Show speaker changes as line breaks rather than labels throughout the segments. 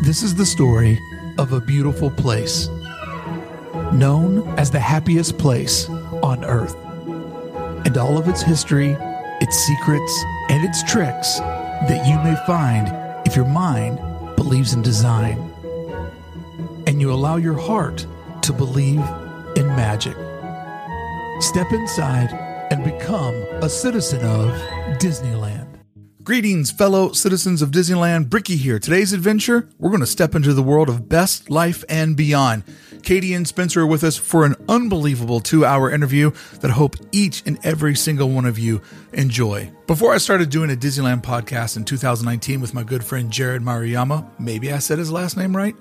This is the story of a beautiful place known as the happiest place on earth. And all of its history, its secrets, and its tricks that you may find if your mind believes in design and you allow your heart to believe in magic. Step inside and become a citizen of Disneyland. Greetings, fellow citizens of Disneyland. Bricky here. Today's adventure, we're going to step into the world of best life and beyond. Katie and Spencer are with us for an unbelievable two hour interview that I hope each and every single one of you enjoy. Before I started doing a Disneyland podcast in 2019 with my good friend Jared Maruyama, maybe I said his last name right,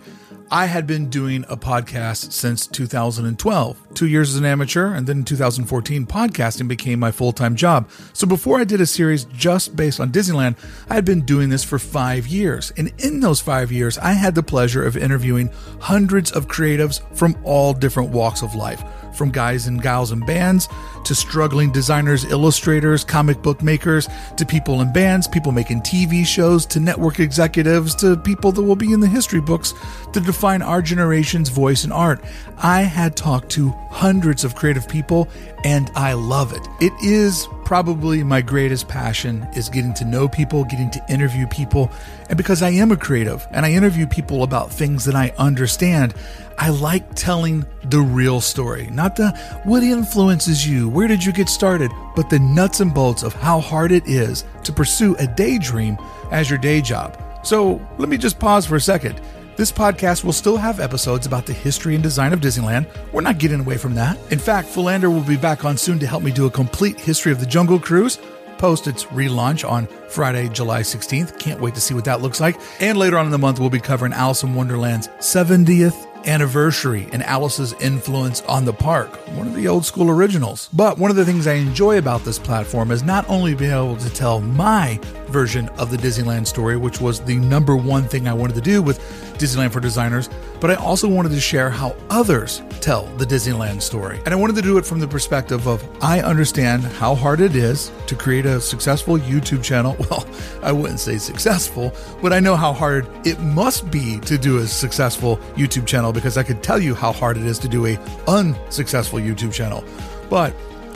I had been doing a podcast since 2012, two years as an amateur, and then in 2014, podcasting became my full time job. So before I did a series just based on Disneyland, I had been doing this for five years. And in those five years, I had the pleasure of interviewing hundreds of creatives from all different walks of life from guys and gals and bands to struggling designers, illustrators, comic book makers to people in bands, people making TV shows to network executives to people that will be in the history books to define our generation's voice in art. I had talked to hundreds of creative people and I love it. It is probably my greatest passion is getting to know people, getting to interview people. And because I am a creative and I interview people about things that I understand, I like telling the real story, not the what influences you, where did you get started, but the nuts and bolts of how hard it is to pursue a daydream as your day job. So let me just pause for a second. This podcast will still have episodes about the history and design of Disneyland. We're not getting away from that. In fact, Philander will be back on soon to help me do a complete history of the Jungle Cruise post its relaunch on Friday, July 16th. Can't wait to see what that looks like. And later on in the month, we'll be covering Alice in Wonderland's 70th anniversary and Alice's influence on the park, one of the old school originals. But one of the things I enjoy about this platform is not only being able to tell my version of the Disneyland story, which was the number one thing I wanted to do with Disneyland for Designers, but I also wanted to share how others tell the Disneyland story. And I wanted to do it from the perspective of I understand how hard it is to create a successful YouTube channel. Well, I wouldn't say successful, but I know how hard it must be to do a successful YouTube channel because I could tell you how hard it is to do a unsuccessful YouTube channel. But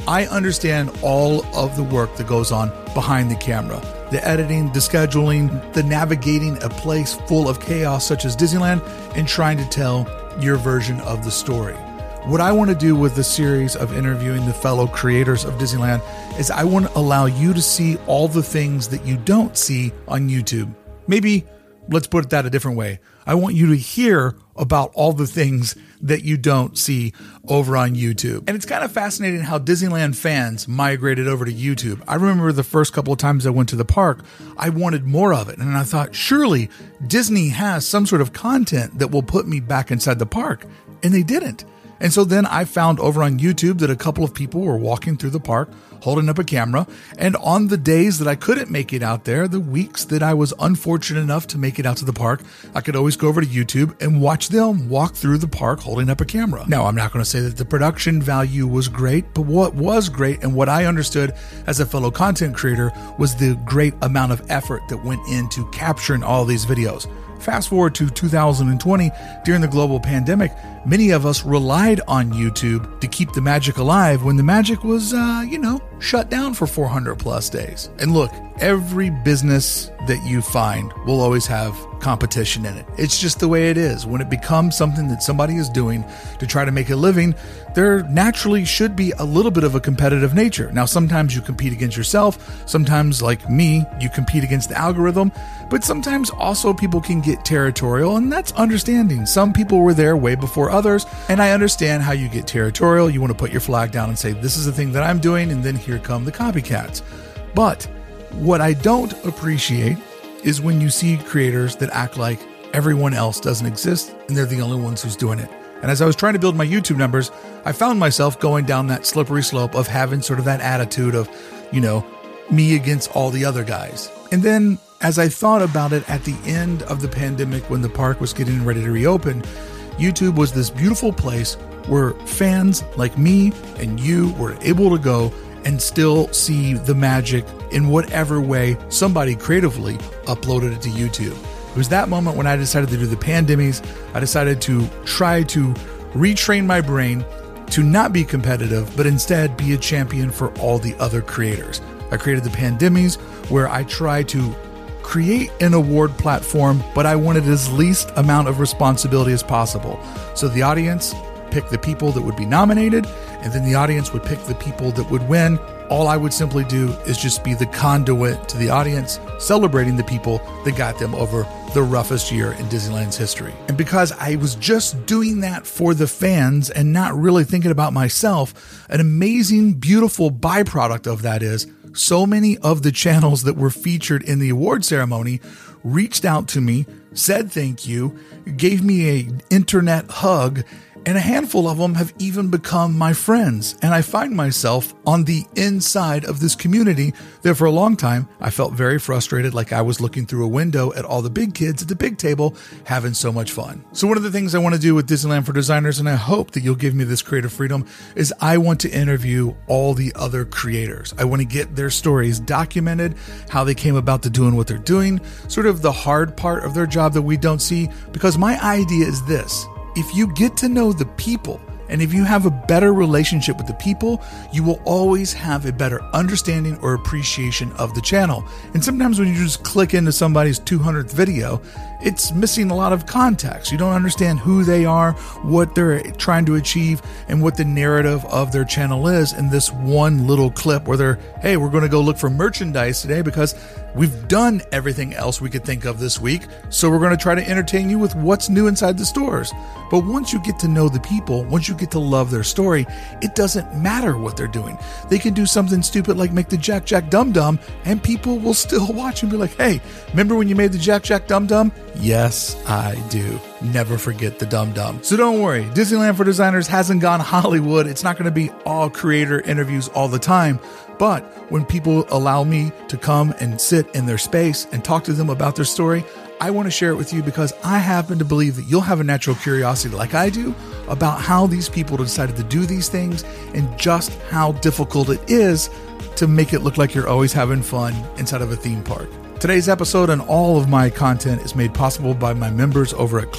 I understand all of the work that goes on behind the camera. The editing, the scheduling, the navigating a place full of chaos such as Disneyland and trying to tell your version of the story. What I want to do with the series of interviewing the fellow creators of Disneyland is I want to allow you to see all the things that you don't see on YouTube. Maybe let's put it that a different way. I want you to hear about all the things that you don't see over on YouTube. And it's kind of fascinating how Disneyland fans migrated over to YouTube. I remember the first couple of times I went to the park, I wanted more of it. And I thought, surely Disney has some sort of content that will put me back inside the park. And they didn't. And so then I found over on YouTube that a couple of people were walking through the park holding up a camera. And on the days that I couldn't make it out there, the weeks that I was unfortunate enough to make it out to the park, I could always go over to YouTube and watch them walk through the park holding up a camera. Now, I'm not going to say that the production value was great, but what was great and what I understood as a fellow content creator was the great amount of effort that went into capturing all these videos. Fast forward to 2020, during the global pandemic, many of us relied on YouTube to keep the magic alive when the magic was, uh, you know, shut down for 400 plus days. And look, every business that you find will always have competition in it. It's just the way it is. When it becomes something that somebody is doing to try to make a living, there naturally should be a little bit of a competitive nature. Now, sometimes you compete against yourself. Sometimes, like me, you compete against the algorithm. But sometimes also people can get territorial, and that's understanding. Some people were there way before others, and I understand how you get territorial. You want to put your flag down and say, This is the thing that I'm doing, and then here come the copycats. But what I don't appreciate is when you see creators that act like everyone else doesn't exist and they're the only ones who's doing it. And as I was trying to build my YouTube numbers, I found myself going down that slippery slope of having sort of that attitude of, you know, me against all the other guys. And then as I thought about it at the end of the pandemic when the park was getting ready to reopen, YouTube was this beautiful place where fans like me and you were able to go and still see the magic in whatever way somebody creatively uploaded it to YouTube. It was that moment when I decided to do the pandemies. I decided to try to retrain my brain to not be competitive, but instead be a champion for all the other creators. I created the pandemies where I try to create an award platform, but I wanted as least amount of responsibility as possible. So the audience picked the people that would be nominated, and then the audience would pick the people that would win. All I would simply do is just be the conduit to the audience, celebrating the people that got them over the roughest year in Disneyland's history. And because I was just doing that for the fans and not really thinking about myself, an amazing, beautiful byproduct of that is so many of the channels that were featured in the award ceremony reached out to me, said thank you, gave me a internet hug, and a handful of them have even become my friends. And I find myself on the inside of this community that for a long time I felt very frustrated, like I was looking through a window at all the big kids at the big table having so much fun. So, one of the things I want to do with Disneyland for Designers, and I hope that you'll give me this creative freedom, is I want to interview all the other creators. I want to get their stories documented, how they came about to doing what they're doing, sort of the hard part of their job that we don't see, because my idea is this if you get to know the people and if you have a better relationship with the people, you will always have a better understanding or appreciation of the channel. And sometimes when you just click into somebody's 200th video, it's missing a lot of context. You don't understand who they are, what they're trying to achieve, and what the narrative of their channel is in this one little clip where they're, hey, we're going to go look for merchandise today because we've done everything else we could think of this week. So we're going to try to entertain you with what's new inside the stores. But once you get to know the people, once you get to love their story, it doesn't matter what they're doing. They can do something stupid like make the Jack Jack Dum Dum, and people will still watch and be like, hey, remember when you made the Jack Jack Dum Dum? Yes, I do. Never forget the Dum Dum. So don't worry, Disneyland for Designers hasn't gone Hollywood. It's not going to be all creator interviews all the time. But when people allow me to come and sit in their space and talk to them about their story, I want to share it with you because I happen to believe that you'll have a natural curiosity like I do about how these people decided to do these things and just how difficult it is to make it look like you're always having fun inside of a theme park. Today's episode and all of my content is made possible by my members over at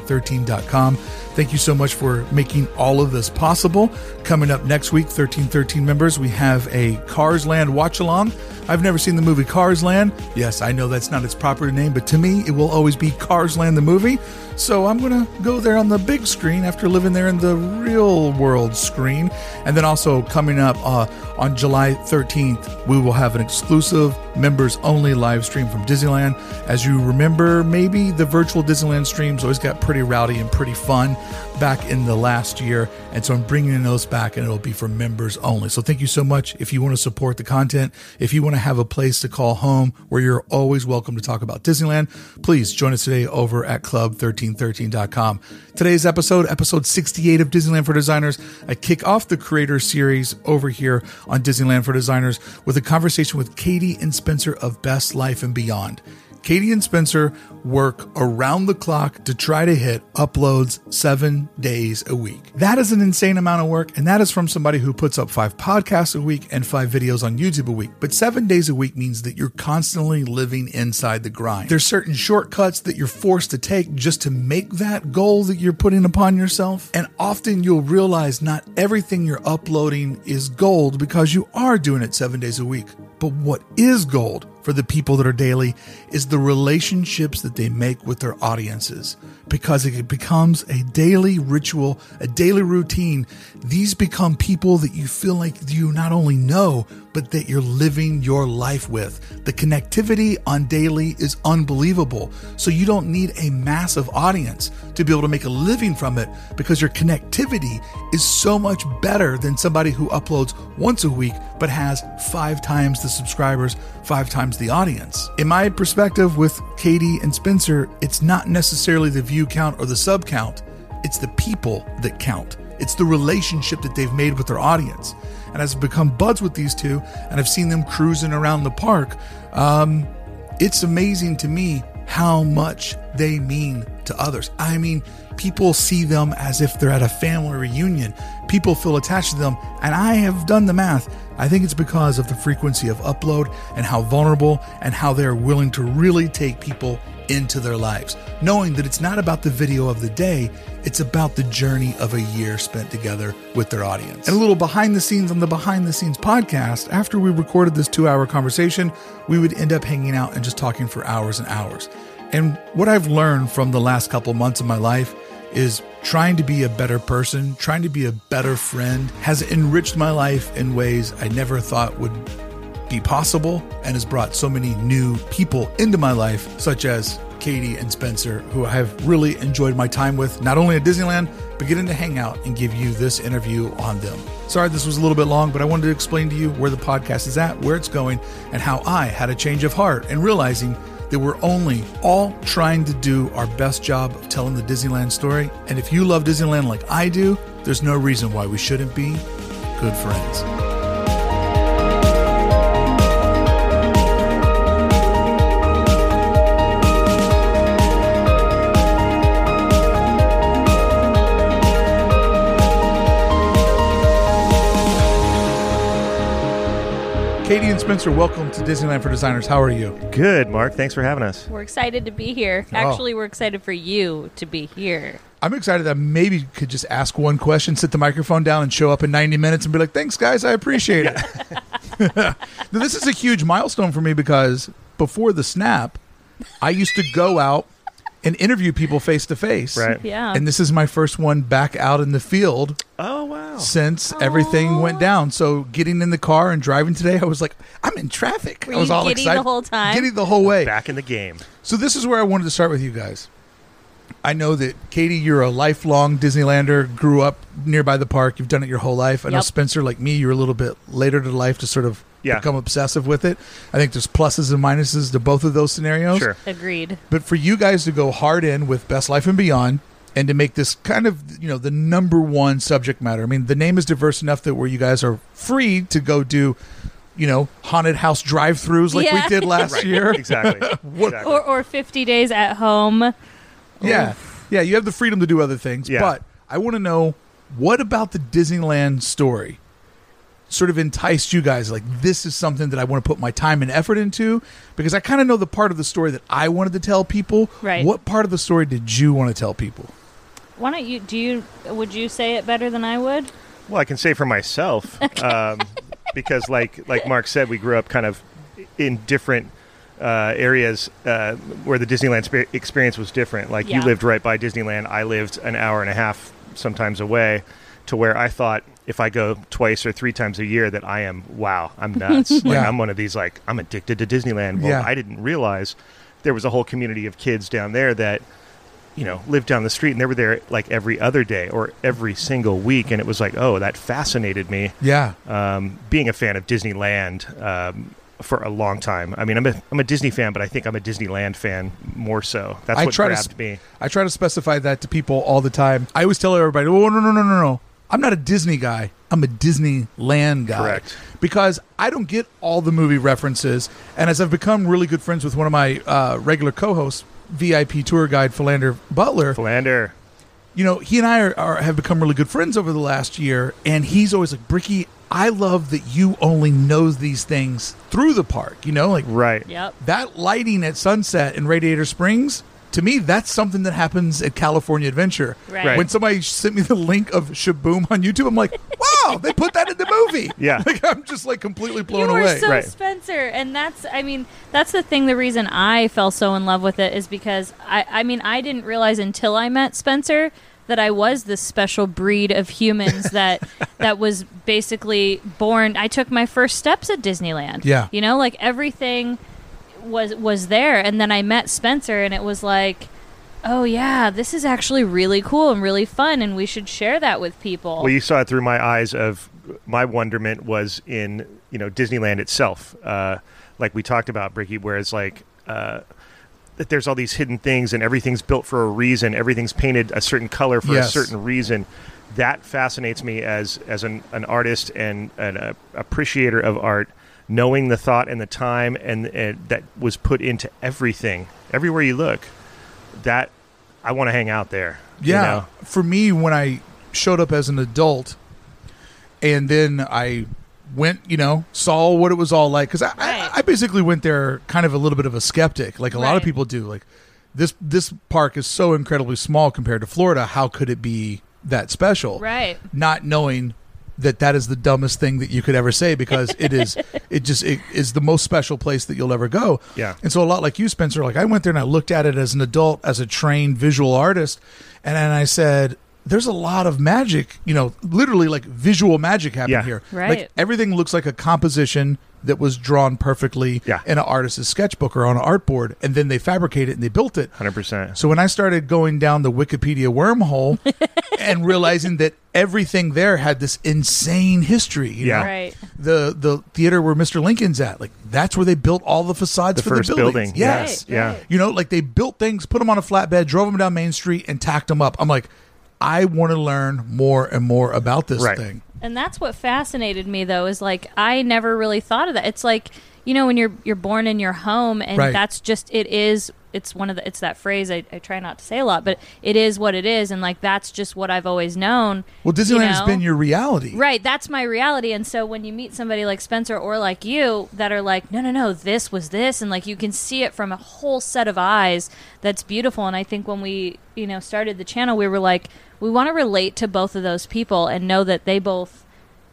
club1313.com. Thank you so much for making all of this possible. Coming up next week, 1313 members, we have a Cars Land watch along. I've never seen the movie Cars Land. Yes, I know that's not its proper name, but to me, it will always be Cars Land the movie. So I'm going to go there on the big screen after living there in the real world screen. And then also coming up uh, on July 13th, we will have an exclusive members only live stream from Disneyland. As you remember, maybe the virtual Disneyland streams always got pretty rowdy and pretty fun back in the last year. And so I'm bringing those back and it'll be for members only. So thank you so much. If you want to support the content, if you want to have a place to call home where you're always welcome to talk about Disneyland, please join us today over at club1313.com. Today's episode, episode 68 of Disneyland for Designers, I kick off the creator series over here on Disneyland for Designers with a conversation with Katie and Spencer of Best Life and Beyond. Katie and Spencer work around the clock to try to hit uploads seven days a week. That is an insane amount of work, and that is from somebody who puts up five podcasts a week and five videos on YouTube a week. But seven days a week means that you're constantly living inside the grind. There's certain shortcuts that you're forced to take just to make that goal that you're putting upon yourself. And often you'll realize not everything you're uploading is gold because you are doing it seven days a week. But what is gold? for the people that are daily is the relationships that they make with their audiences because it becomes a daily ritual, a daily routine. These become people that you feel like you not only know, but that you're living your life with. The connectivity on daily is unbelievable. So you don't need a massive audience to be able to make a living from it because your connectivity is so much better than somebody who uploads once a week but has five times the subscribers, five times the audience. In my perspective with Katie and Spencer, it's not necessarily the view count or the sub count, it's the people that count. It's the relationship that they've made with their audience. And as I've become buds with these two and I've seen them cruising around the park, um, it's amazing to me how much they mean to others. I mean, people see them as if they're at a family reunion. People feel attached to them. And I have done the math. I think it's because of the frequency of upload and how vulnerable and how they're willing to really take people into their lives, knowing that it's not about the video of the day, it's about the journey of a year spent together with their audience. And a little behind the scenes on the Behind the Scenes podcast, after we recorded this two hour conversation, we would end up hanging out and just talking for hours and hours. And what I've learned from the last couple months of my life is trying to be a better person, trying to be a better friend has enriched my life in ways I never thought would be possible and has brought so many new people into my life, such as Katie and Spencer, who I have really enjoyed my time with, not only at Disneyland, but getting to hang out and give you this interview on them. Sorry, this was a little bit long, but I wanted to explain to you where the podcast is at, where it's going, and how I had a change of heart and realizing that we're only all trying to do our best job of telling the Disneyland story. And if you love Disneyland like I do, there's no reason why we shouldn't be good friends. Katie and Spencer, welcome to Disneyland for Designers. How are you?
Good, Mark. Thanks for having us.
We're excited to be here. Actually, we're excited for you to be here.
I'm excited that maybe you could just ask one question, sit the microphone down, and show up in 90 minutes and be like, thanks, guys, I appreciate it. Now, this is a huge milestone for me because before the snap, I used to go out and interview people face to face.
Right.
Yeah.
And this is my first one back out in the field
Oh wow.
since everything went down. So getting in the car and driving today, I was like, I'm in traffic.
Were
I was
you
all
giddy the
excited.
whole time?
Giddy the whole way.
Back in the game.
So this is where I wanted to start with you guys. I know that Katie, you're a lifelong Disneylander, grew up nearby the park, you've done it your whole life. I know
Yep.
Spencer, like me, you're a little bit later to life to sort of
Yeah.
become obsessive with it. I think there's pluses and minuses to both of those scenarios.
Sure.
Agreed.
But for you guys to go hard in with Best Life and Beyond and to make this kind of, you know, the number one subject matter. I mean, the name is diverse enough that where you guys are free to go do, you know, haunted house drive-throughs like
Yeah.
we did last
Right.
year.
Exactly.
What-
exactly.
Or, or 50 days at home.
Yeah. Yeah, you have the freedom to do other things.
Yeah.
But I want to know what about the Disneyland story sort of enticed you guys? Like, this is something that I want to put my time and effort into because I kind of know the part of the story that I wanted to tell people.
Right.
What part of the story did you want to tell people?
Why don't you, do you, would you say it better than I would?
Well, I can say for myself, um, because like like Mark said, we grew up kind of in different uh, areas uh, where the Disneyland spe- experience was different. Like
Yeah.
you lived right by Disneyland, I lived an hour and a half sometimes away, to where I thought if I go twice or three times a year that I am wow, I'm nuts. like
Yeah.
I'm one of these like I'm addicted to Disneyland. Well,
Yeah.
I didn't realize there was a whole community of kids down there that you know, lived down the street and they were there like every other day or every single week. And it was like, oh, that fascinated me.
Yeah.
Um, being a fan of Disneyland um, for a long time. I mean, I'm a, I'm a Disney fan, but I think I'm a Disneyland fan more so. That's
I
what
try to
grabbed
s-
me.
I try to specify that to people all the time. I always tell everybody, oh, no, no, no, no, no. I'm not a Disney guy. I'm a Disneyland guy.
Correct.
Because I don't get all the movie references. And as I've become really good friends with one of my uh, regular co hosts, VIP tour guide Philander Butler,
Philander.
you know, he and I are, are, have become really good friends over the last year. And he's always like, Bricky, I love that you only know these things through the park, you know, like
Right.
Yep.
that lighting at sunset in Radiator Springs, to me, that's something that happens at California Adventure.
Right. Right.
When somebody sent me the link of Shaboom on YouTube, I'm like, wow, they put that in the movie.
Yeah.
Like, I'm just like completely blown
you
away.
are so
Right.
Spencer, and that's I mean that's the thing. The reason I fell so in love with it is because I I mean I didn't realize until I met Spencer that I was this special breed of humans that that was basically born. I took my first steps at Disneyland.
Yeah.
you know, like everything was was there, and then I met Spencer, and it was like. Oh yeah, this is actually really cool and really fun, and we should share that with people.
Well, you saw it through my eyes of my wonderment was in you know Disneyland itself, uh, like we talked about, Bricky, where it's like uh, that there's all these hidden things and everything's built for a reason, everything's painted a certain color for
Yes.
a certain reason. That fascinates me as as an, an artist and an uh, appreciator of art, knowing the thought and the time and, and that was put into everything, everywhere you look. That I want to hang out there. you
Yeah.
know?
For me, when I showed up as an adult and then I went, you know, saw what it was all like, because I,
Right.
I, I basically went there kind of a little bit of a skeptic, like a lot of
Right.
people do. Like, this this park is so incredibly small compared to Florida. How could it be that special?
Right.
Not knowing that that is the dumbest thing that you could ever say because it is it just it is the most special place that you'll ever go.
Yeah.
And so a lot like you, Spencer, like I went there and I looked at it as an adult, as a trained visual artist, and then I said, There's a lot of magic, you know, literally like visual magic happening
Yeah.
here.
Right.
Like everything looks like a composition that was drawn perfectly
Yeah.
in an artist's sketchbook or on an art board, and then they fabricate it and they built it.
100%.
So when I started going down the Wikipedia wormhole and realizing that everything there had this insane history, you
Yeah.
know?
Right.
the the theater where Mr. Lincoln's at, like that's where they built all the facades
the
for
first
the buildings.
building.
Yes,
Right,
yeah.
right.
you know, like they built things, put them on a flatbed, drove them down Main Street, and tacked them up. I'm like, I want to learn more and more about this
Right.
thing.
And that's what fascinated me though is like I never really thought of that. It's like you know when you're you're born in your home and
Right.
that's just it is it's one of the it's that phrase I, I try not to say a lot but it is what it is and like that's just what I've always known.
Well, Disneyland
you
has
know?
been your reality,
Right, that's my reality. And so when you meet somebody like Spencer or like you that are like, no, no, no, this was this, and like you can see it from a whole set of eyes that's beautiful. And I think when we, you know, started the channel, we were like, we want to relate to both of those people and know that they both,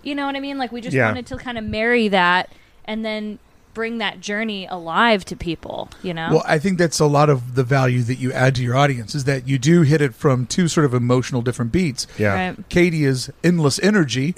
you know what I mean? Like we just
Yeah.
wanted to kind of marry that and then bring that journey alive to people, you know?
Well, I think that's a lot of the value that you add to your audience is that you do hit it from two sort of emotional different beats.
Yeah.
Right.
Katie is endless energy,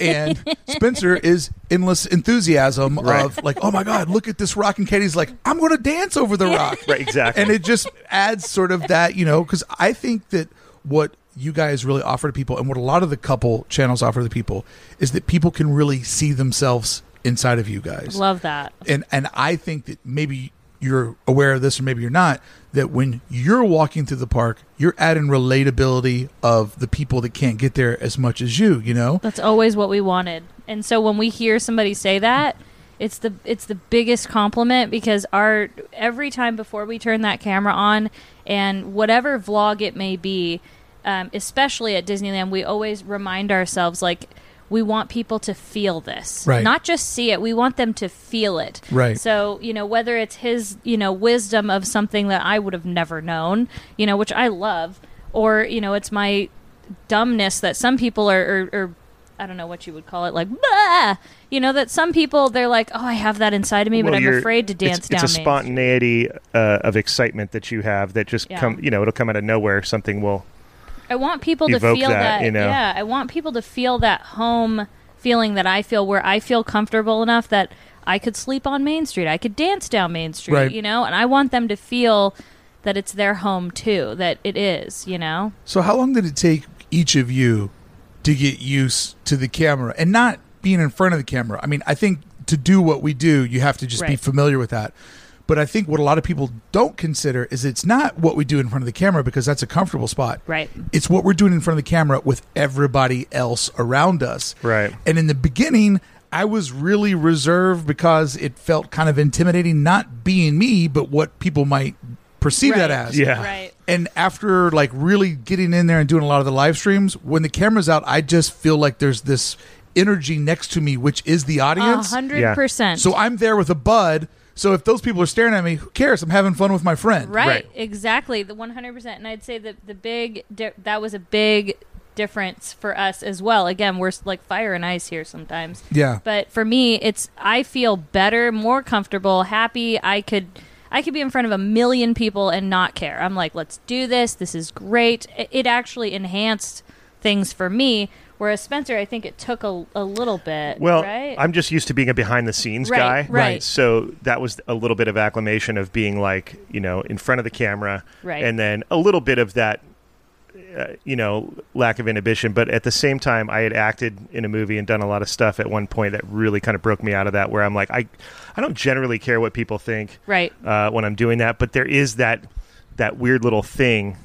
and Spencer is endless enthusiasm
Right.
of like, oh my god, look at this rock, and Katie's like, I'm going to dance over the rock,
Right, exactly.
and it just adds sort of that, you know, because I think that what you guys really offer to people, and what a lot of the couple channels offer to people, is that people can really see themselves inside of you guys
Love that.
and and I think that maybe you're aware of this or maybe you're not that when you're walking through the park you're adding relatability of the people that can't get there as much as you you know
That's always what we wanted. And so when we hear somebody say that, it's the it's the biggest compliment because our every time before we turn that camera on and whatever vlog it may be, um, especially at Disneyland, we always remind ourselves like we want people to feel this,
Right.
not just see it. We want them to feel it.
Right.
So you know whether it's his you know wisdom of something that I would have never known, you know, which I love, or you know it's my dumbness that some people are, or, or I don't know what you would call it, like, bah! you know, that some people they're like, oh, I have that inside of me,
Well,
but I'm
you're-
afraid to dance
it's, It's a
down. Main Street."
spontaneity uh, of excitement that you have that just
Yeah.
come, you know, it'll come out of nowhere. Something will.
I want people to
evoke
feel
that,
that.
you know?
Yeah, I want people to feel that home feeling that I feel, where I feel comfortable enough that I could sleep on Main Street, I could dance down Main Street,
Right.
you know, and I want them to feel that it's their home too, that it is, you know.
so how long did it take each of you to get used to the camera and not being in front of the camera i mean i think to do what we do you have to just be
Right.
familiar with that but i think what a lot of people don't consider is it's not what we do in front of the camera because that's a comfortable spot
Right.
it's what we're doing in front of the camera with everybody else around us.
Right.
And in the beginning, I was really reserved because it felt kind of intimidating, not being me, but what people might perceive that
Right.
as.
Yeah.
Right.
And after like really getting in there and doing a lot of the live streams, when the camera's out, I just feel like there's this energy next to me, which is the
A
audience.
hundred percent.
So I'm there with a bud. So if those people are staring at me, who cares? I'm having fun with my friend.
Right,
Right.
exactly. The 100%. And I'd say that the big, di- that was a big difference for us as well. Again, we're s- like fire and ice here sometimes.
Yeah.
But for me, it's, I feel better, more comfortable, happy. I could, I could be in front of a million people and not care. I'm like, let's do this. This is great. It, it actually enhanced things for me. Whereas Spencer, I think it took a, a little bit.
Well,
right?
I'm just used to being a behind the scenes
Right,
guy.
right.
So that was a little bit of acclimation of being like, you know, in front of the camera.
Right.
And then a little bit of that, uh, you know, lack of inhibition. But at the same time, I had acted in a movie and done a lot of stuff at one point that really kind of broke me out of that, where I'm like, I, I don't generally care what people think.
right.
uh, when I'm doing that. But there is that that weird little thing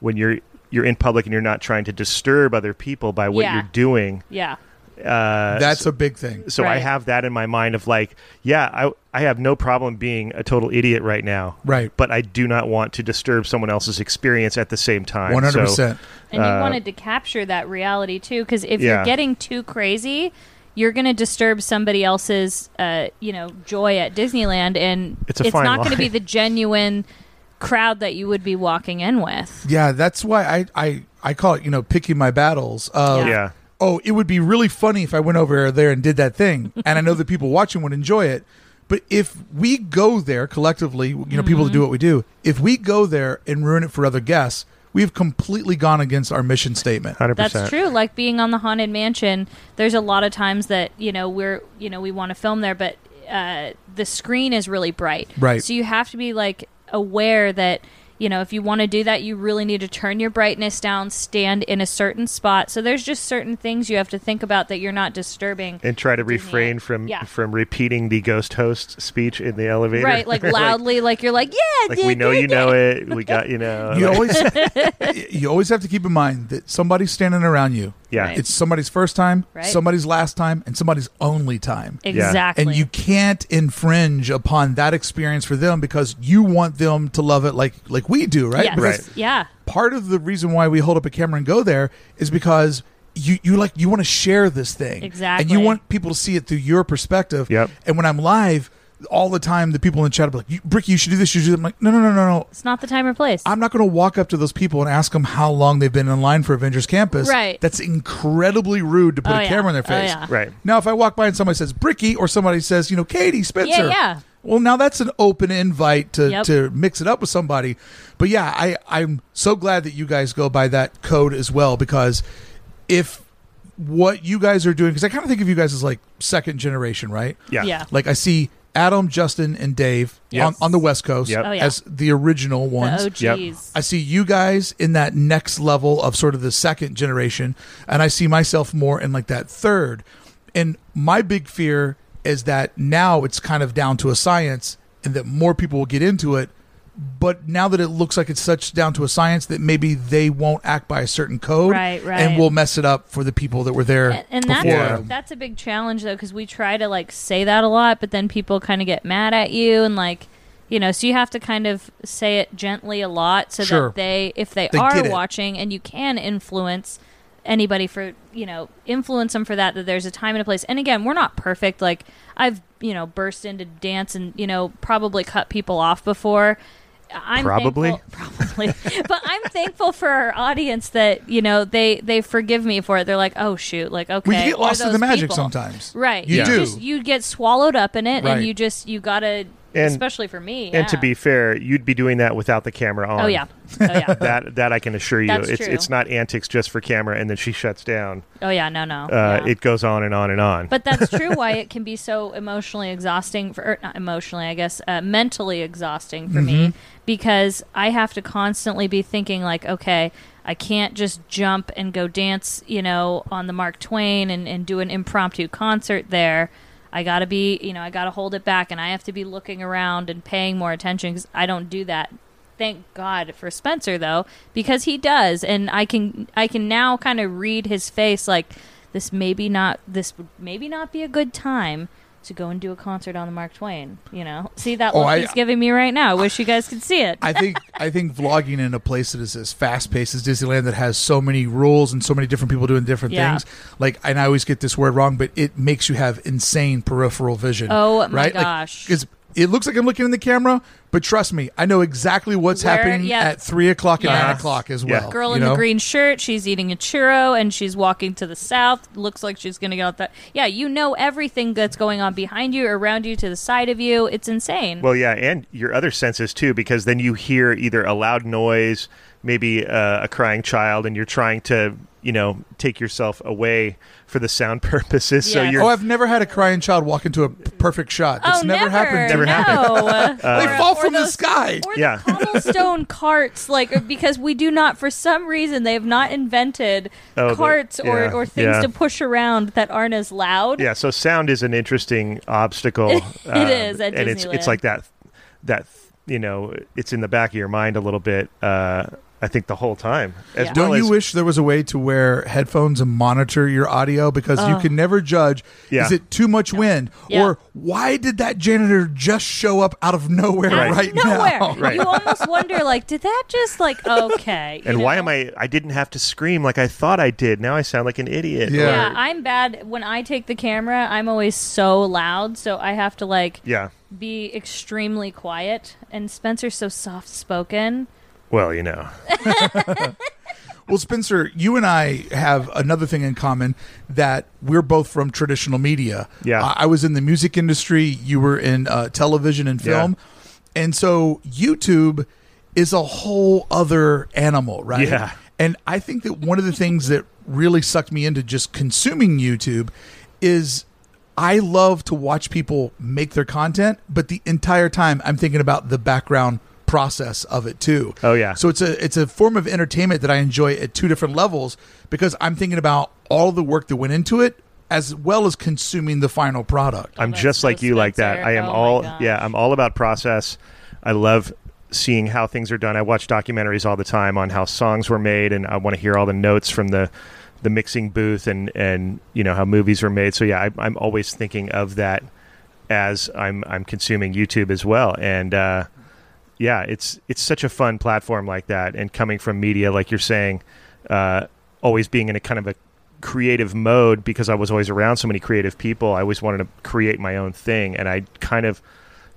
when you're you're in public and you're not trying to disturb other people by what
Yeah.
you're doing.
Yeah.
Uh,
That's
so,
a big thing.
so I
Right.
have that in my mind of like, yeah, I I have no problem being a total idiot right now,
Right.
but I do not want to disturb someone else's experience at the same time.
100%.
So,
and
Uh,
you wanted to capture that reality too because if
Yeah.
you're getting too crazy you're going to disturb somebody else's uh, you know joy at disneyland and
It's a fine
not going to be
line.
the genuine crowd that you would be walking in with.
Yeah, that's why I I I call it you know picking my battles. Of,
Yeah.
yeah.
Oh, it would be really funny if I went over there and did that thing, and I know the people watching would enjoy it. But if we go there collectively, you know, people
Mm-hmm.
that do what we do, if we go there and ruin it for other guests, we've completely gone against our mission statement.
100%.
That's true. Like being on the haunted mansion, there's a lot of times that you know we're you know we want to film there, but uh, the screen is really bright.
Right.
So you have to be like aware that you know if you want to do that, you really need to turn your brightness down, stand in a certain spot. So there's just certain things you have to think about that you're not disturbing.
And try to
Disney.
refrain from
Yeah.
from repeating the ghost host speech in the elevator.
Right, like loudly, like, you're like, yeah,
like we know you know it. We got you know.
You
like-
always you always have to keep in mind that somebody's standing around you.
yeah.
Right.
It's somebody's first time,
Right.
somebody's last time, and somebody's only time.
exactly.
And you can't infringe upon that experience for them because you want them to love it like like we do, right?
yes.
Because
Right.
yeah,
part of the reason why we hold up a camera and go there is because you, you like you want to share this thing and
Exactly.
you want people to see it through your perspective
Yep.
and when i'm live all the time the people in the chat are like you, bricky you should do this you should do that. i'm like no no no no no
it's not the time or place.
I'm not going to walk up to those people and ask them how long they've been in line for Avengers Campus.
Right.
That's incredibly rude to put
Oh,
a
yeah.
camera in their
Oh,
face.
yeah.
Right.
Now, if I walk by and somebody says Bricky or somebody says, you know, Katie Spencer.
yeah.
Well, now that's an open invite to,
Yep.
to mix it up with somebody. But yeah, I, I'm so glad that you guys go by that code as well because if what you guys are doing, because I kind of think of you guys as like second generation, right?
Yeah.
yeah.
Like I see Adam, Justin, and Dave
Yes.
on, on the West Coast
Yep.
Oh, yeah.
as the original ones.
The
Yep.
OGs.
I see you guys in that next level of sort of the second generation, and I see myself more in like that third. And my big fear is that now it's kind of down to a science and that more people will get into it. But now that it looks like it's such down to a science that maybe they won't act by a certain code
Right, right.
and will mess it up for the people that were there
and, and
before.
that's
Yeah.
that's a big challenge though because we try to like say that a lot but then people kind of get mad at you and like you know so you have to kind of say it gently a lot so
Sure.
that they if they,
They get
are
it.
watching and you can influence anybody for you know influence them for that that there's a time and a place and again we're not perfect like i've you know burst into dance and you know probably cut people off before I'm
Probably.
thankful- probably, but I'm thankful for our audience that you know they they forgive me for it. They're like, oh shoot, like okay,
We get
or
lost in the
those
magic
people.
sometimes.
right?
You
Yeah.
do.
just, you get swallowed up in it,
Right.
and you just you gotta,
And-
especially for me,
And to
yeah.
be fair, you'd be doing that without the camera on.
oh yeah, oh yeah,
That that I can assure you.
That's
it's
true.
it's not antics just for camera and then she shuts down.
oh yeah, no no,
Uh,
yeah.
it goes on and on and on.
But that's true. Why it can be so emotionally exhausting for or not emotionally, I guess, uh, mentally exhausting for me because I have to constantly be thinking like, okay, I can't just jump and go dance, you know, on the Mark Twain and, and do an impromptu concert there. I gotta be, you know, I gotta hold it back, and I have to be looking around and paying more attention because I don't do that. Thank God for Spencer though, because he does, and I can I can now kind of read his face like this maybe not this would maybe not be a good time to go and do a concert on the Mark Twain. You know, see that
Oh,
look
I-
he's giving me right now. I wish you guys could see it.
I think I think vlogging in a place that is as fast paced as Disneyland that has so many rules and so many different people doing different
Yeah.
things. Like, and I always get this word wrong, but it makes you have insane peripheral vision.
Oh, my
right?
gosh.
Because it looks like I'm looking in the camera, but trust me, I know exactly what's
Where-
happening
yeah.
at three o'clock and
Yeah.
nine o'clock as
Yeah.
well.
Girl
you
in
know?
the green shirt, she's eating a churro and she's walking to the south. Looks like she's gonna get out that. Yeah, you know everything that's going on behind you, around you, to the side of you. It's insane.
Well, yeah, and your other senses too, because then you hear either a loud noise, maybe uh, a crying child, and you're trying to, you know, take yourself away for the sound purposes. So
Yes.
you're
Oh, I've never had a crying child walk into a p- perfect shot. That's
oh,
never, happened. to
Never
me.
no. Uh,
They
Or-
fall
or
from the
those-
sky.
Or
Yeah.
the cobblestone carts, like uh, because we do not, for some reason, they have not invented
Oh, the-
carts
yeah,
or, or things
yeah.
to push around that aren't as loud.
yeah. So sound is an interesting obstacle. It is,
is at
and it's it's
Disneyland.
like that that you know it's in the back of your mind a little bit. Uh, I think the whole time. As
Yeah.
well
Don't you
as-
wish there was a way to wear headphones and monitor your audio because you can never judge
Yeah.
is it too much wind
Yeah.
or why did that janitor just show up out of nowhere
Out
right,
of nowhere.
now?
Right.
You almost wonder, like, did that just like okay? you
And why
know?
am I? I didn't have to scream like I thought I did. Now I sound like an idiot.
Yeah.
Yeah,
Or-
I'm bad when I take the camera. I'm always so loud, so I have to like
yeah.
be extremely quiet. And Spencer's so soft spoken.
Well, you know.
Well, Spencer, you and I have another thing in common that we're both from traditional media.
Yeah.
I, I was in the music industry, you were in uh, television and
Yeah.
film. And so YouTube is a whole other animal, right?
Yeah.
And I think that one of the things that really sucked me into just consuming YouTube is I love to watch people make their content, but the entire time I'm thinking about the background process of it too.
Oh, yeah.
So it's a it's a form of entertainment that I enjoy at two different levels because I'm thinking about all the work that went into it as well as consuming the final product.
I'm
that's
just
so
like you, like that.
Spencer.
I am
Oh my
all
gosh.
yeah. I'm all about process. I love seeing how things are done. I watch documentaries all the time on how songs were made, and I want to hear all the notes from the the mixing booth and and you know how movies were made. So yeah, I, I'm always thinking of that as I'm I'm consuming YouTube as well, and uh, yeah, it's it's such a fun platform like that, and coming from media, like you're saying, uh, always being in a kind of a creative mode because I was always around so many creative people. I always wanted to create my own thing, and I kind of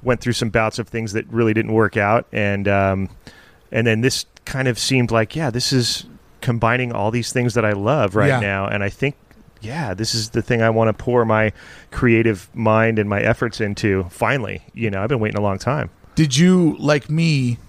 went through some bouts of things that really didn't work out, and um, and then this kind of seemed like, yeah, this is combining all these things that I love right
Yeah.
now, and I think. Yeah, this is the thing I want to pour my creative mind and my efforts into. Finally, you know, I've been waiting a long time.
Did you like me?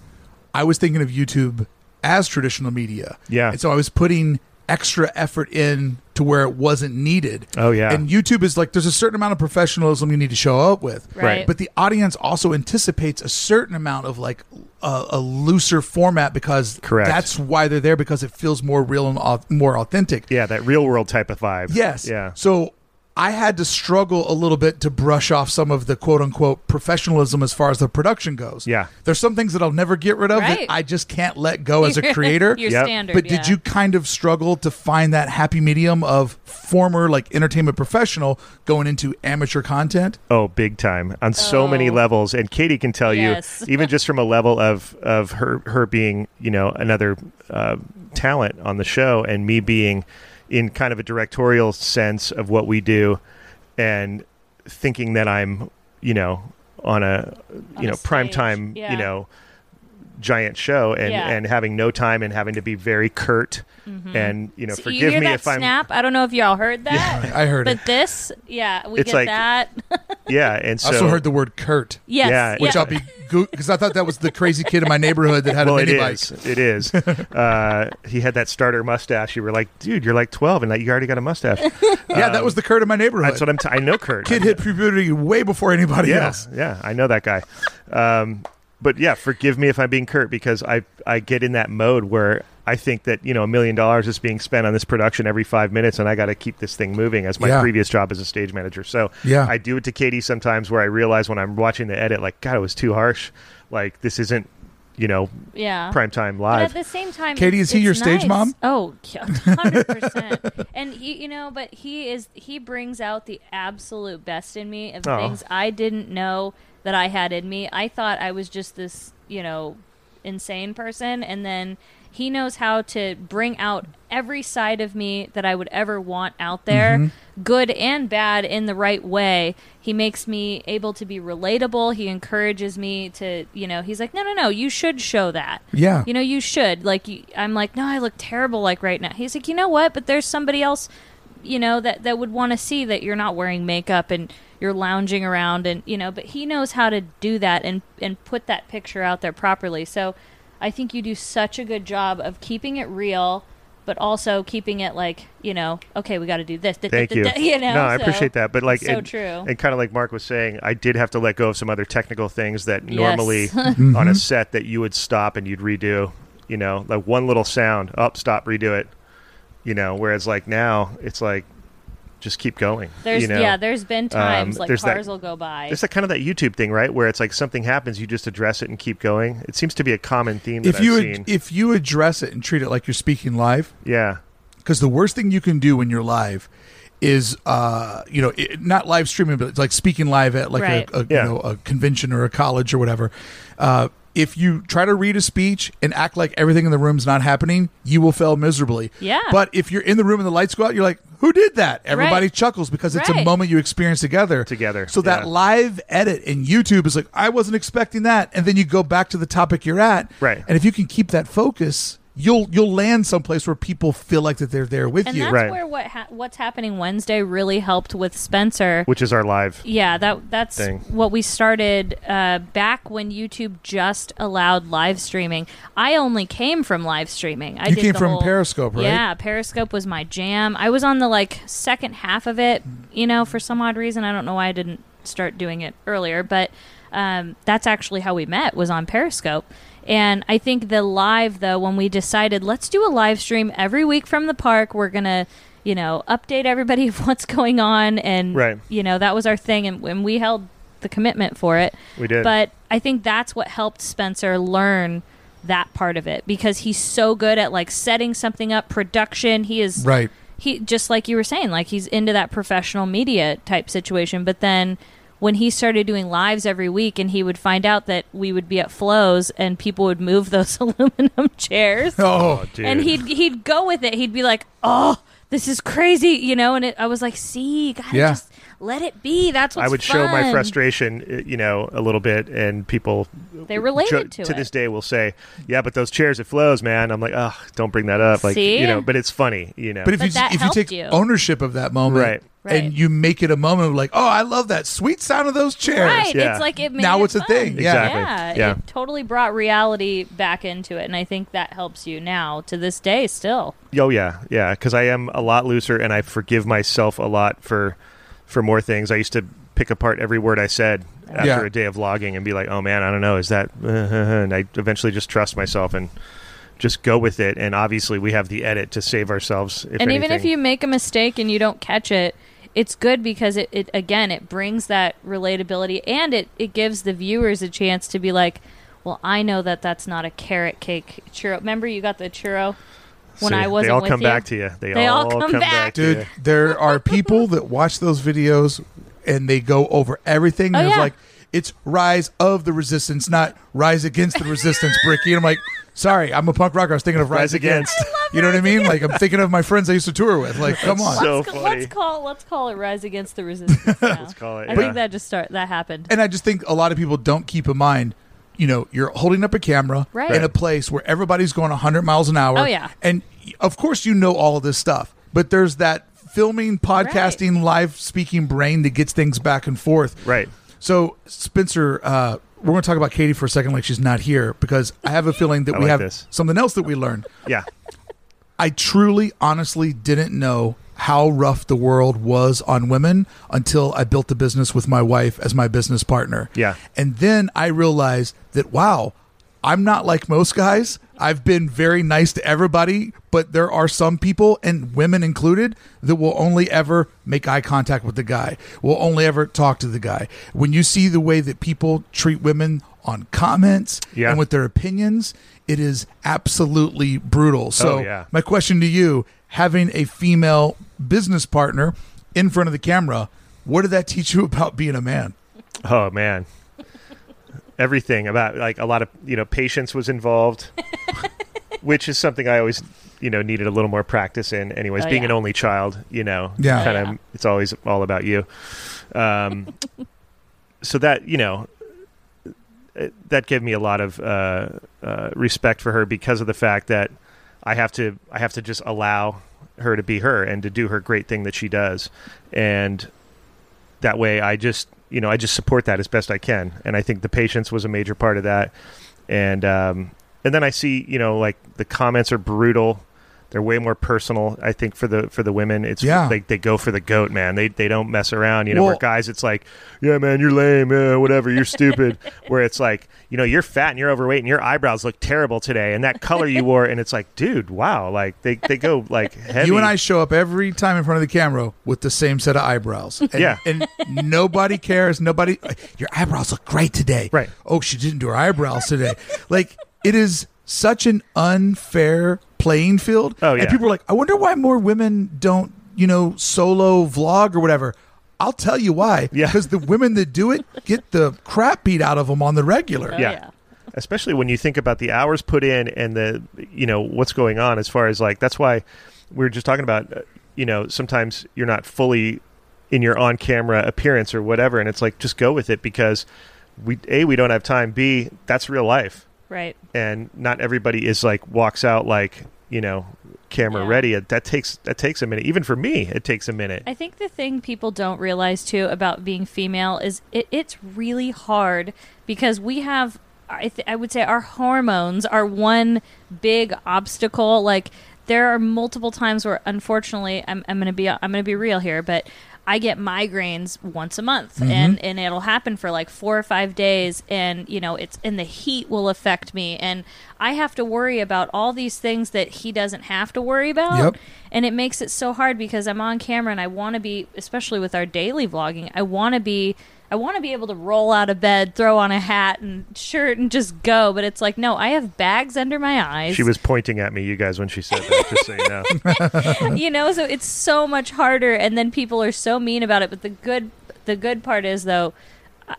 I was thinking of YouTube as traditional media.
Yeah.
And so I was putting extra effort in to where it wasn't needed.
Oh, yeah.
And YouTube is like there's a certain amount of professionalism you need to show up with.
Right. Right.
But the audience also anticipates a certain amount of like a, a looser format because
Correct.
that's why they're there because it feels more real and au- more authentic.
Yeah, that real world type of vibe.
Yes.
Yeah.
So I had to struggle a little bit to brush off some of the quote unquote professionalism as far as the production goes.
Yeah.
There's some things that I'll never get rid of
Right.
that I just can't let go as a creator.
Your
Yep.
standard.
but did
yeah.
you kind of struggle to find that happy medium of former like entertainment professional going into amateur content?
Oh, big time on so many
Oh.
levels. And Katie can tell
Yes.
you, even just from a level of of her her being you know another uh, talent on the show, and me being in kind of a directorial sense of what we do, and thinking that I'm you know on a you
On a
know prime
stage.
time
Yeah.
you know giant show and
Yeah. Mm.
and having no time and having to be very curt
Mm-hmm.
and you know
So
forgive
you hear
me
that
if I'm
snap? I don't know if y'all heard that,
I heard it.
but this, yeah, we
It's
get
like-
that.
yeah and so
I also heard the word curt.
yes,
Yeah,
Which
yeah.
I'll be because I thought that was the crazy kid in my neighborhood that had
well,
a
it
mini bike.
is. It is. Uh, he had that starter mustache. You were like, dude, you're like 12, and like, you already got a mustache. Um,
Yeah, that was the Kurt in my neighborhood.
That's what I'm. T- I know Kurt.
kid hit puberty way before anybody
yeah,
else.
yeah, I know that guy. Um, but yeah, forgive me if I'm being curt because I I get in that mode where I think that you know a million dollars is being spent on this production every five minutes, and I got to keep this thing moving as my
Yeah.
previous job as a stage manager. So
Yeah.
I do it to Katie sometimes where I realize when I'm watching the edit, like God, it was too harsh. Like this isn't you know
Uh, yeah.
primetime
But
live.
at the same time,
Katie, is he
it's
your stage
nice.
mom?
Oh, 100 percent. And he, you know, but he is he brings out the absolute best in me of
Oh.
things I didn't know that I had in me. I thought I was just this, you know, insane person, and then he knows how to bring out every side of me that I would ever want out there,
Mm-hmm.
good and bad, in the right way. He makes me able to be relatable. He encourages me to, you know, he's like, no, no, no, you should show that
Yeah.
you know you should like you, i'm like no i look terrible like right now he's like you know what but there's somebody else you know that that would want to see that you're not wearing makeup and you're lounging around and you know but he knows how to do that and and put that picture out there properly so i think you do such a good job of keeping it real but also keeping it like you know okay we got to do this da- da-
Thank
da-
you.
da, you know
no, I
so-
appreciate that. But like,
so
and,
true.
And kind of like Mark was saying, I did have to let go of some other technical things that normally
Mm-hmm.
on a set that you would stop and you'd redo. You know, like one little sound, up, stop, redo it. You know, whereas like now it's like just keep going.
There's
you know?
yeah, there's been times
Um,
like
there's that-
cars will go by.
It's that kind of that YouTube thing, right? Where it's like something happens, you just address it and keep going. It seems to be a common theme that
If you
I've
ad-
seen.
if you address it and treat it like you're speaking live,
yeah,
because the worst thing you can do when you're live is uh you know it, not live streaming but it's like speaking live at like
Right.
a, a
Yeah.
you know a convention or a college or whatever uh if you try to read a speech and act like everything in the room's not happening you will fail miserably
Yeah.
but if you're in the room and the lights go out you're like who did that everybody
Right.
chuckles because it's a
Right.
moment you experience together
Together,
so that
yeah.
live edit in youtube is like i wasn't expecting that and then you go back to the topic you're at
Right.
and if you can keep that focus, you'll you'll land someplace where people feel like that they're there with
and
you.
that's
Right.
where what ha- what's happening Wednesday really helped with Spencer.
which is our live.
yeah, that that's
Thing.
what we started uh, back when YouTube just allowed live streaming. I only came from live streaming. I
You
did
came
the
from
whole-
Periscope, right?
Yeah, Periscope was my jam. I was on the like second half of it, you know, for some odd reason. I don't know why I didn't start doing it earlier, but um, that's actually how we met was on Periscope. And I think the live though, when we decided let's do a live stream every week from the park, we're gonna, you know, update everybody of what's going on, and
Right.
you know that was our thing, and, and we held the commitment for it.
We did.
But I think that's what helped Spencer learn that part of it because he's so good at like setting something up, production. He is
Right.
He just like you were saying, like he's into that professional media type situation. But then when he started doing lives every week, and he would find out that we would be at Flows and people would move those aluminum chairs,
Oh,
Dude.
and he'd he'd go with it. He'd be like, "Oh, this is crazy," you know. And it, I was like, "See, gotta
Yeah.
just let it be." That's what's
I would show my
fun."
frustration, uh, you know, a little bit, and people
They related
jo-
to it.
this day will say, "Yeah, but those chairs, it flows, man." I'm like, "Ugh, don't bring that up." Like,
See?
you know, but it's funny, you know.
but if
But
you
that
if you
helped
take
you.
ownership of that moment,
Right.
Right.
and you make it a moment of like, oh, I love that sweet sound of those chairs.
Right.
Yeah.
It's like it made
Now
it
it's a
fun.
thing, yeah.
Exactly.
Yeah,
Yeah.
It totally brought reality back into it, and I think that helps you now to this day still.
Oh yeah, yeah. Because I am a lot looser, and I forgive myself a lot for for more things. I used to pick apart every word I said after
Yeah.
a day of logging and be like, "Oh man, I don't know, is that?" uh, uh, uh," and I eventually just trust myself and just go with it. And obviously, we have the edit to save ourselves. If
and even if
anything.
you make a mistake and you don't catch it, it's good because it, it again it brings that relatability and it it gives the viewers a chance to be like, well, I know that that's not a carrot cake churro. Remember, you got the churro when
See,
I wasn't
they all
with
come
you?
back to you. They,
They all come back.
to
Dude,
you.
there are people that watch those videos and they go over everything.
Oh,
and it's
yeah.
like, it's rise of the resistance, not rise against the resistance, Bricky. And I'm like, sorry, I'm a punk rocker. I was thinking of rise,
Rise Against. I
You know what I mean? Like, I'm thinking of my friends I used to tour with. Like, come on.
So
let's, ca-
funny.
let's call let's call it Rise Against the Resistance. let's
call it,
I
yeah.
think that just start that happened.
and I just think a lot of people don't keep in mind. You know, you're holding up a camera
Right.
in a place where everybody's going 100 miles an hour.
Oh, yeah.
and y- of course you know all of this stuff, but there's that filming, podcasting, live speaking brain that gets things back and forth.
Right.
So Spencer, uh, we're going to talk about Katie for a second, like she's not here, because I have a feeling that
I
we
like
have
this.
something else that we learned.
Yeah.
I truly, honestly didn't know how rough the world was on women until I built the business with my wife as my business partner.
Yeah.
And then I realized that, wow, I'm not like most guys. I've been very nice to everybody, but there are some people, and women included, that will only ever make eye contact with the guy, will only ever talk to the guy. When you see the way that people treat women on comments
Yeah.
and with their opinions, it is absolutely brutal. So,
Oh, yeah.
my question to you having a female business partner in front of the camera, what did that teach you about being a man?
Oh man. Everything about like a lot of you know patience was involved, which is something I always you know needed a little more practice in. Anyways,
Oh,
being
yeah.
an only child, you know,
Yeah.
kind
Yeah.
of it's always all about you. Um, so that you know it- that gave me a lot of uh, uh, respect for her because of the fact that I have to I have to just allow her to be her and to do her great thing that she does, and that way I just you know I just support that as best I can, and I think the patience was a major part of that, and um, and then I see you know like the comments are brutal. They're way more personal. I think for the for the women, it's
Yeah.
like they go for the goat, man. They they don't mess around. You know, where
Well-
guys, it's like, yeah, man, you're lame, yeah, whatever, you're stupid. where it's like, you know, you're fat and you're overweight and your eyebrows look terrible today, and that color you wore, and it's like, dude, wow, like they they go like heavy.
You and I show up every time in front of the camera with the same set of eyebrows. And,
Yeah.
And nobody cares. Nobody, your eyebrows look great today.
Right.
Oh, she didn't do her eyebrows today. like, it is such an unfair playing field.
Oh,
And
yeah.
people are like, I wonder why more women don't, you know, solo vlog or whatever. I'll tell you why.
Yeah.
Because the women that do it get the crap beat out of them on the regular.
Oh,
Yeah.
yeah.
Especially when you think about the hours put in and the you know what's going on as far as like that's why we were just talking about uh, you know sometimes you're not fully in your on camera appearance or whatever and it's like just go with it because we a we don't have time b that's real life
Right.
and not everybody is like walks out like you know camera
Yeah.
ready that takes that takes a minute even for me it takes a minute
I think the thing people don't realize too about being female is it, it's really hard because we have, I, th- I would say, our hormones are one big obstacle. Like there are multiple times where, unfortunately, I'm, I'm gonna be I'm gonna be real here, but I get migraines once a month, and and it'll happen for like four or five days, and you know it's and the heat will affect me, and I have to worry about all these things that he doesn't have to worry about
Yep.
and it makes it so hard because I'm on camera and I want to be, especially with our daily vlogging, I want to be, I want to be able to roll out of bed, throw on a hat and shirt, and just go. But it's like, no, I have bags under my eyes.
she was pointing at me you guys when she said that just so you know
you know, so it's so much harder. And then people are so mean about it. But the good, the good part is though.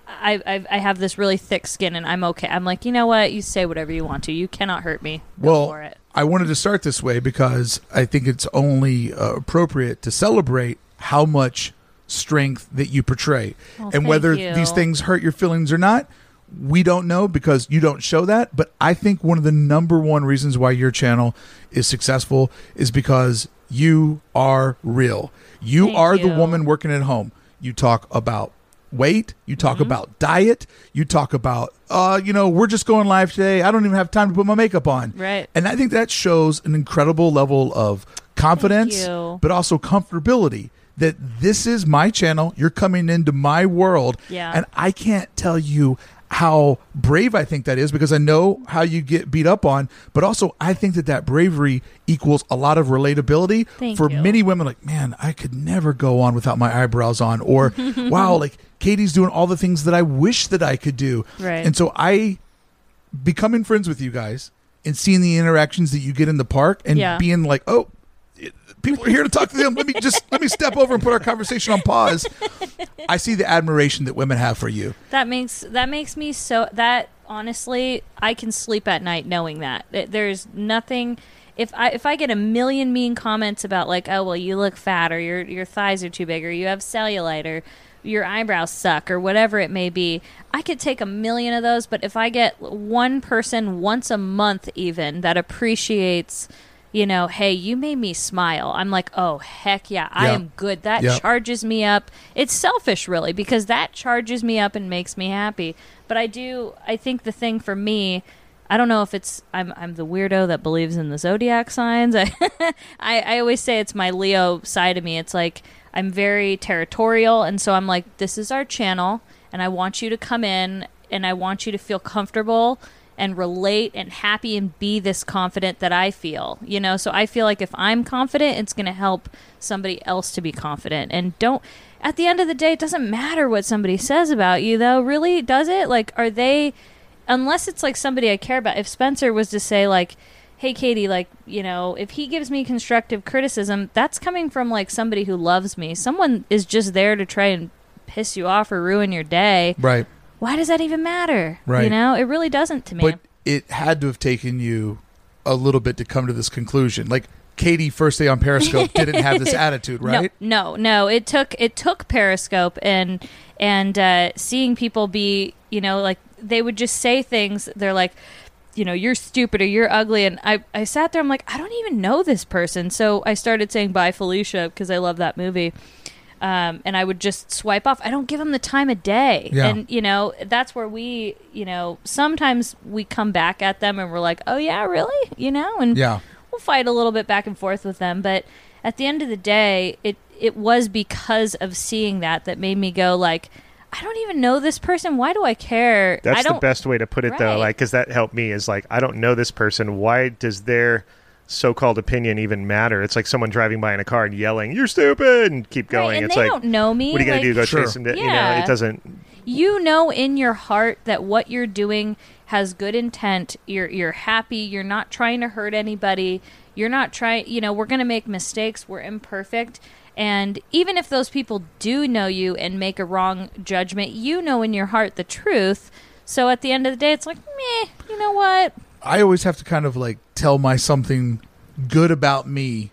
I, I I have this really thick skin and I'm okay. I'm like, you know what? You say whatever you want to. You cannot hurt me. Go
well,
for it.
I wanted to start this way because I think it's only uh, appropriate to celebrate how much strength that you portray. and
thank
whether
you.
these things hurt your feelings or not, we don't know because you don't show that. But I think one of the number one reasons why your channel is successful is because you are real. You
Thank
are the
you.
woman working at home. You talk about weight. You
Mm-hmm.
talk about diet. You talk about, uh, you know, we're just going live today. I don't even have time to put my makeup on.
Right.
And I think that shows an incredible level of confidence,
Thank you.
but also comfortability that this is my channel. You're coming into my world.
Yeah.
And I can't tell you how brave I think that is because I know how you get beat up on, but also I think that that bravery equals a lot of relatability
Thank
for
you.
many women like, man, I could never go on without my eyebrows on or wow, like Katie's doing all the things that I wish that I could do.
Right.
And so I becoming friends with you guys and seeing the interactions that you get in the park and
Yeah.
being like, oh, it- people are here to talk to them. Let me just let me step over and put our conversation on pause. I see the admiration that women have for you.
That makes that makes me so that honestly, I can sleep at night knowing that Th- there's nothing. If I if I get a million mean comments about like, oh well, you look fat, or your your thighs are too big, or you have cellulite, or your eyebrows suck, or whatever it may be, I could take a million of those. But if I get one person once a month, even that appreciates. You know, hey, you made me smile. I'm like, oh heck yeah, I
Yeah.
am good. That
Yeah.
charges me up. It's selfish, really, because that charges me up and makes me happy. But I do, I think the thing for me, I don't know if it's I'm I'm the weirdo that believes in the zodiac signs. I I, I always say it's my Leo side of me. It's like I'm very territorial, and so I'm like, this is our channel, and I want you to come in, and I want you to feel comfortable and relate and happy and be this confident that I feel, you know. So I feel like if I'm confident, it's going to help somebody else to be confident. And don't, at the end of the day, it doesn't matter what somebody says about you, though, really, does it? Like, are they, unless it's like somebody I care about, if Spencer was to say, like, hey, Katie, like, you know, if he gives me constructive criticism, that's coming from like somebody who loves me. Someone is just there to try and piss you off or ruin your day.
Right.
Why does that even matter? You
Right.
know, it really doesn't to me.
But it had to have taken you a little bit to come to this conclusion. Like Katie first day on Periscope didn't have this attitude, right?
No, no, no. It took it took Periscope and and uh, seeing people be, you know, like they would just say things. They're like, you know, you're stupid or you're ugly. And I I sat there. I'm like, I don't even know this person. So I started saying bye, Felicia, because I love that movie. Um, and I would just swipe off. I don't give them the time of day.
Yeah.
And you know, that's where we, you know, sometimes we come back at them and we're like, oh yeah, really, you know, and
Yeah.
we'll fight a little bit back and forth with them, but at the end of the day, it it was because of seeing that that made me go like, I don't even know this person. Why do I care? I
That's the
don't
best way to put it, though.
Right.
Like, because that helped me is like, I don't know this person. Why does their so-called opinion even matter? It's like someone driving by in a car and yelling, "You're stupid!" and keep
Right,
going.
and
it's
they
like,
don't know me.
what are you
Like,
gonna do? Go
Sure.
chase them? To, You know,
Yeah.
it doesn't.
you know in your heart that what you're doing has good intent. You're you're happy. You're not trying to hurt anybody. You're not trying. You know, we're gonna make mistakes. We're imperfect. And even if those people do know you and make a wrong judgment, you know in your heart the truth. So at the end of the day, it's like, meh. You know what?
I always have to kind of like tell my something good about me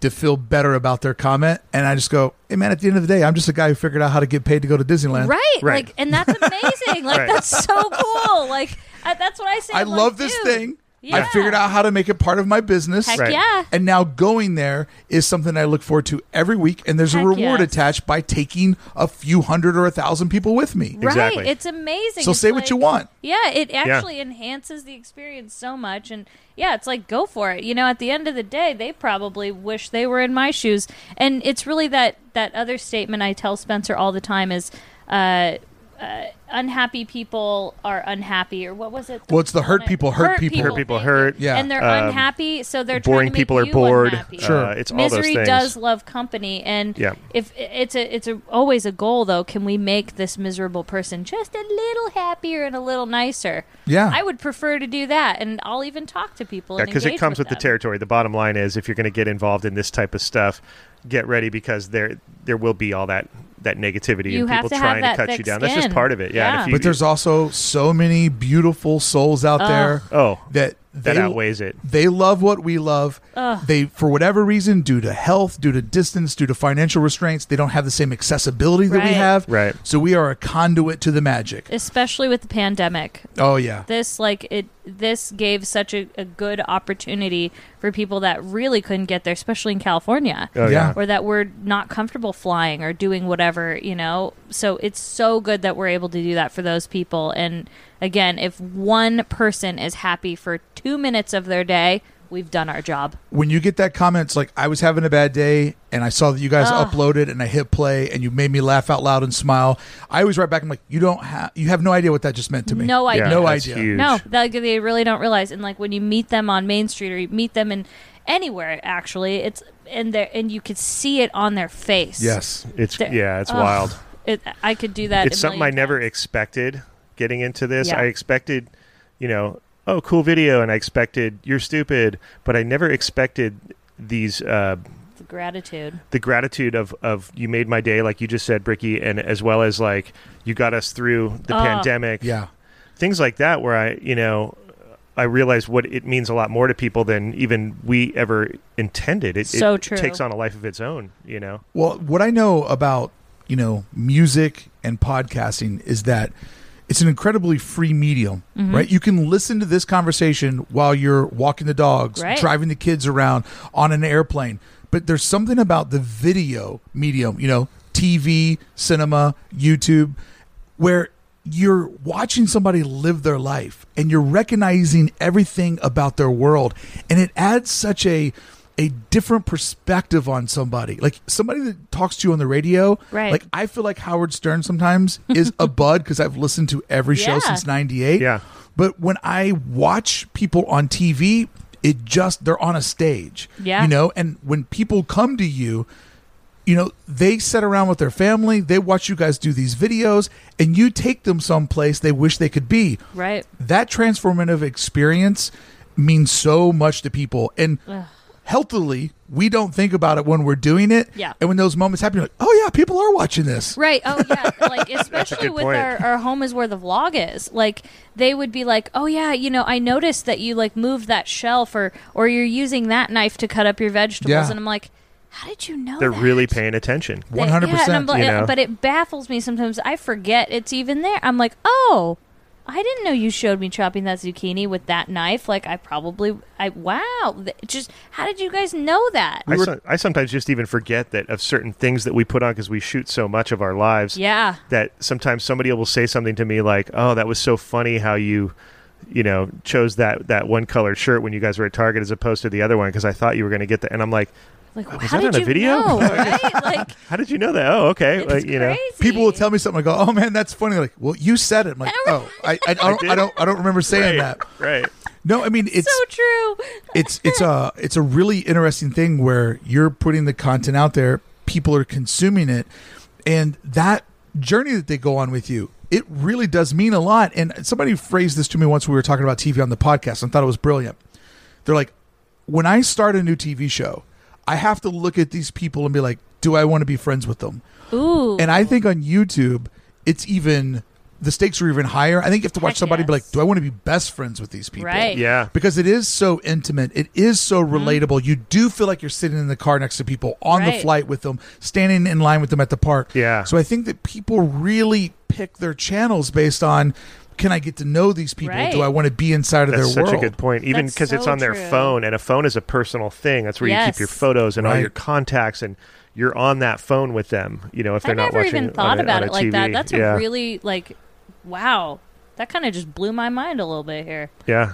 to feel better about their comment, and I just go, "Hey, man, at the end of the day, I'm just a guy who figured out how to get paid to go to Disneyland."
Right.
Right.
Like, and that's amazing. like,
Right.
that's so cool. Like, I, that's what I say.
I
I'm like,
love this
dude,
thing. I
yeah.
figured out how to make it part of my business.
Heck
Right.
yeah.
And now going there is something I look forward to every week, and there's a
Heck
reward
yes.
attached by taking a few hundred or a thousand people with me.
Right.
Exactly.
It's amazing.
So
It's
say what
like-
you want.
Yeah, it actually enhances the experience so much. And yeah, it's like, go for it. You know, at the end of the day, they probably wish they were in my shoes. And it's really that, that other statement I tell Spencer all the time is uh, uh, unhappy people are unhappy. Or what was it?
Well, it's the hurt people hurt people.
Hurt people
thank
hurt.
you.
Yeah.
And they're
Um,
unhappy, so they're trying
Boring
to make
people are
you
bored.
unhappy.
Sure.
Uh, it's all those
misery
things.
does love company and
Yeah.
if it's a it's a always a goal though can we make this miserable person just a little happier and a little nicer
Yeah.
i would prefer to do that and i'll even talk to people
Yeah,
because
because it comes with, the
territory.
territory. The bottom line is, if you're going to get involved in this type of stuff, get ready because there there will be all that that negativity
You
and
have
people
to have
trying to
that
cut
thick
you down. That's just
skin.
part of it. Yeah. and
Yeah.
if you-
But there's also so many beautiful souls out there
oh
that
that
they,
outweighs it.
they love what we love. They, for whatever reason, due to health, due to distance, due to financial restraints, they don't have the same accessibility that we
Right.
have.
Right.
So we are a conduit to the magic.
especially with the pandemic
Oh yeah.
this like it this gave such a, a good opportunity for people that really couldn't get there especially in california
Oh,
Yeah.
yeah.
or that we're not comfortable flying or doing whatever, you know. So it's so good that we're able to do that for those people. And again, if one person is happy for two minutes of their day, we've done our job.
When you get that comment, it's like I was having a bad day, and I saw that you guys
Ugh.
uploaded, and I hit play, and you made me laugh out loud and smile. I always write back. I'm like, you don't have, you have no idea what that just meant to me.
No idea.
Yeah,
No
that's
idea.
Huge.
No, that, they really don't realize. And like when you meet them on Main Street or you meet them in anywhere, actually, it's and there and you could see it on their face.
Yes.
It's
There-
yeah, it's
Ugh.
wild.
It, I could do that.
It's
a
something I
million
never
times.
expected getting into this.
Yeah.
I expected, you know, oh, cool video, and I expected you're stupid, but I never expected these uh,
The gratitude.
the gratitude of of you made my day, like you just said, Bricky, and as well as like you got us through the
Ah.
pandemic,
Yeah.
things like that, where I, you know. I realize what it means a lot more to people than even we ever intended. It,
So
it
true.
takes on a life of its own, you know.
Well, what I know about, you know, music and podcasting is that it's an incredibly free medium, right? You can listen to this conversation while you're walking the dogs,
Right.
driving the kids around on an airplane. But there's something about the video medium, you know, TV, cinema, YouTube, where you're watching somebody live their life and you're recognizing everything about their world and it adds such a a different perspective on somebody like somebody that talks to you on the radio
Right.
like i feel like howard stern sometimes is a bud because i've listened to every show
Yeah.
since 98
Yeah.
but when i watch people on tv it just they're on a stage
Yeah.
you know and when people come to you you know, they sit around with their family, they watch you guys do these videos, and you take them someplace they wish they could be.
Right.
That transformative experience means so much to people. And healthily, we don't think about it when we're doing it.
Yeah.
And when those moments happen, you're like, oh, yeah, people are watching this.
Right. Oh yeah. Like especially
good
with
point.
our, our home is where the vlog is. Like they would be like, Oh yeah, you know, I noticed that you like moved that shelf or or you're using that knife to cut up your vegetables
Yeah.
and I'm like, How did you know
They're
that?"
really paying attention.
They- yeah,
100%.
and I'm like-
you know?
But it baffles me sometimes. I forget it's even there. I'm like, Oh, I didn't know you showed me chopping that zucchini with that knife. Like I probably I wow. th- Just how did you guys know that?
I, so- I sometimes just even forget that of certain things that we put on because we shoot so much of our lives
Yeah.
that sometimes somebody will say something to me like, "Oh, that was so funny how you you know, chose that that one colored shirt when you guys were at Target as opposed to the other one because I thought you were going to get that. And I'm like,
Like,
Was
how
that
did
on a
you
video?
know? Right? Like,
how did you know that? Oh, okay,
it's
like, you know,
crazy.
People will tell me something. I go, "Oh man, that's funny." They're like, well, you said it. I'm like, oh, I, I, don't,
did.
I don't, I don't remember saying
right,
that.
right.
No, I mean it's
so true.
it's it's a it's a really interesting thing where you're putting the content out there, people are consuming it, and that journey that they go on with you, it really does mean a lot. And somebody phrased this to me once when we were talking about TV on the podcast and thought it was brilliant. They're like, when I start a new TV show, I have to look at these people and be like, do I want to be friends with them?
Ooh,
And I think on YouTube, it's even the stakes are even higher. I think you have to watch
Heck
somebody be
yes.
like, do I want to be best friends with these people?
Right. Mm-hmm.
Yeah.
because it is so intimate. It is so relatable. You do feel like you're sitting in the car next to people on the
Right.
flight with them, standing in line with them at the park.
Yeah.
So I think that people really pick their channels based on can I get to know these people?
Right.
Do I want to be inside of
That's
their
such
world?
a good point. Even
That's
because it's
so
on their
true.
phone, and a phone is a personal thing. That's where you keep
Yes.
your photos and all
Right.
your contacts, and you're on that phone with them. You know, if
I
they're not
never
watching
even
on
thought
a-
about
on
it
a
like that.
TV.
That's
yeah.
a really like, wow. That kind of just blew my mind a little bit here.
yeah.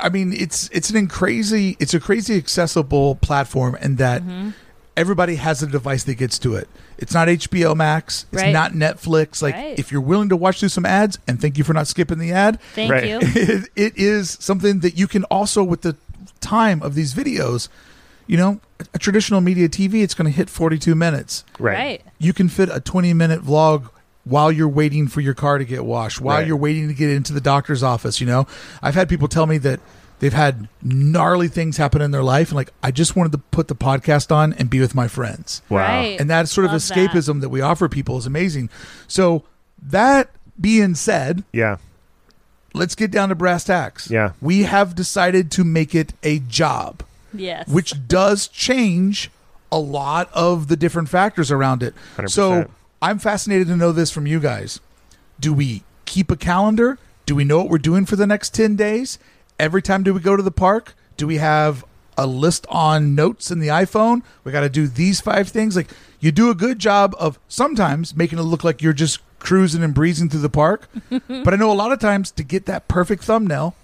I mean, it's it's an in- crazy it's a crazy accessible platform in that
Mm-hmm.
everybody has a device that gets to it. It's not HBO Max, it's
Right.
not Netflix. Like
Right.
if you're willing to watch through some ads, and thank you for not skipping the ad,
Thank
Right.
you.
it, it is something that you can also with the time of these videos you know a, a traditional media tv it's going to hit 42 minutes
Right.
right.
you can fit a 20 minute vlog while you're waiting for your car to get washed while
Right.
you're waiting to get into the doctor's office you know i've had people tell me that they've had gnarly things happen in their life and like i just wanted to put the podcast on and be with my friends
Wow.
Right.
and that sort of
Love that.
escapism that. we offer people is amazing so that being said
Yeah.
let's get down to brass tacks.
Yeah.
We have decided to make it a job,
Yes.
which does change a lot of the different factors around it.
100%.
So I'm fascinated to know this from you guys. Do we keep a calendar? Do we know what we're doing for the next 10 days? Every time do we go to the park? Do we have a list on notes in the iPhone? We got to do these five things. Like you do a good job of sometimes making it look like you're just cruising and breezing through the park. but I know a lot of times to get that perfect thumbnail,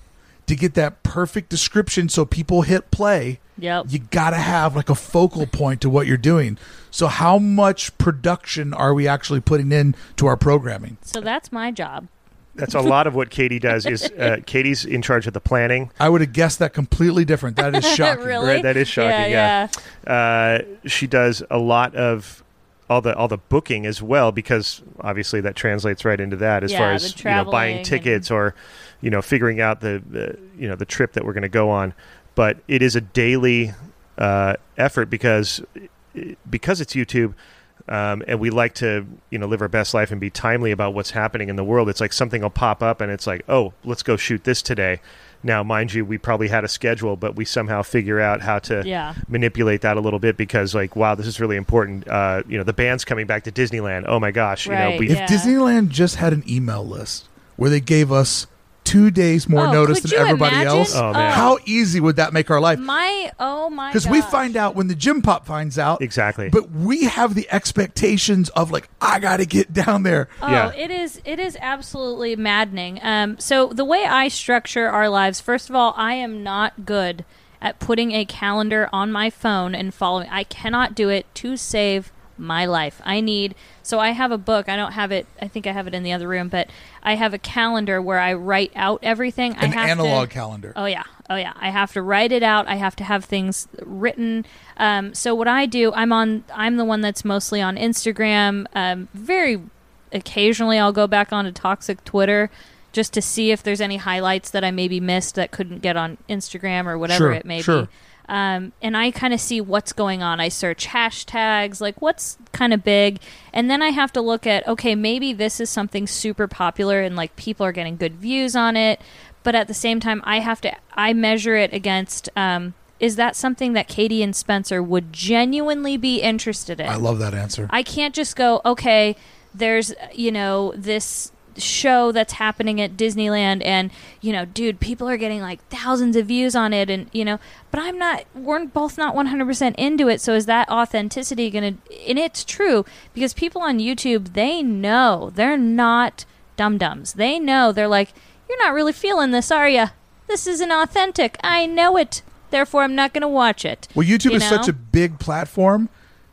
to get that perfect description so people hit play,
Yep.
you got to have like a focal point to what you're doing. So how much production are we actually putting in to our programming?
so that's my job.
That's a lot of what Katie does. Is uh, Katie's in charge of the planning.
I would have guessed that completely different. That is shocking.
really?
Right, that is shocking, yeah. Uh, she does a lot of all the all the booking as well because obviously that translates right into that as
Yeah,
far
the
as you know
traveling
buying
and-
tickets or you know figuring out the, the you know the trip that we're going to go on but it is a daily uh, effort because because it's YouTube um, and we like to you know live our best life and be timely about what's happening in the world. It's like something will pop up and it's like, oh, let's go shoot this today. Now, mind you, we probably had a schedule, but we somehow figure out how to
Yeah.
manipulate that a little bit because, like, wow, this is really important. Uh, you know, the band's coming back to Disneyland. Oh my gosh, you know,
Right.
we,
If
Yeah.
Disneyland just had an email list where they gave us two days more
Oh,
notice
could
than
you
everybody
imagine?
else,
Oh, man.
how easy would that make our life?
My oh my.
Because we
gosh.
find out when the gym pop finds out.
exactly.
But we have the expectations of like, I got to get down there.
Oh,
Yeah.
it is it is absolutely maddening. Um, so the way I structure our lives, first of all, I am not good at putting a calendar on my phone and following. I cannot do it to save my life. I need so I have a book. I don't have it. I think I have it in the other room, but I have a calendar where I write out everything. I
An
have to-
analog calendar.
Oh yeah, oh yeah. I have to write it out. I have to have things written. Um, so what I do, I'm on. I'm the one that's mostly on Instagram. Um, very occasionally, I'll go back onto toxic Twitter just to see if there's any highlights that I maybe missed that couldn't get on Instagram or whatever
Sure,
it may
sure.
be. Um, and I kind of see what's going on. I search hashtags, like what's kind of big. And then I have to look at, okay, maybe this is something super popular and like people are getting good views on it. But at the same time, I have to, I measure it against, um, is that something that Katie and Spencer would genuinely be interested in?
I love that answer.
I can't just go, okay, there's, you know, this show that's happening at Disneyland and, you know, dude, people are getting like thousands of views on it and, you know, but I'm not, we're both not 100% into it. So is that authenticity going to, and it's true because people on YouTube, they know they're not dum dums. They know they're like, You're not really feeling this, are you? This isn't authentic. I know it. Therefore, I'm not going to watch it.
Well, YouTube
You
is such
know?
a big platform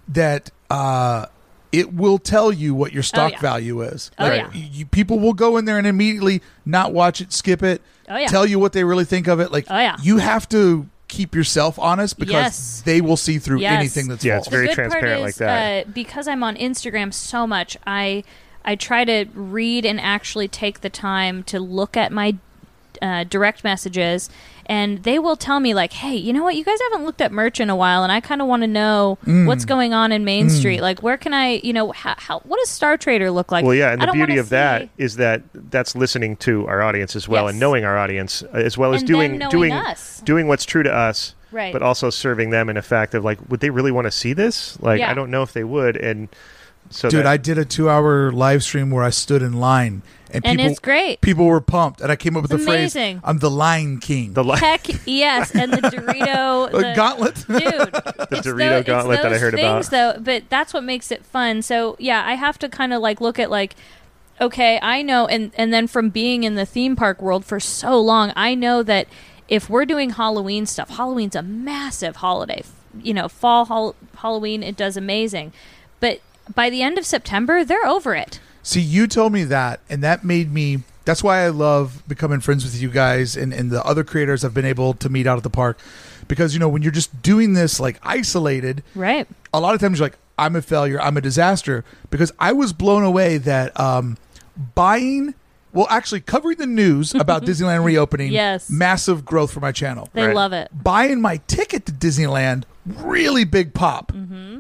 that uh, it will tell you what your stock
Oh, yeah.
value is.
Oh, yeah.
y- you, people will go in there and immediately not watch it, skip it,
Oh, yeah.
tell you what they really think of it. Like,
Oh, yeah.
you have to keep yourself honest because
Yes.
they will see through
Yes.
anything that's
Yeah,
false.
it's very
the good
transparent
part
like
is,
that.
Uh, because I'm on Instagram so much, I I try to read and actually take the time to look at my uh, direct messages, and they will tell me like, "Hey, you know what? You guys haven't looked at merch in a while, and I kind of want to know
Mm.
what's going on in Main Street. Like, where can I, you know, how, how what does Star Trader look like?
Well, yeah, and
I
the
don't
beauty
wanna
of that
see-
is that that's listening to our audience as well,
Yes.
and knowing our audience uh, as well as
And them
doing
knowing
doing
us.
doing what's true to us,
Right.
But also serving them in a fact of like, would they really want to see this? Like,
Yeah.
I don't know if they would, and so
Dude,
that,
I did a two-hour live stream where I stood in line, and,
And
people
it's great.
People were pumped, and I came up with
It's
the phrase,
amazing.
"I'm the line king."
the li-
Heck yes, and the Dorito
Uh,
the,
gauntlet.
dude. The
Dorito gauntlet that I heard about.
things, Though, but that's what makes it fun. So yeah, I have to kind of like look at like, okay, I know, and and then from being in the theme park world for so long, I know that if we're doing Halloween stuff, Halloween's a massive holiday. F- You know, fall hol- Halloween, it does amazing, but by the end of September, they're over it.
See, you told me that, and that made me. That's why I love becoming friends with you guys and, and the other creators I've been able to meet out at the park. Because, you know, when you're just doing this like isolated,
Right.
a lot of times you're like, I'm a failure, I'm a disaster. Because I was blown away that um, buying, well, actually covering the news about Disneyland reopening,
Yes.
massive growth for my channel.
They
Right.
love it.
Buying my ticket to Disneyland, really big pop.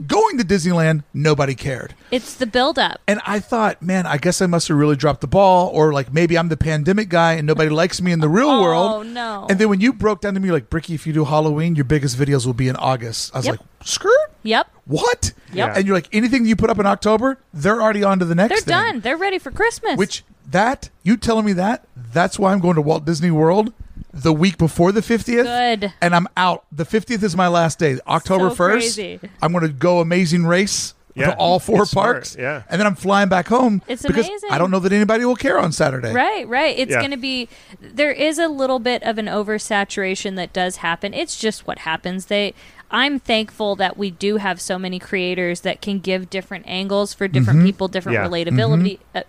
Going to Disneyland, nobody cared.
It's the build up.
And I thought, man, I guess I must have really dropped the ball, or like maybe I'm the pandemic guy and nobody likes me in the real
Oh,
world.
no.
And then when you broke down to me, you're like, Bricky, if you do Halloween, your biggest videos will be in August. I was
Yep.
like, skirt?
Yep.
What?
Yep.
And you're like, anything you put up in October, they're already on to the
They're
next thing.
done. They're ready for Christmas.
Which, that, you telling me that, that's why I'm going to Walt Disney World the week before the 50th.
Good.
And I'm out. The 50th is my last day. October
So
1st,
crazy.
I'm going to go amazing race.
Yeah.
To all four
It's smart.
parks,
Yeah.
and then I'm flying back home.
It's
because
amazing.
I don't know that anybody will care on Saturday.
Right, right. It's
Yeah.
going to be there is a little bit of an oversaturation that does happen. It's just what happens. They I'm thankful that we do have so many creators that can give different angles for different
Mm-hmm.
people, different
Yeah.
relatability uh,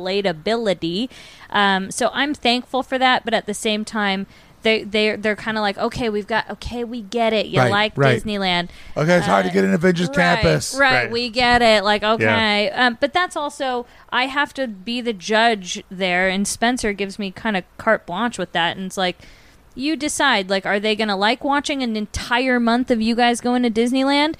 relatability. Um, so I'm thankful for that, but at the same time they they they're kind of like, "Okay, we've got okay, we get it. You
Right,
like
right.
Disneyland."
Okay, it's hard to
Uh,
get an Avengers campus.
Right,
Right.
we get it. Like, okay. Um, but that's also, I have to be the judge there, and Spencer gives me kind of carte blanche with that. And it's like, you decide, like, are they going to like watching an entire month of you guys going to Disneyland?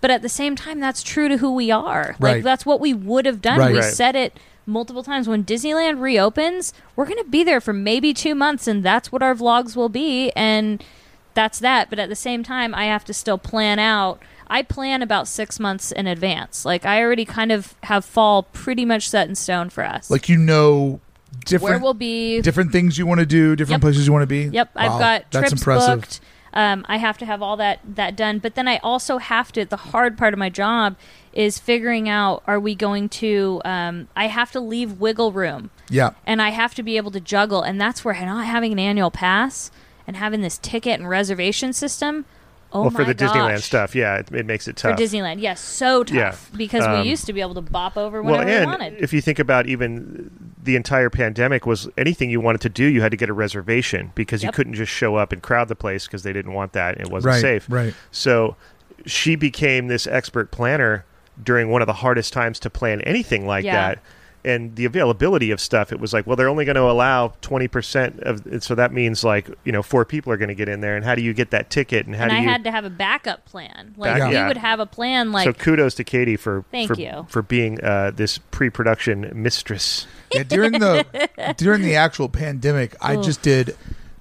But at the same time, that's true to who we are.
Right.
Like, that's what we would have done.
Right.
We
Right.
said it multiple times. When Disneyland reopens, we're going to be there for maybe two months, and that's what our vlogs will be. And that's that. But at the same time, I have to still plan out. I plan about six months in advance. Like I already kind of have fall pretty much set in stone for us.
Like you know,
where
different
we'll be.
different things you want to do, different
Yep.
places you want to be.
Yep,
Wow,
I've got
that's
trips
impressive.
booked. Um, I have to have all that that done. But then I also have to. The hard part of my job is figuring out: Are we going to? Um, I have to leave wiggle room.
Yeah,
and I have to be able to juggle. And that's where not having an annual pass and having this ticket and reservation system. Oh
well,
my
for the
gosh.
Disneyland stuff, yeah, it, it makes it
For
tough.
Disneyland, yes, so tough
Yeah.
because
Um,
we used to be able to bop over
well,
whenever we
and
wanted.
if you think about even the entire pandemic was anything you wanted to do, you had to get a reservation because you
Yep.
couldn't just show up and crowd the place because they didn't want that. It wasn't
right,
safe.
right.
So she became this expert planner during one of the hardest times to plan anything like
Yeah.
that. And the availability of stuff, it was like, well, they're only going to allow 20% of and So that means like, you know, four people are going to get in there. And how do you get that ticket? And how
and
do
I
you.
had to have a backup plan. Like
Back-
we
yeah.
would have a plan. Like
so kudos to Katie for
Thank
for,
you.
for being uh, this pre-production mistress.
Yeah, during the during the actual pandemic, I just did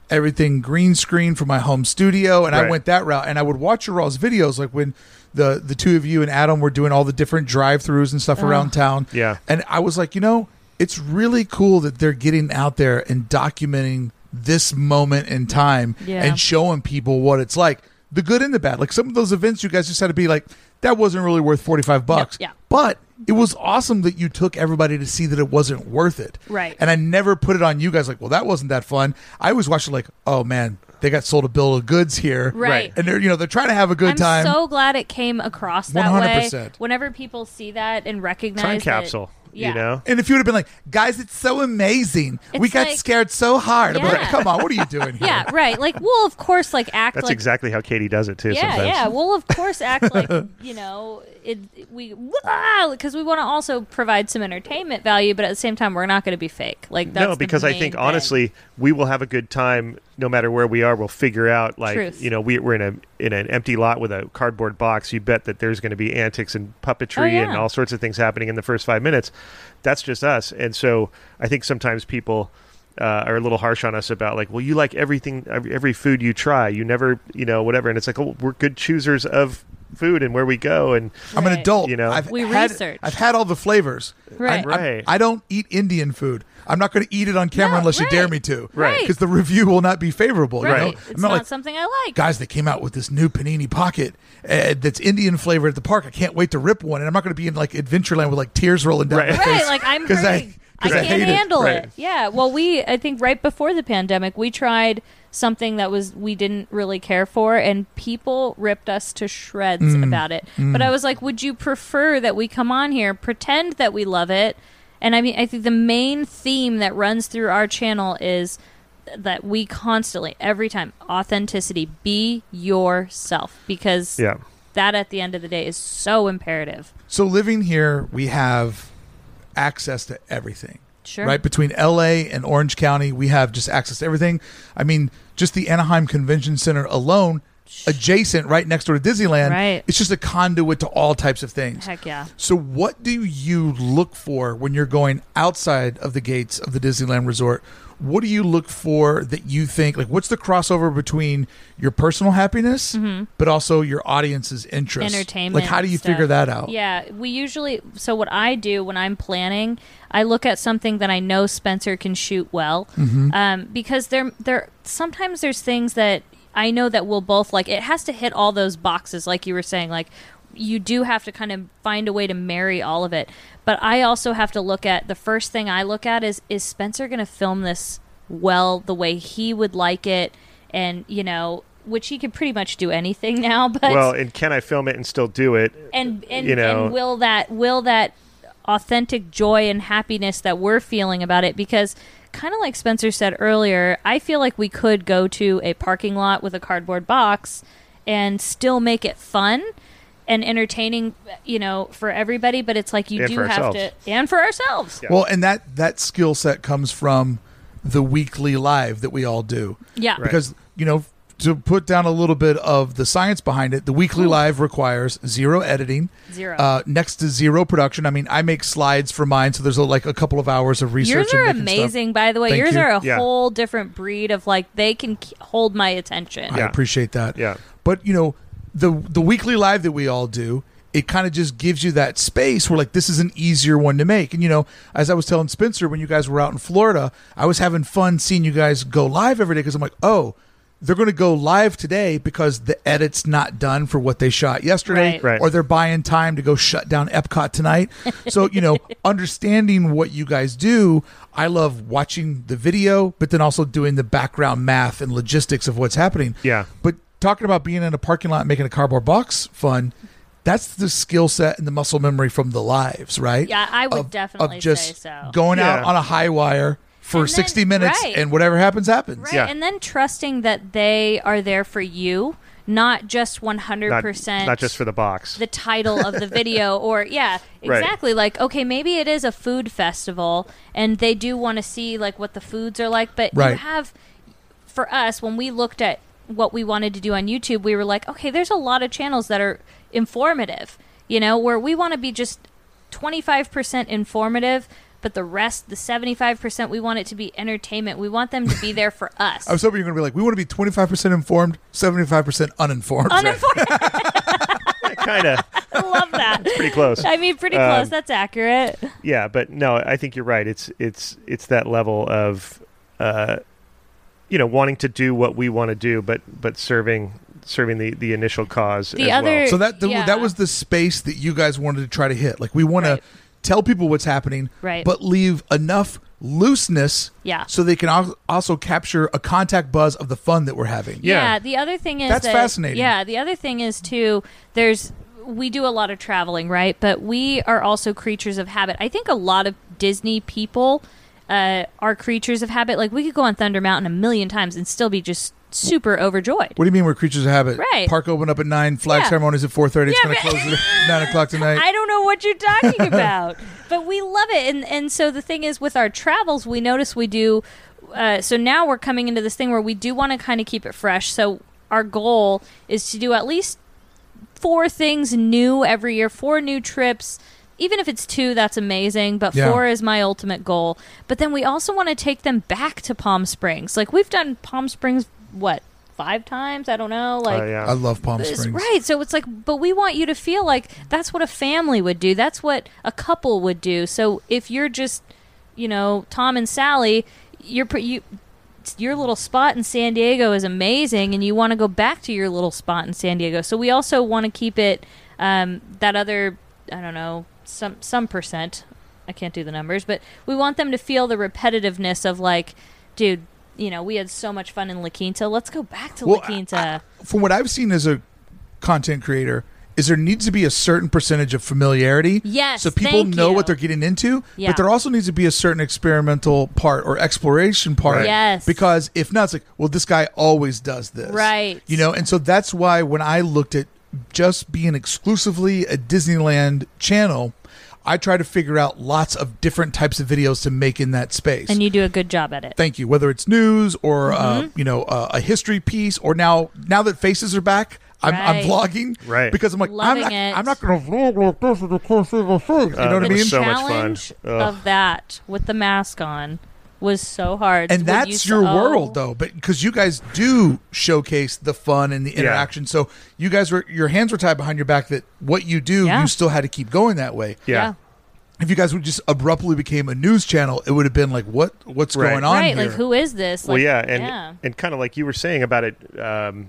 everything green screen for my home studio, and I
Right.
went that route. And I would watch your all's videos, like when the the two of you and Adam were doing all the different drive throughs and stuff around town.
Yeah.
and I was like, you know, it's really cool that they're getting out there and documenting this moment in time
Yeah.
and showing people what it's like. The good and the bad. Like some of those events you guys just had to be like, that wasn't really worth forty five bucks.
yeah.
But it was awesome that you took everybody to see that it wasn't worth it.
Right.
And I never put it on you guys like, well, that wasn't that fun. I always watched it like, oh man, they got sold a bill of goods here.
Right.
And they're you know, they're trying to have a good
I'm
time.
so glad it came across that way.
100%.
Whenever people see that and recognize
Time
that-
capsule.
yeah.
You know.
and if you would have been like, guys, it's so amazing. we
It's
got
like-
scared so hard. I'm like,
Yeah.
come on, what are you doing here?
Yeah, right. Like we'll of course like act
That's
like
exactly how Katie does it too.
Yeah,
sometimes.
yeah. We'll of course act like you know it. We because we want to also provide some entertainment value, but at the same time, we're not going to be fake. Like that's
no,
the
because I
main
think
thing.
honestly, we will have a good time no matter where we are. We'll figure out like
Truth.
you know we, we're in a in an empty lot with a cardboard box. You bet that there's going to be antics and puppetry
Oh, yeah.
and all sorts of things happening in the first five minutes. That's just us, and so I think sometimes people. Uh, are a little harsh on us about like, well, you like everything, every, every food you try, you never, you know, whatever, and it's like, oh, we're good choosers of food and where we go, and
I'm an
Right.
adult.
You know?
I've
We
had,
research.
I've had all the flavors.
Right.
I, I-
Right.
I don't eat Indian food. I'm not going to eat it on camera
No,
unless you dare
right.
me to.
Right.
Because the review will not be favorable.
right?
You know?
It's
I'm
not
not like,
something I like.
guys, they came out with this new panini pocket uh, that's Indian flavored at the park. I can't wait to rip one. And I'm not going to be in like Adventureland with like tears rolling down
Right.
my face.
Right, like I'm
'cause I-
hurting. I,
'cause I
can't
hate it.
handle it.
Right.
Yeah. Well, we I think right before the pandemic, we tried something that was we didn't really care for, and people ripped us to shreds
Mm.
about it. But I was like, would you prefer that we come on here, pretend that we love it? And I mean, I think the main theme that runs through our channel is that we constantly, every time, authenticity. Be yourself, because
yeah,
that at the end of the day is so imperative.
So living here, we have access to everything.
Sure.
Right between LA and Orange County, we have just access to everything. I mean, just the Anaheim Convention Center alone, adjacent right next door to Disneyland,
Right.
it's just a conduit to all types of things.
Heck yeah.
So what do you look for when you're going outside of the gates of the Disneyland resort? What do you look for that you think like what's the crossover between your personal happiness but also your audience's interest?
Mm-hmm. entertainment.
Like how do you
stuff.
figure that out?
Yeah, we usually. So what I do when I'm planning, I look at something that I know Spencer can shoot well,
Mm-hmm.
um, because there, there sometimes there's things that I know that we'll both like. It has to hit all those boxes, like you were saying, like. You do have to kind of find a way to marry all of it, but I also have to look at the first thing I look at is is Spencer going to film this well the way he would like it, and you know which he could pretty much do anything now. But
well, and can I film it and still do it?
and and,
you know.
and will that will that authentic joy and happiness that we're feeling about it because kind of like Spencer said earlier, I feel like we could go to a parking lot with a cardboard box and still make it fun and entertaining, you know, for everybody, but it's like you
And
do
for
have
ourselves.
to and for ourselves. Yeah.
Well, and that that skill set comes from the weekly live that we all do. Because you know, to put down a little bit of the science behind it, the weekly live requires zero editing,
Zero.
uh, next to zero production. I mean, I make slides for mine, so there's like a couple of hours of research.
Yours are
and making stuff.
amazing, by the way.
Thank
Yours
you.
are a
Yeah.
whole different breed of like they can k- hold my attention.
I
Yeah.
appreciate that.
Yeah.
But you know, the the weekly live that we all do, it kind of just gives you that space where like this is an easier one to make. And you know, as I was telling Spencer when you guys were out in Florida, I was having fun seeing you guys go live every day because I'm like, oh. They're going to go live today because the edit's not done for what they shot yesterday,
Right.
Right.
or they're buying time to go shut down Epcot tonight. So, you know, understanding what you guys do, I love watching the video, but then also doing the background math and logistics of what's happening.
Yeah.
But talking about being in a parking lot and making a cardboard box fun, that's the skill set and the muscle memory from the lives, right?
Yeah, I would
Of-
definitely
of just
say so.
Going out
Yeah.
on a high wire for
And then-
60 minutes
right.
and whatever happens, happens.
Right.
Yeah.
And then trusting that they are there for you, not just 100%
Not, not just for the box.
the title of the video or yeah,
Right.
exactly like okay, maybe it is a food festival and they do want to see like what the foods are like, but you
Right.
have for us when we looked at what we wanted to do on YouTube, we were like, okay, there's a lot of channels that are informative, you know, where we want to be just 25% informative, but the rest, the 75%, we want it to be entertainment. We want them to be there for us.
I was hoping you're going to be like, we want to be 25% informed, 75% uninformed.
Uninformed.
kind of
I love that.
pretty close.
I mean, pretty
Um,
close. That's accurate.
yeah, but no, I think you're right. It's it's it's that level of uh, you know wanting to do what we want to do, but but serving serving the, the initial cause.
The
as well. Uh,
other-
So that the,
Yeah.
that was the space that you guys wanted to try to hit. Like we want
Right.
to tell people what's happening,
Right.
But leave enough looseness,
Yeah.
so they can al- also capture a contact buzz of the fun that we're having.
Yeah.
Yeah. the other thing is
That's
that-
fascinating.
Yeah, the other thing is too. There's we do a lot of traveling, right? But we are also creatures of habit. I think a lot of Disney people uh, are creatures of habit. Like we could go on Thunder Mountain a million times and still be just super overjoyed.
What do you mean we're creatures of habit?
Right.
Park open up at nine. Flag
Yeah.
ceremonies at four thirty. It's
Yeah,
going to
but-
close at nine o'clock tonight.
I don't know what you're talking about, but we love it. And and so the thing is, with our travels, we notice we do. Uh, so now we're coming into this thing where we do want to kind of keep it fresh. So our goal is to do at least four things new every year, four new trips. Even if it's two, that's amazing, but
Yeah.
four is my ultimate goal. But then we also want to take them back to Palm Springs. Like we've done Palm Springs what five times? I don't know. Like
Oh, yeah.
I love Palm
it's-
Springs.
Right. So it's like, but we want you to feel like that's what a family would do. That's what a couple would do. So if you're just, you know, Tom and Sally, you're pre- you. Your little spot in San Diego is amazing, and you want to go back to your little spot in San Diego. So we also want to keep it um, that other, I don't know, some some percent. I can't do the numbers, but we want them to feel the repetitiveness of like, dude, you know, we had so much fun in La Quinta. Let's go back to
Well,
La Quinta.
From what I've seen as a content creator, is there needs to be a certain percentage of familiarity.
Yes,
So people
thank
know
you.
what they're getting into,
Yeah.
but there also needs to be a certain experimental part or exploration part.
Right.
Yes.
Because if not, it's like, well, this guy always does this.
Right.
You know, and so that's why when I looked at just being exclusively a Disneyland channel, I try to figure out lots of different types of videos to make in that space.
and you do a good job at it.
thank you whether it's news or uh,
Mm-hmm.
you know uh, a history piece or now now that faces are back I'm, I'm
Right.
vlogging
Right.
because I'm like I'm
Loving
not,
it.
I'm not gonna vlog like this and you can't see the thing. you
Uh,
know what I
that
mean
was so much fun.
challenge
Ugh.
of that with the mask on was so hard.
and
When you
that's
s-
your
oh.
world though but because you guys do showcase the fun and the interaction so you guys were your hands were tied behind your back that what you do
Yeah.
you still had to keep going that way
Yeah.
if you guys would just abruptly became a news channel it would have been like what what's
Right.
going on
right.
here
Like who is this?
well,
Like,
yeah, and and kind of like you were saying about it, um,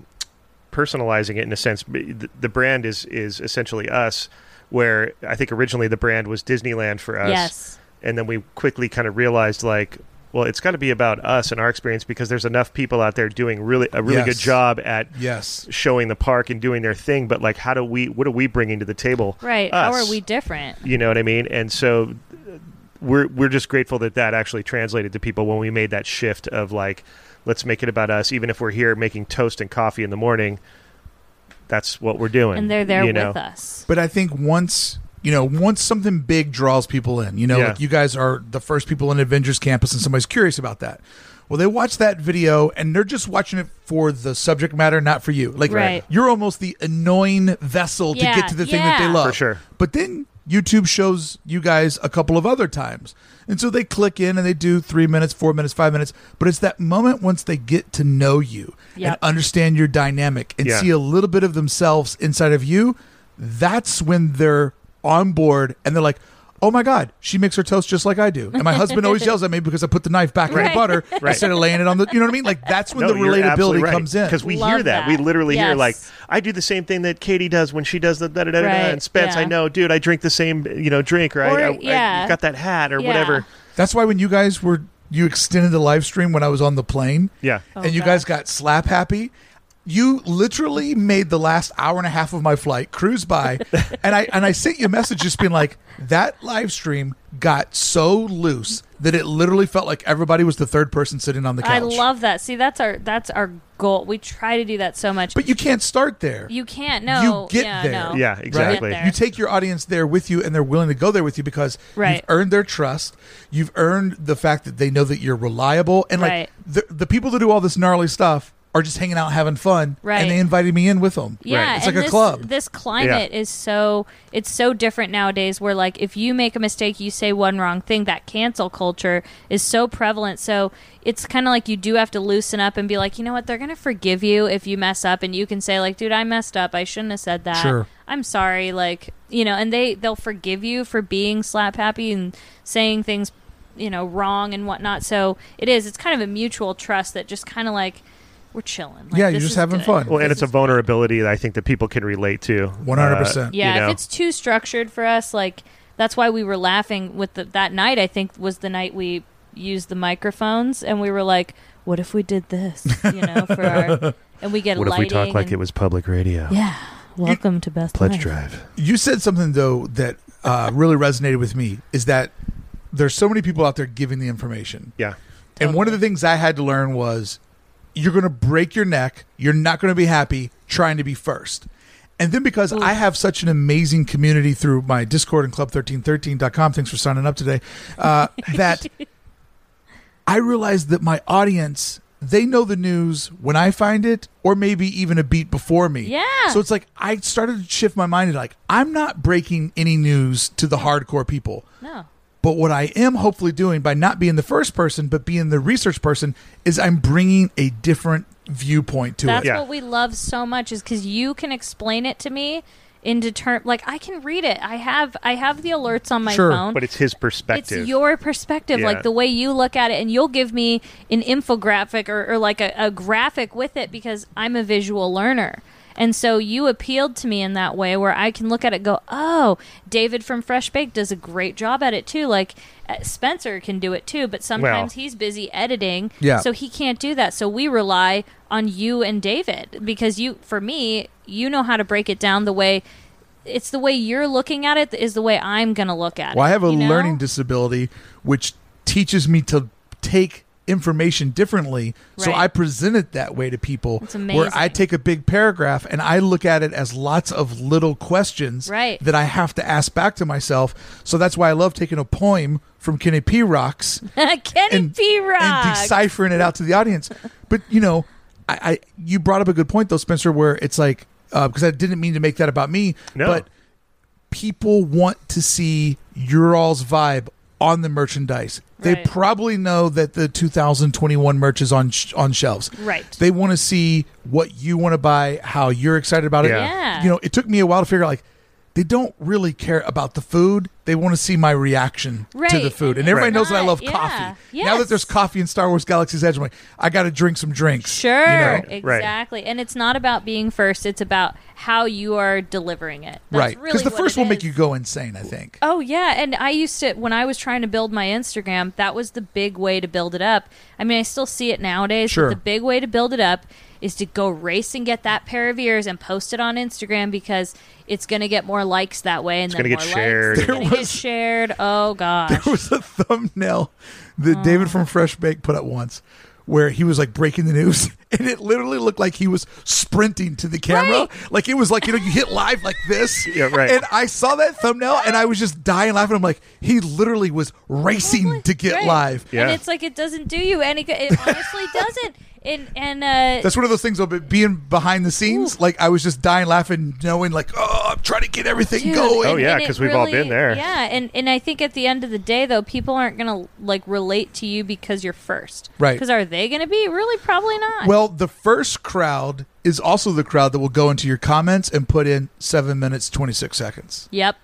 personalizing it in a sense. b- The, the brand is is essentially us. Where I think originally the brand was Disneyland for us,
yes,
and then we quickly kind of realized like, well, it's got to be about us and our experience because there's enough people out there doing really a really
Yes.
good job at
yes
showing the park and doing their thing. But like, how do we? What are we bringing to the table?
right. How
Us.
are we different?
You know what I mean? And so uh, we're we're just grateful that that actually translated to people when we made that shift of like, let's make it about us, even if we're here making toast and coffee in the morning. That's what we're doing,
And they're there
you
with
know?
us.
But I think once you know, once something big draws people in, you know,
Yeah.
like you guys are the first people in Avengers Campus, and somebody's curious about that. Well, they watch that video and they're just watching it for the subject matter, not for you. Like
Right.
you're almost the annoying vessel
Yeah,
to get to the thing that they
yeah.
love.
For sure.
But then YouTube shows you guys a couple of other times. And so they click in and they do three minutes, four minutes, five minutes. But it's that moment once they get to know you and
Yep.
understand your dynamic and
Yeah.
see a little bit of themselves inside of you, that's when they're on board and they're like, Oh my God, she makes her toast just like I do. And my husband always yells at me because I put the knife back in the
Right.
butter
Right.
instead of laying it on the, you know what I mean? Like that's when the
you're absolutely
relatability
right.
comes in.
because we
Love
hear that.
that.
We literally hear
Yes.
like, I do the same thing that Katie does when she does the da da da da. da,"
Right,
And Spence, I
yeah.
know, dude, I drink the same you know drink, or, I-
Or,
I, I,
yeah.
got that hat or
Yeah.
whatever.
That's why when you guys were you extended the live stream when I was on the plane,
Yeah. Oh,
and you guys got slap happy. You literally made the last hour and a half of my flight cruise by, and I and I sent you a message just being like, that live stream got so loose that it literally felt like everybody was the third person sitting on the couch.
I love that. See, that's our that's our goal. We try to do that so much.
but you can't start there.
you can't. No,
you get
yeah,
there.
No.
Yeah, exactly.
there.
You take your audience there with you, and they're willing to go there with you because you've
Right.
earned their trust. You've earned the fact that they know that you're reliable, and like
Right.
the the people that do all this gnarly stuff are just hanging out having fun,
Right.
And they invited me in with them.
Yeah,
Right.
It's
and
like a
this,
club.
This climate is so it's so different nowadays. Where like if you make a mistake, you say one wrong thing. That cancel culture is so prevalent. So it's kind of like you do have to loosen up and be like, you know what? They're gonna forgive you if you mess up, and you can say like, dude, I messed up. I shouldn't have said that.
Sure.
I'm sorry. Like you know, and they they'll forgive you for being slap happy and saying things you know wrong and whatnot. So it is. It's kind of a mutual trust that just kind of like we're chilling. Like,
yeah, you're
this
just
is
having
good.
fun.
Well, and
This
it's a
is good.
vulnerability that I think that people can relate to. uh,
100%.
Yeah,
you know?
if it's too structured for us, like that's why we were laughing with the, that night. I think was the night we used the microphones, and we were like, "What if we did this?" You know, for our and we get
what if
lighting.
we talk like
and-
it was public radio?
Yeah, welcome to Best
Pledge
Life.
drive.
You said something though that uh, really resonated with me is that there's so many people out there giving the information.
Yeah.
And one of the things I had to learn was you're going to break your neck. You're not going to be happy trying to be first. And then because I have such an amazing community through my Discord and Club1313.com, thanks for signing up today, uh, that I realized that my audience, they know the news when I find it or maybe even a beat before me.
Yeah.
So it's like I started to shift my mind and like, I'm not breaking any news to the hardcore people.
No,
But what I am hopefully doing by not being the first person, but being the research person, is I'm bringing a different viewpoint to
that's
it.
Yeah.
what we love so much is because you can explain it to me into term like I can read it. I have I have the alerts on my
Sure,
phone.
But it's his perspective.
It's your perspective,
Yeah.
like the way you look at it, and you'll give me an infographic or, or like a, a graphic with it because I'm a visual learner. And so you appealed to me in that way where I can look at it and go, oh, David from Fresh Baked does a great job at it too. Like uh, Spencer can do it too, but sometimes
Well-
he's busy editing.
Yeah.
So he can't do that. So we rely on you and David because you, for me, you know how to break it down the way. It's the way you're looking at it is the way I'm going to look at it.
Well, I have a
you know?
learning disability, which teaches me to take information differently. So
Right.
I present it that way to people.
That's
Where I
amazing.
take a big paragraph and I look at it as lots of little questions
Right.
that I have to ask back to myself. So that's why I love taking a poem from Kenny P. Rocks
Kenny
and,
P. Rock.
and deciphering it out to the audience. But you know, I, I you brought up a good point though, Spencer, where it's like because I didn't mean to make that about me,
No.
but people want to see your all's vibe on the merchandise. They
Right.
probably know that the 2021 merch is on sh- on shelves.
Right.
They want to see what you want to buy, how you're excited about it.
Yeah.
Yeah.
You know, it took me a while to figure out like they don't really care about the food. They want to see my reaction to the
Right.
food. And
Right.
everybody knows that I
Not-
love
yeah.
coffee. Now that
Yes.
there's coffee in Star Wars Galaxy's Edge, I'm like, I got to drink some drinks.
Sure,
You
Right.
exactly. And it's not about being first; it's about how you are delivering it.
know?
That's
Right.
Because
the first will make you go insane, I think.
Oh yeah, and I used to when I was trying to build my Instagram, that was the big way to build it up. I mean, I still see it nowadays,
Sure.
but the big way to build it up is to go race and get that pair of ears and post it on Instagram because it's going to get more likes that way and it's
gonna get shared.
It's
There
going to get
was-
shared. Oh gosh.
There was a thumbnail that David
Ah.
from Fresh Bake put up once where he was like breaking the news and it literally looked like he was sprinting to the camera.
Right.
Like it was like, you know, you hit live like this.
Yeah, right.
And I saw that thumbnail and I was just dying laughing. I'm like, he literally was racing to get
Right.
live.
Yeah.
And it's like it doesn't do you any good. It honestly doesn't. And and uh,
That's one of those things. though, But being behind the scenes, like I was just dying laughing, knowing like, oh, I'm trying to get everything
Dude,
going.
Oh, yeah,
and it
'cause we've all been there.
Yeah, and and I think at the end of the day, though, people aren't gonna like relate to you because you're first,
Right.
Because are they gonna be? Really, probably not.
Well, the first crowd is also the crowd that will go into your comments and put in seven minutes twenty six seconds.
yep.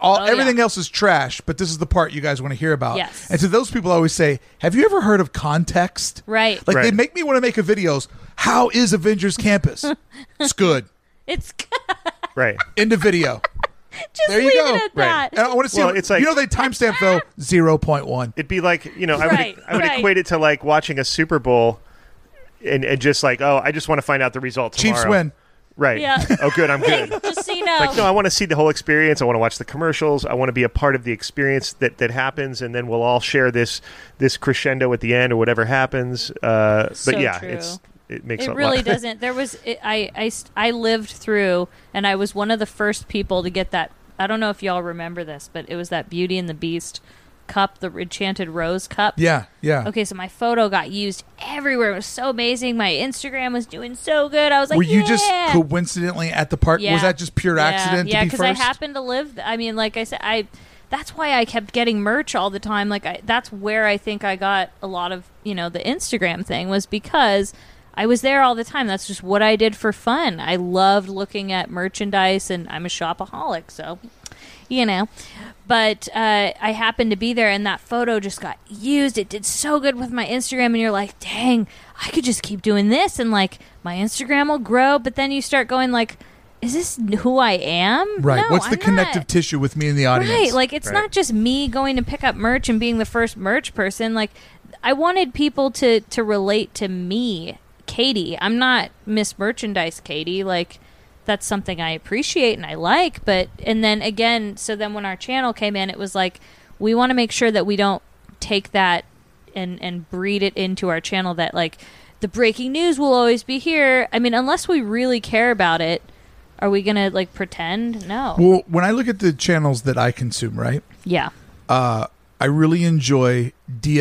All
Oh,
everything
yeah.
else is trash, but this is the part you guys want to hear about.
Yes.
And to those people, I always say, "Have you ever heard of context?"
Right.
Like they
Right.
make me want to make a videos. How is Avengers Campus? it's good.
It's
Right.
End of video.
just
There you
leave
go.
it at
Right.
that.
And I want to see.
Well, it's like-
you know they timestamp though zero point one.
It'd be like you know I would
Right,
I would
right.
equate it to like watching a Super Bowl, and, and just like oh I just want to find out the result tomorrow.
Chiefs win.
Right.
Yeah.
Oh good I'm good.
Just so you
Like no,
know.
I want to see the whole experience. I want to watch the commercials. I want to be a part of the experience that, that happens, and then we'll all share this this crescendo at the end or whatever happens. Uh,
So
but yeah,
true.
it's it makes
It
a
really
lot.
doesn't. There was it, I, I st- I lived through, and I was one of the first people to get that. I don't know if y'all remember this, but it was that Beauty and the Beast cup, the enchanted rose cup.
Yeah, yeah.
Okay, so my photo got used everywhere. It was so amazing. My Instagram was doing so good. I was like,
Were you just
"Yeah."
coincidentally at the park?
Yeah.
Was that just pure
Yeah.
accident
Yeah,
to be
I
first?
happened to live. th- I mean, like I said, I. That's why I kept getting merch all the time. Like I, that's where I think I got a lot of you know the Instagram thing was because I was there all the time. That's just what I did for fun. I loved looking at merchandise, and I'm a shopaholic, so you know. But uh, I happened to be there, and that photo just got used. It did so good with my Instagram, and you're like, dang, I could just keep doing this, and like my Instagram will grow. But then you start going like, is this who I am?
Right.
No,
What's the
I'm
connective
not.
tissue with me and the audience?
Right. Like it's
Right.
not just me going to pick up merch and being the first merch person. Like I wanted people to to relate to me, Katie. I'm not Miss Merchandise Katie. Like that's something I appreciate and I like, but and then again, so then when our channel came in, it was like we want to make sure that we don't take that and and breed it into our channel that like the breaking news will always be here. I mean, unless we really care about it, are we going to like pretend? No.
well, when I look at the channels that I consume, right,
yeah.
I really enjoy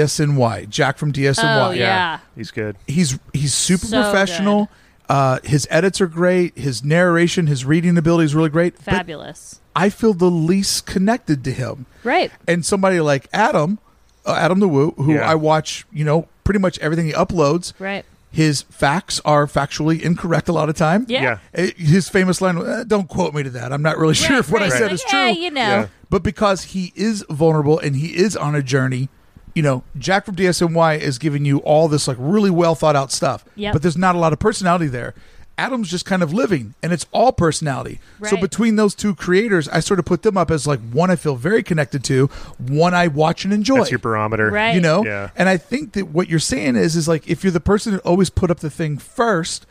DSNY, Jack from DSNY.
Oh, Yeah.
He's good.
He's he's super
So
professional. Uh, his edits are great. His narration, his reading ability is really great. But
Fabulous.
I feel the least connected to him.
right.
And somebody like Adam, uh, Adam the Woo, who
Yeah.
I watch, you know, pretty much everything he uploads.
Right.
His facts are factually incorrect a lot of time.
Yeah.
Yeah.
Eh, His famous line, "Eh, "Don't quote me to that. I'm not really sure
Right,
if what
right.
I said
Like,
is true."
eh, you know.
Yeah.
But because he is vulnerable and he is on a journey, you know, Jack from DSNY is giving you all this like really well thought out stuff.
Yep.
But there's not a lot of personality there. Adam's just kind of living and it's all personality. So
Right.
between those two creators, I sort of put them up as like one I feel very connected to, one I watch and enjoy.
That's your barometer.
Right.
You know?
Yeah.
And I think that what you're saying is is like if you're the person who always put up the thing first,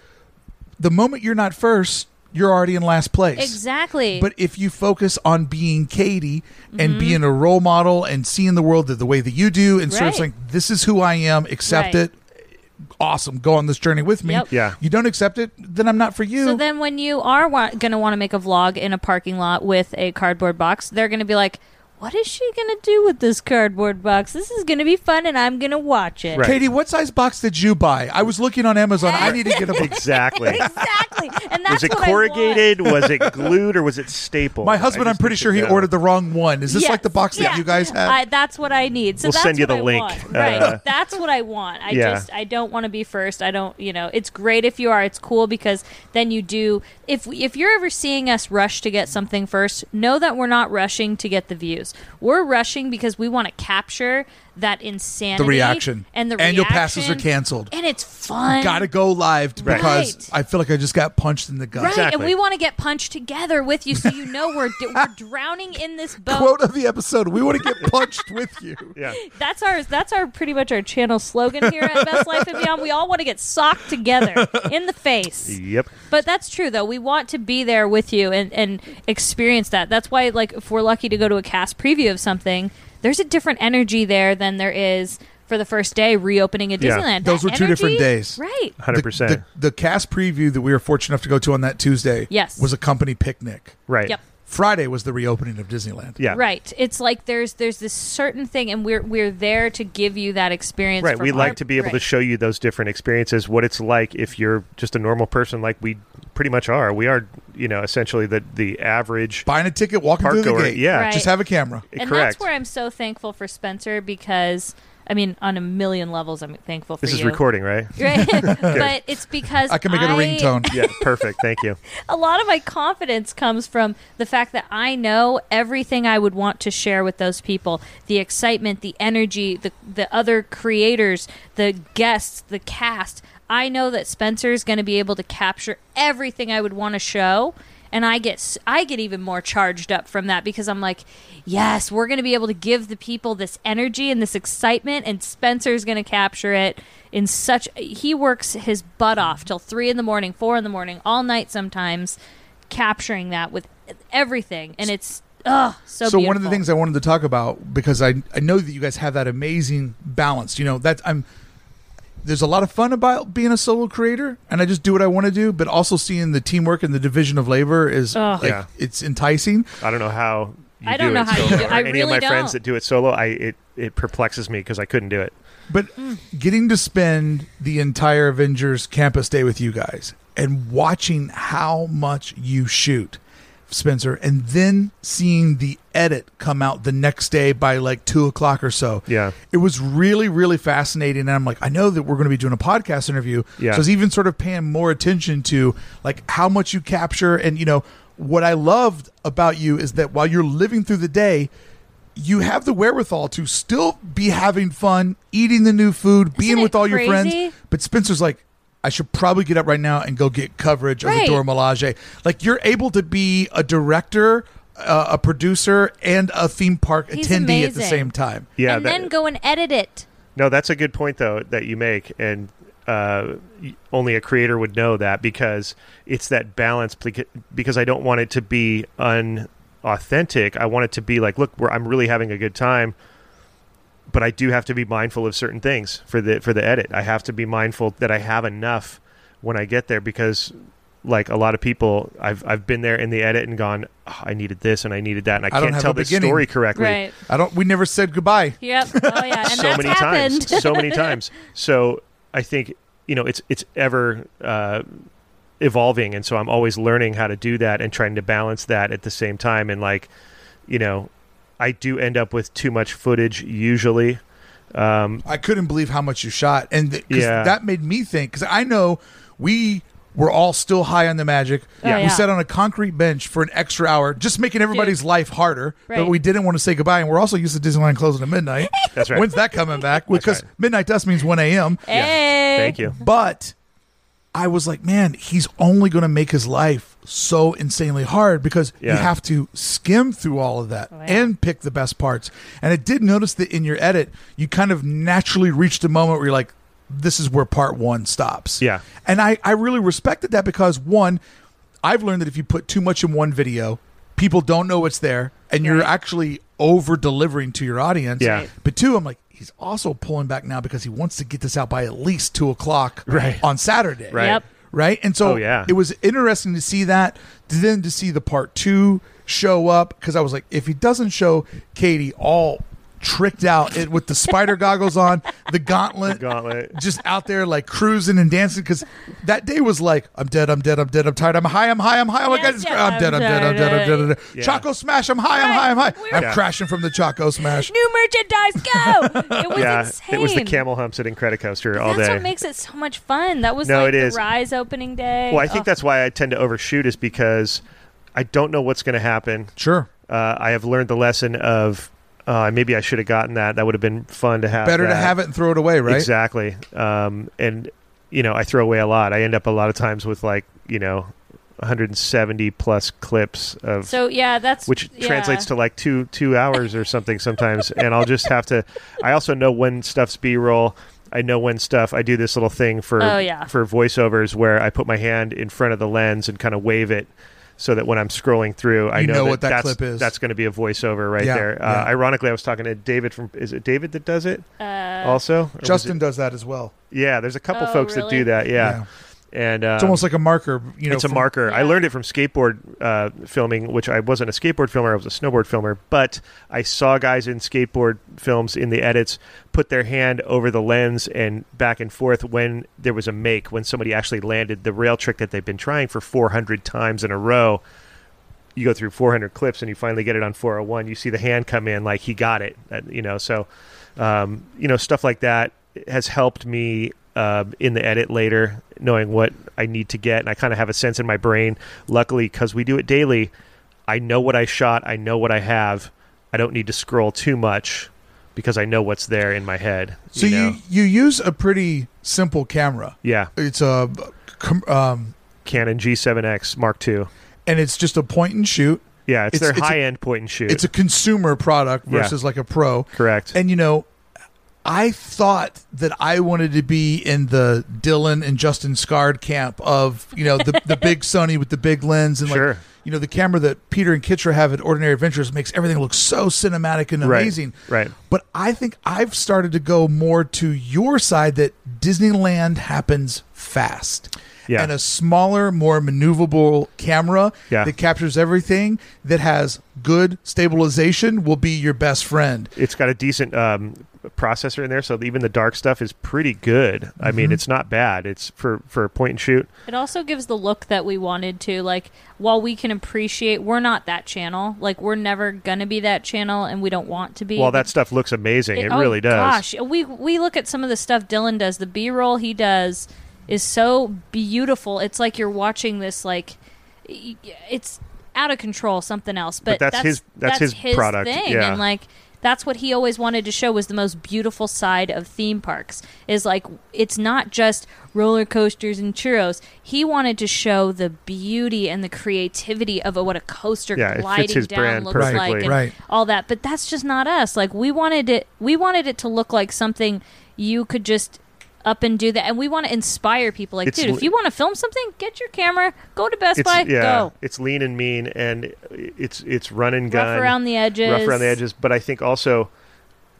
the moment you're not first, you're already in last place.
Exactly.
But if you focus on being Katie
Mm-hmm.
and being a role model and seeing the world the, the way that you do and sort of
Right.
saying, this is who I am, accept
Right.
it, awesome, go on this journey with me.
Yep.
Yeah.
You don't accept it, then I'm not for you.
so then when you are wa- going to want to make a vlog in a parking lot with a cardboard box, they're going to be like, what is she going to do with this cardboard box? This is going to be fun and I'm going to watch it.
Right.
Katie, what size box did you buy? I was looking on Amazon. I need to get a box.
Exactly.
Exactly. And that's
was it
what I want.
corrugated? was it glued? Or was it stapled?
My husband, I'm pretty sure he ordered the wrong one. Is this
Yes.
like the box
Yeah.
that you guys have?
I, that's what I need. So
We'll
that's
send you
what
the
I
link.
want.
Uh,
Right. that's what I want. I
Yeah.
just I don't want to be first. I don't. You know, it's great if you are. It's cool because then you do. If if you're ever seeing us rush to get something first, know that we're not rushing to get the views. We're rushing because we want to capture that insanity,
the reaction.
and the
Annual passes are
reaction.
canceled.
and it's fun.
Gotta go live because I feel like I just got punched in the gut.
Right, and
Exactly.
we want to get punched together with you, so you know we're we're drowning in this boat.
Quote of the episode. We want to get punched with you.
Yeah.
That's our that's our pretty much our channel slogan here at Best Life and Beyond. We all want to get socked together in the face.
Yep.
But that's true though. We want to be there with you and, and experience that. That's why like if we're lucky to go to a cast preview of something, there's a different energy there than there is for the first day reopening at
Yeah.
Disneyland.
Those
That
were two different
energy-
days.
Right.
Hundred
the,
percent.
The, the cast preview that we were fortunate enough to go to on that Tuesday
Yes.
was a company picnic.
Right.
Yep.
Friday was the reopening of Disneyland.
Yeah.
Right. It's like there's there's this certain thing and we're we're there to give you that experience.
Right.
from
We
our-
like to be able to
Right.
show you those different experiences, what it's like if you're just a normal person, like we pretty much are. We are, you know, essentially the the average
Buying a ticket, walking through the
Parkour,
gate.
yeah.
Right.
Just have a camera.
and
correct.
that's where I'm so thankful for Spencer because I mean, on a million levels, I'm thankful for
this
you.
is recording, right?
Right? but it's because
I can make it a ringtone.
Yeah, perfect. Thank you.
A lot of my confidence comes from the fact that I know everything I would want to share with those people: the excitement, the energy, the the other creators, the guests, the cast. I know that Spencer is going to be able to capture everything I would want to show. And I get s- I get even more charged up from that because I'm like, yes, we're going to be able to give the people this energy and this excitement, and Spencer's going to capture it in such. He works his butt off till three in the morning, four in the morning, all night sometimes, capturing that with everything, and it's ugh so.
so one of the
beautiful.
things I wanted to talk about because I I know that you guys have that amazing balance. You know that I'm there's a lot of fun about being a solo creator, and I just do what I want to do. But also seeing the teamwork and the division of labor is
Ugh.
like
Yeah.
it's enticing.
I don't know how. You
I don't
do
know
it
how you
solo.
do it.
Or
I
Any of
really
my
don't.
friends that do it solo, I it, it perplexes me because I couldn't do it.
But getting to spend the entire Avengers campus day with you guys and watching how much you shoot, Spencer, and then seeing the edit come out the next day by like two o'clock or so.
Yeah.
It was really, really fascinating. And I'm like, I know that we're going to be doing a podcast interview.
Yeah.
So I was even sort of paying more attention to like how much you capture and, you know, what I loved about you is that while you're living through the day, you have the wherewithal to still be having fun, eating the new food, being
it
with all your
crazy?
friends. But Spencer's like, I should probably get up right now and go get coverage of the
Right.
Dora Milaje. Like you're able to be a director, uh, a producer, and a theme park
He's
attendee at the
amazing.
same time.
Yeah,
and
that-
then go and edit it.
No, that's a good point though that you make, and uh, y- only a creator would know that because it's that balance. beca- Because I don't want it to be unauthentic. I want it to be like, look, where I'm really having a good time, but I do have to be mindful of certain things for the for the edit. I have to be mindful that I have enough when I get there because. Like a lot of people, I've I've been there in the edit and gone. "Oh, I needed this and I needed that, and I,
don't
can't
have
tell
a
this
beginning."
story correctly.
Right.
I don't. We never said goodbye.
Yep. Oh yeah. And
so
that's
many
happened.
times, so many times. So I think you know it's it's ever uh, evolving, and so I'm always learning how to do that and trying to balance that at the same time. And like you know, I do end up with too much footage usually. Um,
I couldn't believe how much you shot, and th- 'cause
Yeah.
that made me think. Because I know we were all still high on the magic.
Yeah.
we
yeah.
sat on a concrete bench for an extra hour, just making everybody's life harder. But
Right.
we didn't want to say goodbye, and we're also used to Disneyland closing at midnight.
That's right.
When's that coming back? Because
right.
midnight dust means one a.m.
Hey.
Thank you.
But I was like, man, he's only going to make his life so insanely hard because you
Yeah.
have to skim through all of that
yeah.
and pick the best parts. And I did notice that in your edit, you kind of naturally reached a moment where you're like, this is where part one stops.
Yeah.
And I, I really respected that because one, I've learned that if you put too much in one video, people don't know what's there and you're
Right.
actually over delivering to your audience.
Yeah. Right.
But two, I'm like, he's also pulling back now because he wants to get this out by at least two o'clock
Right.
on Saturday.
Right.
Yep.
Right. And so
Oh, yeah.
it was interesting to see that. Then to see the part two show up because I was like, if he doesn't show Katie all tricked out it, with the spider goggles on, the gauntlet,
Gauntlet.
just out there like cruising and dancing because that day was like, I'm dead, I'm dead, I'm dead, I'm tired, I'm high, I'm high, I'm high, oh my
Yeah,
god, it's-
yeah,
I'm dead, I'm dead, I'm dead, I'm dead, I'm dead.
Yeah.
Choco smash, I'm high, I'm high, I'm high, I'm
Yeah.
crashing from the Choco smash.
New merchandise. Go. It was
yeah,
insane.
it was the camel humps at Credit Coaster all
That's
day.
what makes it so much fun. That was
No,
like
it is.
the Rise opening day.
well, I think
Oh,
that's why I tend to overshoot is because I don't know what's going to happen.
Sure.
Uh, I have learned the lesson of uh, maybe I should have gotten that. That would have been fun to have.
Better to
that.
have it and throw it away, right?
Exactly. Um, and you know, I throw away a lot. I end up a lot of times with like you know, 170 plus clips of
so yeah, that's
which
yeah.
translates to like two two hours or something sometimes. and I'll just have to. I also know when stuff's B roll. I know when stuff. I do this little thing for
Oh, yeah.
for voiceovers where I put my hand in front of the lens and kind of wave it. So that when I'm scrolling through, I
You
know,
know what that
that's,
clip is.
That's going to be a voiceover right
Yeah,
there. Uh,
yeah.
Ironically, I was talking to David from. Is it David that does it?
Uh,
also, Or was it-
Justin does that as well.
yeah, there's a couple
Oh,
folks that
really?
do that. Yeah,
Yeah.
and um,
It's almost like a marker, you know.
it's a
from-
marker. I
Yeah.
learned it from skateboard uh, filming, which I wasn't a skateboard filmer. I was a snowboard filmer, but I saw guys in skateboard films in the edits put their hand over the lens and back and forth when there was a make, when somebody actually landed the rail trick that they've been trying for 400 times in a row. You go through 400 clips and you finally get it on 401. You see the hand come in like he got it, uh, you know. So, um, you know, stuff like that has helped me um in the edit later, knowing what I need to get, and I kind of have a sense in my brain. Luckily, because we do it daily, I know what I shot, I know what I have. I don't need to scroll too much because I know what's there in my head.
So
you know?
you you use a pretty simple camera.
yeah,
It's a com- um,
Canon G7X Mark II.
and it's just a point and shoot.
Yeah, it's,
It's-
their
it's a-
high end point and shoot.
It's a consumer product
Yeah.
versus like a pro.
correct.
And you know, I thought that I wanted to be in the Dylan and Justin Scard camp of you know the the big Sony with the big lens and like
Sure.
you know the camera that Peter and Kitra have at Ordinary Adventures makes everything look so cinematic and
Right,
amazing.
right.
But I think I've started to go more to your side that Disneyland happens fast.
Yeah.
And a smaller, more maneuverable camera
Yeah.
that captures everything that has good stabilization will be your best friend.
it's got a decent um, processor in there, so even the dark stuff is pretty good. I
Mm-hmm.
mean, it's not bad. It's for for point and shoot.
It also gives the look that we wanted to. Like, while we can appreciate, we're not that channel. Like, we're never gonna be that channel, and we don't want to be.
Well, that stuff looks amazing. It,
oh,
really does.
Gosh, we we look at some of the stuff Dylan does. The B roll he does is so beautiful. It's like you're watching this. Like, y- it's out of control something else. But,
that's his- that's his product,
thing,
yeah.
and like that's what he always wanted to show was the most beautiful side of theme parks. Is like it's not just roller coasters and churros. He wanted to show the beauty and the creativity of a, what a coaster
Yeah, it fits
gliding
his
down
brand
looks
perfectly.
like, and
Right.
all that. But that's just not us. Like we wanted it. We wanted it to look like something you could just up and do that. And we want to inspire people. Like,
It's
dude,
li-
if you want to film something, get your camera, go to Best
it's
Buy,
yeah,
go
it's lean and mean, and it's it's run and gun,
rough around the edges.
rough around the edges. But I think also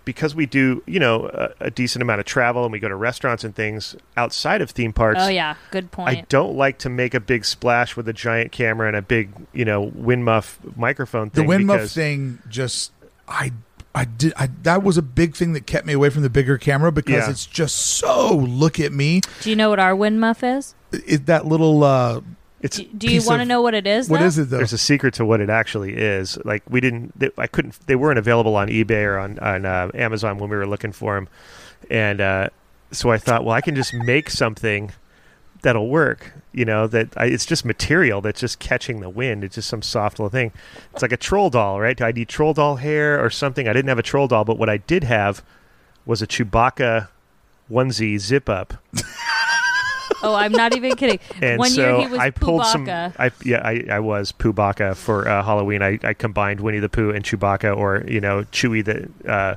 because we do, you know, a, a decent amount of travel and we go to restaurants and things outside of theme parks.
Oh yeah, good
I
point.
don't like to make a big splash with a giant camera and a big, you know, Winmuff microphone
the
thing.
wind muff
because-
thing just i i did I, that was a big thing that kept me away from the bigger camera because
Yeah.
it's just so look at me
do you know what our wind muff is?
it, that little uh
It's
Do, do you
piece
want to
of-
know what it is?
what
though?
is it though
there's a secret to what it actually is. Like we didn't, they, I couldn't, they weren't available on eBay or on on uh, Amazon when we were looking for them, and uh, so I thought, well, I can just make something that'll work. You know, that I, it's just material that's just catching the wind. It's just some soft little thing. It's like a troll doll, right? I need troll doll hair or something. I didn't have a troll doll, but what I did have was a Chewbacca onesie zip up.
Oh, I'm not even kidding.
And
One
so
year he was
I pulled some.
Chewbacca.
I yeah, I, I was Poobaca for uh, Halloween. I, I combined Winnie the Pooh and Chewbacca, or you know, Chewie the uh,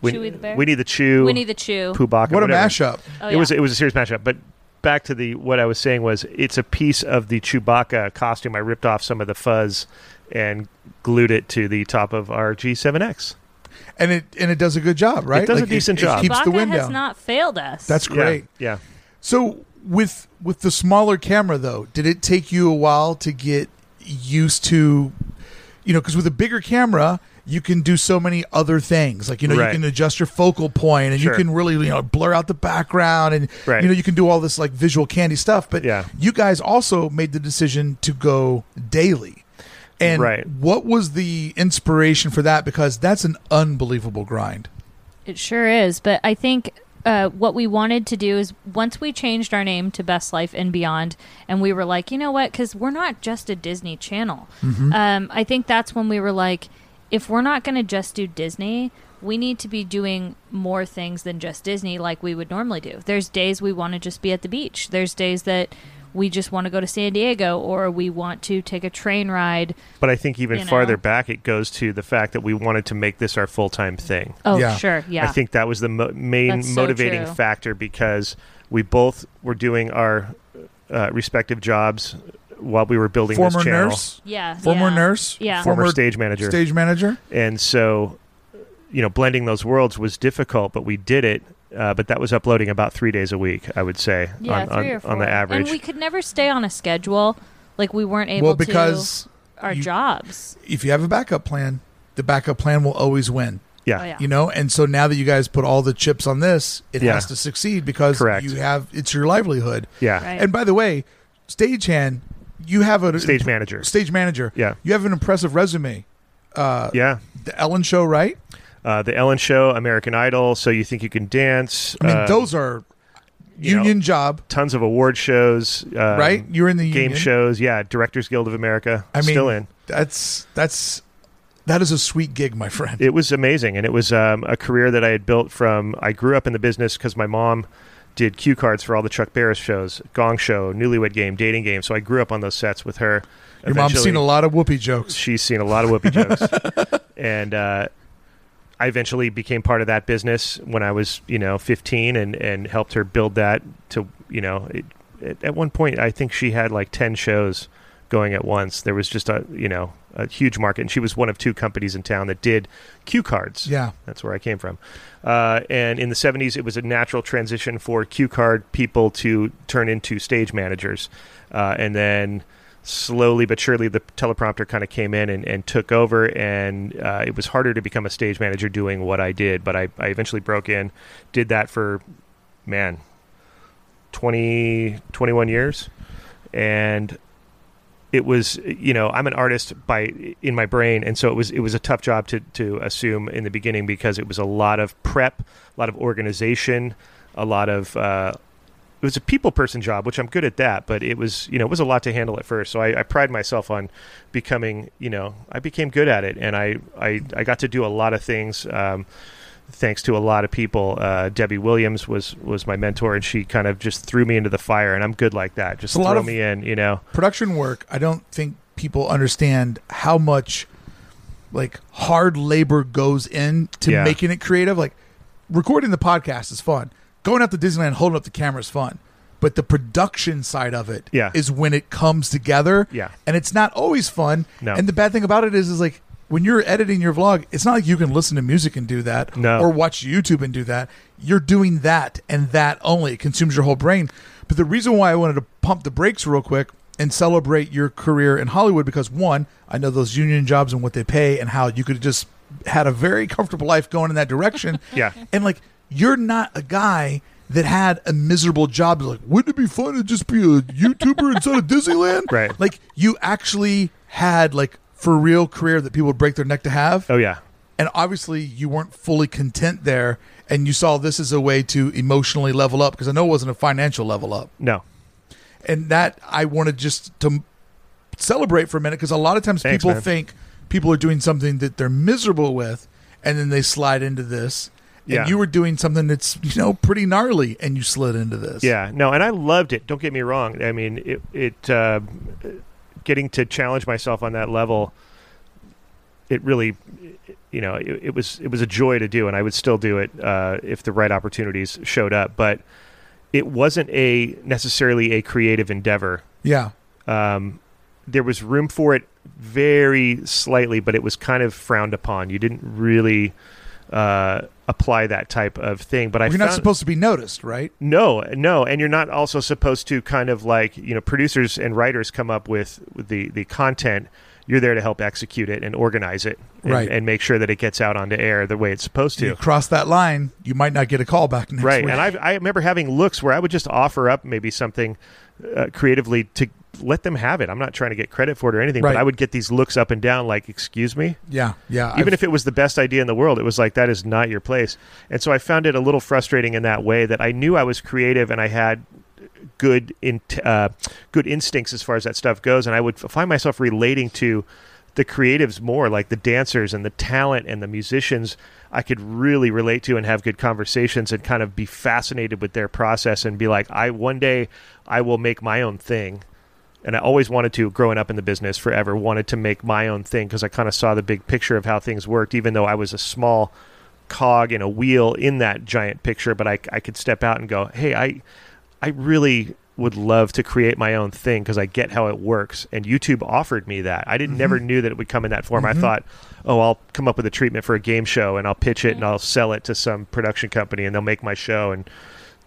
Win-
Chewie the bear?
Winnie the Chew,
Winnie the Chew.
Poobaca.
what a
whatever.
mashup
Oh,
It was
yeah.
it was a serious mashup. But back to the what I was saying was it's a piece of the Chewbacca costume. I ripped off some of the fuzz and glued it to the top of our G7X.
and it and it does a good job right
does a decent job.
keeps the
Chewbacca
wind
has
down
not failed us.
that's
Yeah,
great
Yeah.
so with with the smaller camera though did it take you a while to get used to you know because with a bigger camera you can do so many other things like you know
Right.
you can adjust your focal point and
Sure.
you can really you know blur out the background and
Right.
you know you can do all this like visual candy stuff but
Yeah.
you guys also made the decision to go daily and
Right.
what was the inspiration for that because that's an unbelievable grind
It sure is. But I think uh, what we wanted to do is once we changed our name to Best Life and Beyond, and we were like, you know what? Because we're not just a Disney channel. Um, I think that's when we were like, if we're not going to just do Disney, we need to be doing more things than just Disney like we would normally do. There's days we want to just be at the beach, there's days that we just want to go to San Diego or we want to take a train ride.
But I think even
You know.
farther back, it goes to the fact that we wanted to make this our full time thing.
Oh,
Yeah.
sure. Yeah.
I think that was the mo- main
That's so
motivating
true.
factor because we both were doing our uh, respective jobs while we were building
former
this channel.
nurse
yeah.
former
yeah.
nurse
Yeah.
former,
former
stage manager,
stage manager
and so you know, blending those worlds was difficult, but we did it. Uh, but that was uploading about three days a week, I would say,
yeah,
on,
three
on,
or four.
on the average.
And we could never stay on a schedule. Like we weren't able
well because
to our
you-
jobs.
if you have a backup plan, the backup plan will always win.
yeah,
Oh yeah.
You know, and so now that you guys put all the chips on this, it
Yeah.
has to succeed because
Correct.
you have it's your livelihood.
yeah,
Right.
And by the way, stagehand, you have a
stage manager.
stage manager.
Yeah,
You have an impressive resume. Uh,
yeah.
The Ellen Show, right?
Uh, the Ellen Show, American Idol. So you think you can dance?
I mean,
uh,
those are
you know,
union job,
tons of award shows. Um,
right? You're in the
game
union.
shows. Yeah, Directors Guild of America.
I mean-
still in.
That's that's that is a sweet gig, my friend.
It was amazing, and it was um, a career that I had built from. I grew up in the business because my mom did cue cards for all the Chuck Barris shows, Gong Show, Newlywed Game, Dating Game. So I grew up on those sets with her.
your mom's
Eventually-
seen a lot of whoopee jokes.
She's seen a lot of whoopee jokes, and uh, I eventually became part of that business when I was, you know, 15, and and helped her build that to, you know, it, it, at one point I think she had like 10 shows going at once. There was just a, you know, a huge market, and she was one of two companies in town that did cue cards.
Yeah.
That's where I came from. Uh, and in the 70s, it was a natural transition for cue card people to turn into stage managers. Uh, and then slowly but surely, the teleprompter kind of came in and, and took over. And uh, it was harder to become a stage manager doing what I did. But I, I eventually broke in, did that for, man, 20, 21 years. And it was you know I'm an artist by in my brain, and so it was it was a tough job to to assume in the beginning because it was a lot of prep, a lot of organization, a lot of uh, was a people person job, which I'm good at that, but it was you know it was a lot to handle at first. So I, I pride myself on becoming you know I became good at it, and I I, I got to do a lot of things. Um, thanks to a lot of people. Uh, Debbie Williams was was my mentor, and she kind of just threw me into the fire, and I'm good like that. Just
It's a lot
throw
of-
me in, you know.
production work i don't think people understand how much like hard labor goes in to
Yeah.
making it creative like recording the podcast is fun going out to disneyland holding up the camera is fun but the production side of it is
Yeah.
when it comes together
Yeah.
and it's not always fun
No.
and the bad thing about it is is like when you're editing your vlog it's not like you can listen to music and do that
No.
or watch YouTube and do that. You're doing that and that only. It consumes your whole brain. But the reason why I wanted to pump the brakes real quick and celebrate your career in Hollywood because one, I know those union jobs and what they pay and how you could have just had a very comfortable life going in that direction.
Yeah.
And like you're not a guy that had a miserable job like wouldn't it be fun to just be a YouTuber inside of Disneyland?
Right.
Like you actually had like for real career that people would break their neck to have
Oh yeah,
and obviously you weren't fully content there and you saw this as a way to emotionally level up because i know it wasn't a financial level up
no,
and that i wanted just to m- celebrate for a minute because a lot of times
Thanks,
people
man.
think people are doing something that they're miserable with and then they slide into this and
Yeah.
you were doing something that's you know pretty gnarly and you slid into this
yeah, no. And I loved it. Don't get me wrong. I mean, it it uh, getting to challenge myself on that level. It really, you know, it, it was it was a joy to do, and I would still do it uh, if the right opportunities showed up. But it wasn't a necessarily a creative endeavor.
yeah
um, there was room for it very slightly, but it was kind of frowned upon. You didn't really uh, apply that type of thing. But I
you're
found,
not supposed to be noticed right
no, no, and you're not also supposed to kind of like you know producers and writers come up with the the content. You're there to help execute it and organize it, and,
Right.
and make sure that it gets out onto air the way it's supposed to
you cross that line you might not get a call back next
right
week.
and I've, i remember having looks where i would just offer up maybe something uh, creatively to let them have it i'm not trying to get credit for it or anything
Right.
but i would get these looks up and down like excuse me
yeah yeah
even
I've-
if it was the best idea in the world it was like that is not your place and so i found it a little frustrating in that way that i knew i was creative and i had good in uh, good instincts as far as that stuff goes and i would find myself relating to the creatives more like the dancers and the talent and the musicians i could really relate to and have good conversations and kind of be fascinated with their process and be like i one day i will make my own thing and I always wanted to, growing up in the business forever, wanted to make my own thing because I kind of saw the big picture of how things worked, even though I was a small cog in a wheel in that giant picture. But I, I could step out and go, hey, I, I really would love to create my own thing because I get how it works. And YouTube offered me that. I didn't never knew that it would come in that form. I thought, oh, I'll come up with a treatment for a game show and I'll pitch it and I'll sell it to some production company and they'll make my show and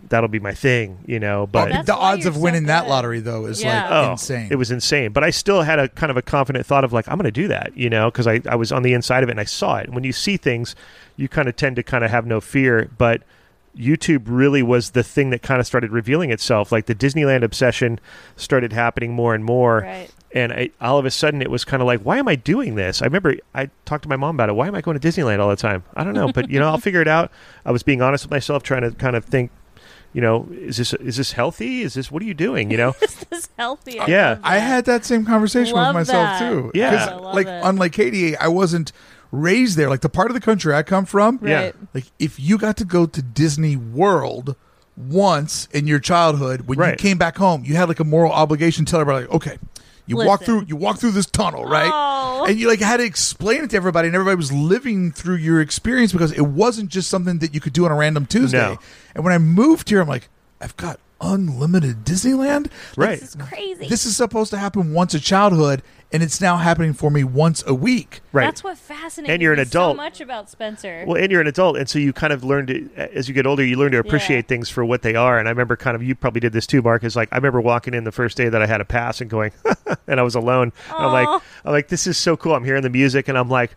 that'll be my thing, you know. But
that's
the
why
odds
you're
of
so
winning that
good.
lottery though is like
Yeah.
insane.
Oh, It was insane. But I still had a kind of a confident thought of like, I'm going to do that, you know, because I, I was on the inside of it and I saw it. And when you see things, you kind of tend to kind of have no fear. But YouTube really was the thing that kind of started revealing itself. Like the Disneyland obsession started happening more and more.
Right.
And I, all of a sudden, it was kind of like, why am I doing this? I remember I talked to my mom about it. Why am I going to Disneyland all the time? I don't know, but you know, I'll figure it out. I was being honest with myself, trying to kind of think, you know, is this is this healthy? Is this what are you doing? You know,
This is healthy.
Yeah.
love
I
that.
had that same conversation
Love
with myself
that.
too.
Yeah.
'Cause,
I
love
like
it.
unlike Katie, I wasn't raised there. Like the part of the country I come from,
Yeah.
Right.
like if you got to go to Disney World once in your childhood, when you
Right.
came back home, you had like a moral obligation to tell everybody, like, okay, you walk
Listen.
through you walk through this tunnel, right?
Oh.
And you like had to explain it to everybody, and everybody was living through your experience because it wasn't just something that you could do on a random Tuesday.
No.
And when I moved here, I'm like, I've got unlimited Disneyland. Like,
right?
This is crazy.
this is supposed to happen once a childhood and it's now happening for me once a week
Right.
That's what fascinates
And you're an
me
adult.
so much about Spencer.
well, and you're an adult, and so you kind of learn to, as you get older, you learn to appreciate
Yeah.
things for what they are. And I remember kind of, you probably did this too, Mark. Is like I remember walking in the first day that I had a pass and going, and I was alone. And I'm
Aw.
like, I'm like, this is so cool. I'm hearing the music, and I'm like,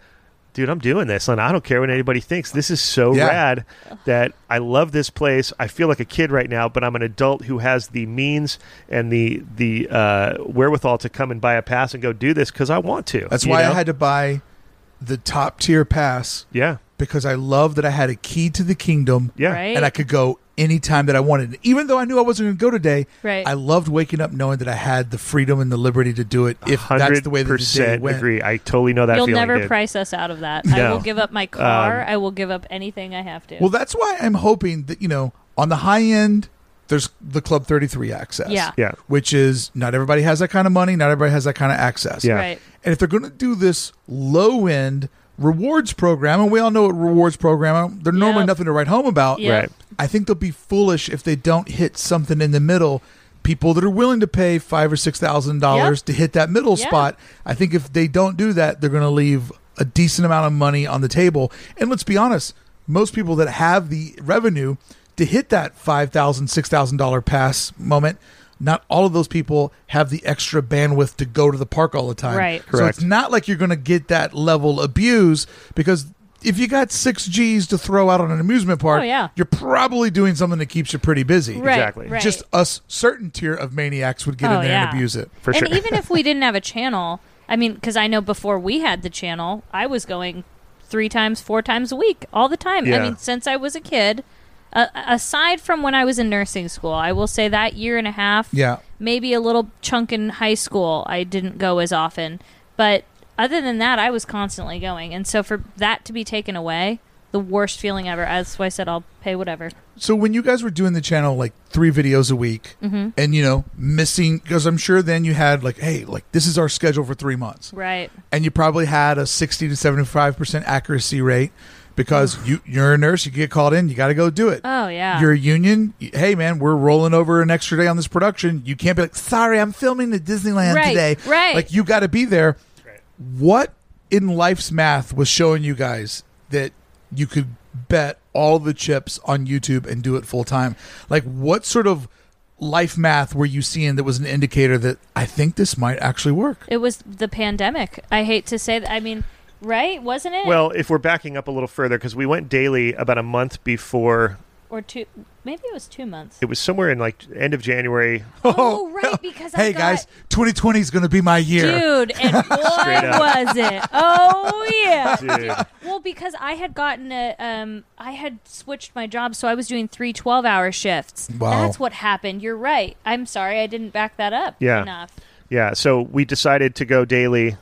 dude, I'm doing this, and I don't care what anybody thinks. This is so
Yeah.
rad that I love this place. I feel like a kid right now, but I'm an adult who has the means and the the uh, wherewithal to come and buy a pass and go do this because I want to.
that's
you
why
know?
i had to buy the top tier pass
yeah,
because i love that i had a key to the kingdom
yeah,
Right?
and i could go anytime that I wanted. Even though I knew I wasn't going to go today,
Right.
I loved waking up knowing that I had the freedom and the liberty to do it if that's the way that the day
100%
went.
agree. I totally know that
You'll
feeling.
never
dude.
price us out of that. I
No. Um,
will give up my car. I will give up anything I have to.
Well, that's why I'm hoping that, you know, on the high end, there's the Club 33 access.
Yeah.
Yeah.
Which is not everybody has that kind of money, not everybody has that kind of access.
Yeah.
Right.
And if they're going to do this low end rewards program, and we all know what rewards program, they're normally
Yep.
nothing to write home about.
Yeah.
Right.
I think they'll be foolish if they don't hit something in the middle. People that are willing to pay five or six thousand dollars
Yep.
to hit that middle
Yeah.
spot. I think if they don't do that, they're going to leave a decent amount of money on the table. And let's be honest, most people that have the revenue to hit that five thousand, six thousand dollar pass moment, not all of those people have the extra bandwidth to go to the park all the time.
Right.
So
Correct.
it's not like you're going to get that level abuse because if you got six G's to throw out on an amusement park,
Oh, yeah.
you're probably doing something that keeps you pretty busy.
Right.
Exactly.
Right.
Just us certain tier of maniacs would get
Oh,
in there
yeah.
and abuse it.
For
and
sure.
even if we didn't have a channel, I mean, because I know before we had the channel, I was going three times, four times a week, all the time. I
Yeah.
mean, since I was a kid. Uh, aside from when I was in nursing school, I will say that year and a half,
Yeah.
maybe a little chunk in high school, I didn't go as often. But other than that, I was constantly going, and so for that to be taken away, the worst feeling ever. That's why I said I'll pay whatever.
So when you guys were doing the channel like three videos a week
Mm-hmm.
and, you know, missing, because I'm sure then you had like, hey, like this is our schedule for three months.
Right.
and you probably had a 60 to 75% accuracy rate because you you're a nurse you get called in you got to go do it
Oh, yeah.
you're a union you- hey man we're rolling over an extra day on this production you can't be like sorry i'm filming at disneyland
Right,
today
right.
like you got to be there what in life's math was showing you guys that you could bet all the chips on youtube and do it full time like what sort of life math were you seeing that was an indicator that i think this might actually work
It was the pandemic. I hate to say that. I mean, right? Wasn't it?
Well, if we're backing up a little further, because we went daily about a month before,
or two? Maybe it was two months.
it was somewhere in like end of January.
Oh, right, because I
hey
got-
guys, 2020 is going to be my year.
Dude, and boy
Straight up.
was it! Oh yeah.
Dude.
Well, because I had gotten a, um, I had switched my job, so I was doing three 12 hour shifts.
Wow.
That's what happened. You're right. I'm sorry I didn't back that up
Yeah.
enough.
Yeah, so we decided to go daily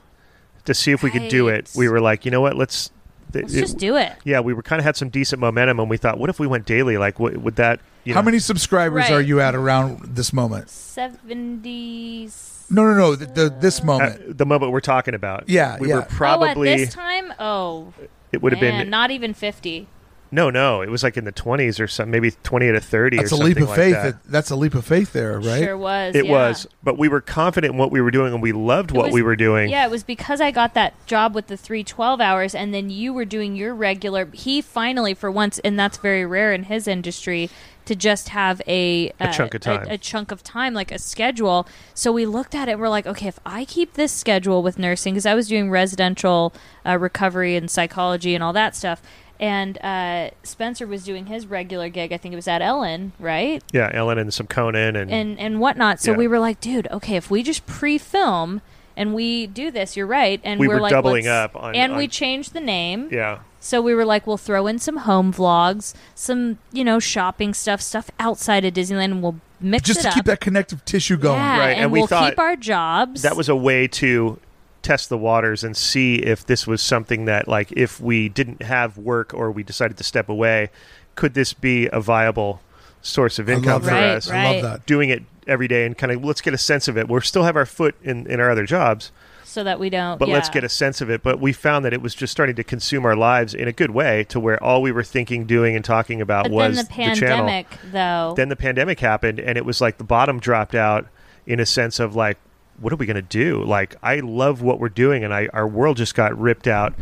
to see if we could do
Right.
it. We were like, you know what? Let's. th-
Let's
it-
just do it.
yeah, we were kind of had some decent momentum, and we thought, what if we went daily? Like, what, would that? You
How
know-
many subscribers
Right.
are you at around this moment?
70s.
No, no, no. The, the, this
uh,
moment.
the moment we're talking about.
Yeah,
we
yeah. Oh,
were
at
Oh, at
probably.
this time? Oh,
it would have
man,
been
not even 50.
no, no. It was like in the twenties or something, maybe twenty to thirty.
That's
or
a
something
leap of
like
faith.
That.
that- That's a leap of faith there, right?
Sure was.
It
yeah.
was, but we were confident in what we were doing, and we loved
It
what
was-
we were doing.
Yeah, it was because I got that job with the three 12 hours, and then you were doing your regular. He finally, for once, and that's very rare in his industry, to just have a, uh,
chunk of time.
A, chunk of time, like a schedule. So we looked at it and we're like, okay, if I keep this schedule with nursing, because I was doing residential uh, recovery and psychology and all that stuff. And uh, Spencer was doing his regular gig. I think it was at Ellen, right?
Yeah, Ellen and some Conan, and,
and and whatnot. So
Yeah.
we were like, dude, okay, if we just pre-film and we do this, you're right. And
We
are
were
like,
doubling
let's-
up on-
and we
on-
changed the name.
yeah,
So we were like, we'll throw in some home vlogs, some you know shopping stuff, stuff outside of Disneyland, and we'll mix
Just
it
to
up.
keep that connective tissue going.
yeah,
Right,
and,
and we
we'll
thought
keep our jobs.
that was a way to test the waters and see if this was something that like if we didn't have work or we decided to step away could this be a viable source of
I
income
love
for
that.
Right,
us
right.
I love that.
doing it every day and kind of let's get a sense of it we'll still have our foot in, in our other jobs
so that we don't.
but let's
yeah.
get a sense of it but we found that it was just starting to consume our lives in a good way to where all we were thinking doing and talking about
But
was
then the
channel
pandemic, though.
then the pandemic happened and it was like the bottom dropped out in a sense of like what are we going to do like i love what we're doing and i our world just got ripped out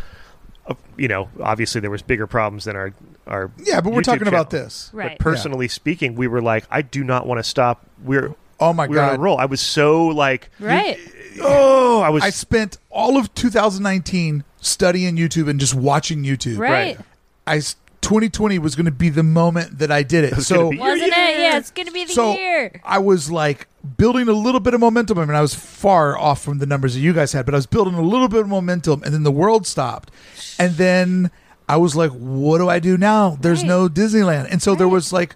Uh, you know obviously there was bigger problems than our our
Yeah, but we're
YouTube
talking about
channel.
this.
right?
but personally speaking we were like i do not want to stop we're
Oh, my
we were on
God.
a roll i was so like
right.
oh i was
I spent all of 2019 studying YouTube and just watching YouTube.
Right.
I s- 2020 was going to be the moment that I did it.
was
so
gonna be Your
Wasn't it? Yeah,
year.
it's gonna be the
so
year.
I was like building a little bit of momentum. I mean, I was far off from the numbers that you guys had, but I was building a little bit of momentum, and then the world stopped, and then I was like, "What do I do now? There's
Right.
no Disneyland," and so there was like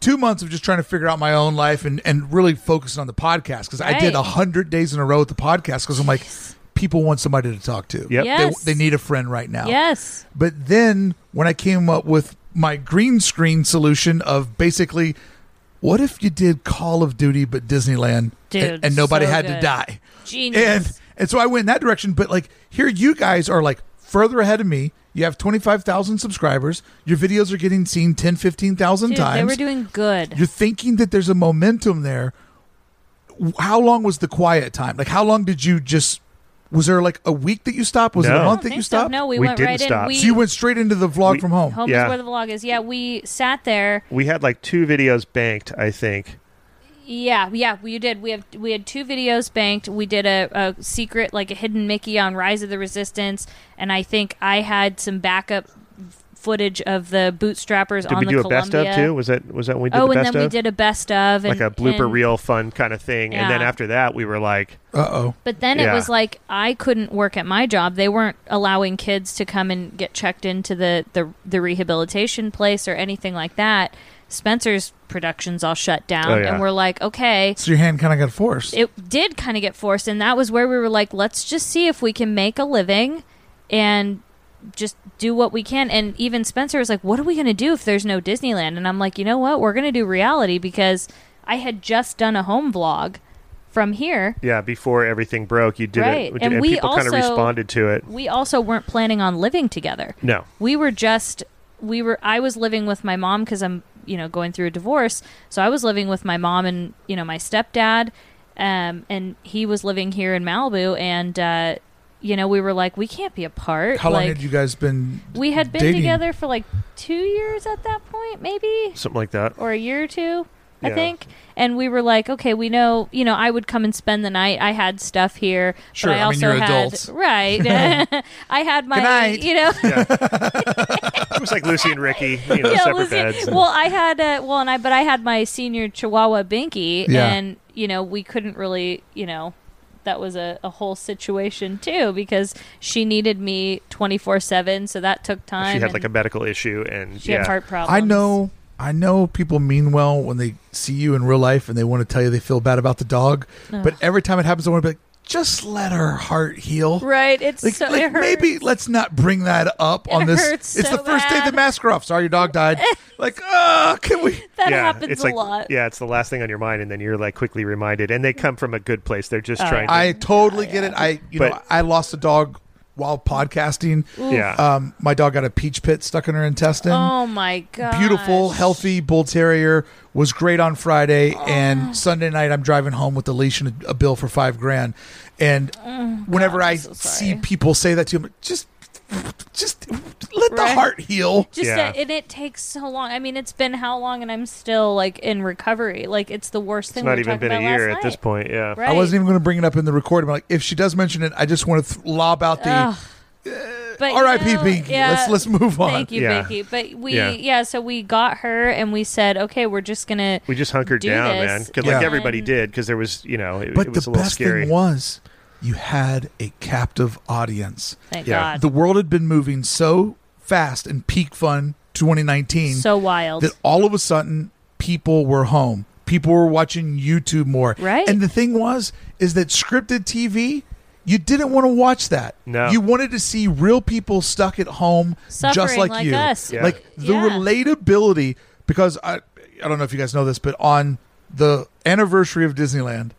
two months of just trying to figure out my own life and, and really focusing on the podcast because I did
Right.
100 days in a row with the podcast because I'm like, people want somebody to talk to.
Yep.
Yes.
They, they need a friend right now.
Yes.
But then when I came up with my green screen solution of basically, what if you did Call of Duty but Disneyland
Dude,
and, and nobody
so
had to
good.
die?
Genius.
And and so I went in that direction. But like here, you guys are like further ahead of me. You have twenty five thousand subscribers. Your videos are getting seen 10, 15,000
Dude,
times.
they were doing good.
You're thinking that there's a momentum there. How long was the quiet time? Like how long did you just? Was there like a week that you stopped? Was it
No.
a
I
month
don't
that you
think so.
stopped?
No, we,
We
went
didn't
right
stop.
in. We,
So you went straight into the vlog
We-
from home.
home
Yeah.
is where the vlog is. Yeah, we sat there.
We had like two videos banked, I think.
Yeah, yeah, we did. We have we had two videos banked. We did a, a secret, like a hidden Mickey on Rise of the Resistance, and I think I had some backup footage of the bootstrappers
Did
on
we
the
do a
Columbia.
best of too? Was that was that when we did
oh,
the
and
best
then we
of?
did a best of, and,
like a blooper
and-
reel fun kind of thing. And then
Yeah.
after that we were like
Uh oh.
But then
Yeah.
it was like I couldn't work at my job. They weren't allowing kids to come and get checked into the the, the rehabilitation place or anything like that. Spencer's productions all shut down,
Oh, yeah.
and we're like, okay,
So your hand kind of got forced.
it did kind of get forced and that was where we were like let's just see if we can make a living and just do what we can and even spencer was like what are we going to do if there's no disneyland and i'm like you know what we're going to do reality because i had just done a home vlog from here
yeah, before everything broke, you did
Right.
it,
And we
people kind of
also-
responded to it.
we also weren't planning on living together
No,
we were just we were i was living with my mom because i'm you know going through a divorce so i was living with my mom and you know my stepdad um, and he was living here in malibu and uh, you know we were like we can't be apart
How
like,
long had you guys been?
we had been
dating?
together for like two years at that point maybe
something like that.
or a year or two, I
Yeah.
think. And we were like, okay, we know, you know, I would come and spend the night. I had stuff here.
Sure,
but I,
I mean,
also
you're
had
adults.
right. I had my,
Good night.
you know,
It was like Lucy and Ricky, you know,
yeah,
separate
Lucy-
beds. and-
Well, I had uh, well, and I but I had my senior Chihuahua Binky,
Yeah.
and you know we couldn't really, you know, that was a, a whole situation too because she needed me twenty four seven, so that took time.
she had like a
and
medical issue and
she
yeah.
had heart problems.
I know. I know people mean well when they see you in real life and they want to tell you they feel bad about the dog. But every time it happens, I want to be like, just let her heart heal.
right? It's
Like,
so
like,
it hurts.
maybe let's not bring that up on this.
hurts
it's
so
the first day
bad.
the mask off. Sorry, your dog died. like, oh, can we?
that
yeah,
happens
it's
a
like,
lot. Mm.
Yeah, it's the last thing on your mind, and then you're like quickly reminded. And they come from a good place. They're just
Oh,
trying.
I totally get it. I you know
But-
I lost a dog while podcasting.
to, yeah,
Um, my dog got a peach pit stuck in her intestine.
Oh my god!
beautiful, healthy bull terrier was great on Friday
Oh.
and Sunday night I'm driving home with a leash and a, a bill for five grand. And whenever I
Oh, so sorry.
see people say that to him, just just let the
Right.
heart heal.
Just
Yeah.
that, and it takes so long. I mean, it's been how long, and I'm still like in recovery. Like it's the worst
it's
thing. we
not
were
even
talking
been a
about last
year at this
night.
point. Yeah,
Right.
I wasn't even going to bring it up in the recording. But like, if she does mention it, I just want to th- lob out the uh,
Ugh. But, you
R.I.P.
know,
Binky.
yeah,
let's let's move on.
Thank you,
Yeah.
Binky. But we,
Yeah.
yeah. so we got her, and we said, okay, we're just gonna.
we just hunkered
Do
down,
this,
man, because
Yeah.
like everybody
and-
did, because there was you know it,
But
it was
the
a little
best
scary.
thing was you had a captive audience.
Thank
Yeah.
God.
The world had been moving so fast in peak fun 2019
so wild.
that all of a sudden people were home. People were watching YouTube more.
Right.
And the thing was is that scripted TV you didn't want to watch that.
No.
You wanted to see real people stuck at home just
Suffering
like,
like
you.
us. Yeah.
Like the
Yeah.
relatability because I I don't know if you guys know this but on the anniversary of Disneyland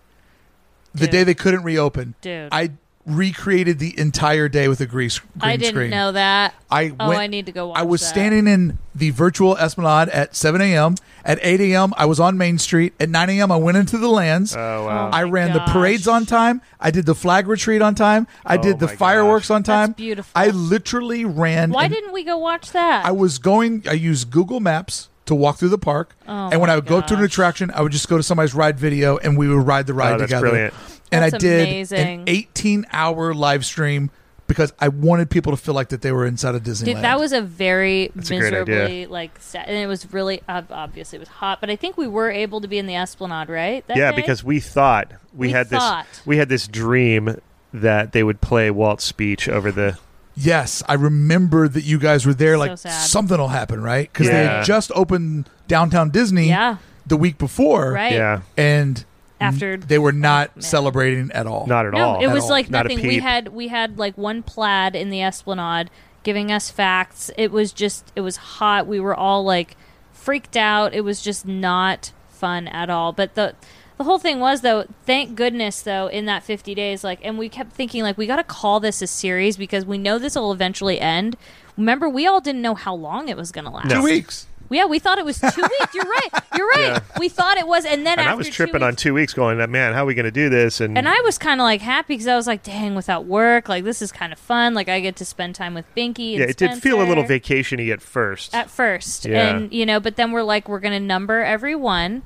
the
Dude.
day they couldn't reopen
Dude.
I recreated the entire day with a grease green
I didn't
screen.
know that.
I
oh,
went-
I need to go watch.
I was
that.
standing in the virtual Esplanade at 7 a.m. At 8 a.m., I was on Main Street. At 9 a.m., I went into the lands.
oh
Oh,
wow,
I
my
ran
gosh.
the parades on time. I did the flag retreat on time. I
Oh,
did the
my
fireworks
gosh.
on time.
That's beautiful.
I literally ran.
Why
and
didn't we go watch that?
I was going? I used Google Maps to walk through the park.
Oh,
and when
my
I would go to an
gosh.
attraction, I would just go to somebody's ride video, and we would ride the ride
Oh, that's
together.
brilliant.
And I
That's
did
amazing.
an 18-hour live stream because I wanted people to feel like that they were inside of Disneyland.
Dude, that was a very
a great idea.
miserably like sad, and it was really ob- obviously it was hot, but I think we were able to be in the Esplanade, right? that
yeah,
day?
because we thought we,
We
had
thought.
this we had this dream that they would play Walt's speech over the
Yes, I remember that you guys were there.
So
like
sad.
something will happen, right? Because they
Yeah.
had just opened downtown Disney
Yeah.
the week before,
Right.
Yeah,
And
After Oh,
they were not
Man.
celebrating at all.
not at
no,
all.
it
At
was
all.
like
Not a
nothing. We
peep.
had we had like one plaid in the Esplanade giving us facts. It was just it was hot. We were all like freaked out. It was just not fun at all. But the the whole thing was though, thank goodness though, in that fifty days, like and we kept thinking like we gotta call this a series because we know this will eventually end. Remember, we all didn't know how long it was gonna last.
Two weeks.
Yeah, we thought it was two weeks. You're right. You're right. We thought it was, and then
and
after
I was
two
tripping on
weeks-
two weeks, going, "Man, how are we going to do this?" And,
and I was kind of like happy because I was like, dang, without work, like this is kind of fun. Like I get to spend time with Binky. And
yeah, it did feel a little
Spencer
vacationy at first.
at first,
Yeah.
and you know, but then we're like, we're gonna number every one,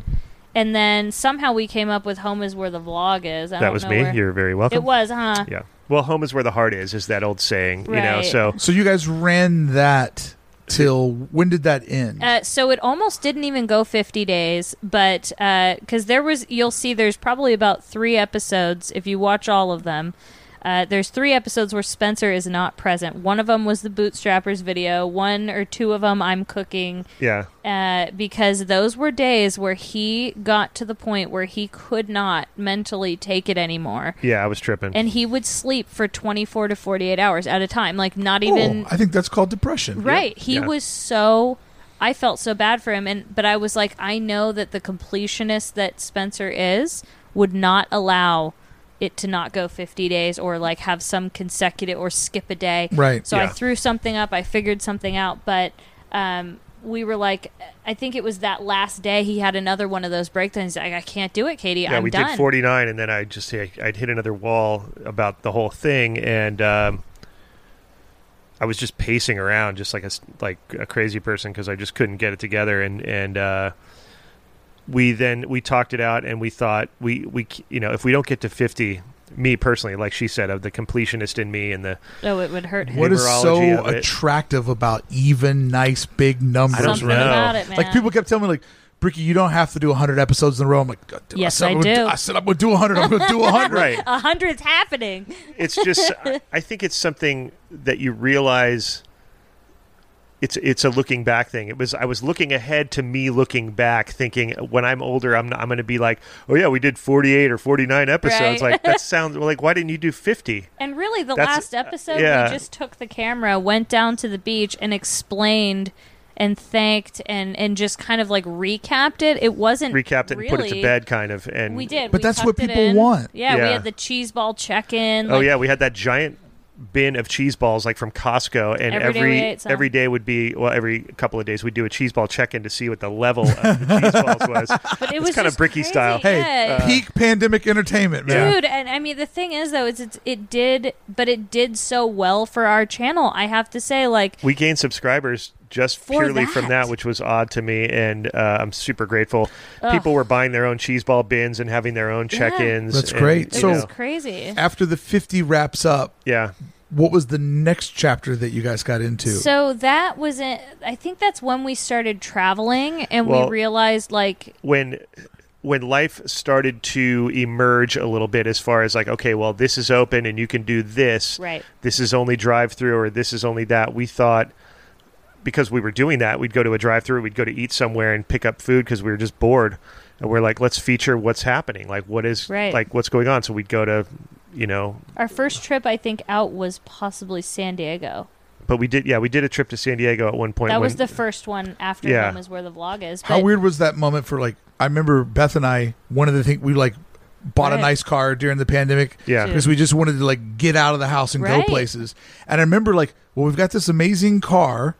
and then somehow we came up with home is where the vlog is. I
that
don't
was
know
me.
where-
You're very welcome.
It was, huh?
Yeah. Well, home is where the heart is. Is that old saying? You know.
Right.
So
So you guys ran that till when did that end?
Uh, so it almost didn't even go 50 days, but because there was, you'll see there's probably about three episodes if you watch all of them. Uh, there's three episodes where Spencer is not present. One of them was the Bootstrappers video, one or two of them I'm cooking,
yeah.
uh, because those were days where he got to the point where he could not mentally take it anymore.
Yeah, I was tripping.
And he would sleep for 24 to 48 hours at a time, like not even
oh, I think that's called depression.
Right. He
Yeah.
was so I felt so bad for him and but I was like I know that the completionist that Spencer is would not allow it to not go 50 days or like have some consecutive or skip a day.
Right.
So I
Yeah.
threw something up, I figured something out, but um we were like I think it was that last day he had another one of those breakdowns. He's Like I can't do it, Katie.
yeah,
I'm
we
done.
did 49, and then I just I, I'd hit another wall about the whole thing, and um, I was just pacing around, just like a s- like a crazy person, because I just couldn't get it together, and and uh, we then we talked it out, and we thought we we c- you know if we don't get to 50, me personally, like she said, of the completionist in me and the
Oh, it would hurt him.
What is
Numerology
so
of it.
attractive about even nice big numbers?
I don't
Something
know.
about it, man.
Like people kept telling me, like, Bricky, you don't have to do 100 episodes in a row. I'm like, God, dude,
Yes,
I, said
I
I'm gonna
do.
I said I'm going to do 100. I'm going to do 100.
right
a hundred's happening.
it's just I- I think it's something that you realize it's it's a looking back thing. It was I was looking ahead to me looking back thinking uh, when I'm older I'm I'm going to be like, "Oh yeah, we did 48 or 49 episodes."
Right.
Like that sounds like why didn't you do 50?
And really, the
That's- uh,
last episode,
yeah.
we just took the camera, went down to the beach, and explained and thanked and and just kind of like recapped it. It wasn't
Recapped it and put it to
really-
bed kind of and
We did,
But
We
that's
tucked
what
it
people
in.
want.
Yeah,
Yeah.
we had the cheese ball check in.
Oh yeah, we had that giant bin of cheese balls like from Costco, and
Every day
every
we ate some.
every day would be well, every couple of days we'd do a cheese ball check in to see what the level of the cheese balls was.
But it
It's
was
kinda
just
Bricky
crazy.
style.
Hey, uh,
Yeah.
peak pandemic entertainment, man.
dude and i mean the thing is though is it's, it did but it did so well for our channel i have to say like
we gained subscribers just
For
purely
that.
from that, which was odd to me, and uh, I'm super grateful.
Ugh.
People were buying their own cheese ball bins and having their own check-ins.
That's
and,
great.
it
you
So-
was
know,
crazy
After the 50 wraps up,
yeah,
what was the next chapter that you guys got into?
so that was it i think that's when we started traveling and
Well-
we realized like
when when life started to emerge a little bit, as far as like, okay, well, this is open and you can do this.
right
This is only drive-through or this is only that. We thought because we were doing that, we'd go to a drive-through, we'd go to eat somewhere and pick up food because we were just bored. And we're like, let's feature what's happening, like what is,
Right.
like what's going on. So we'd go to, you know,
Our first trip, I think, out was possibly San Diego.
But we did, yeah, we did a trip to San Diego at one point.
That
when-
was the first one after
Yeah.
home is where the vlog is. But
How weird was that moment for like? I remember Beth and I. One of the things we like bought a
Right.
nice car during the pandemic
yeah,
Dude.
because we just wanted to like get out of the house and
Right.
go places. And I remember like, well, we've got this amazing car,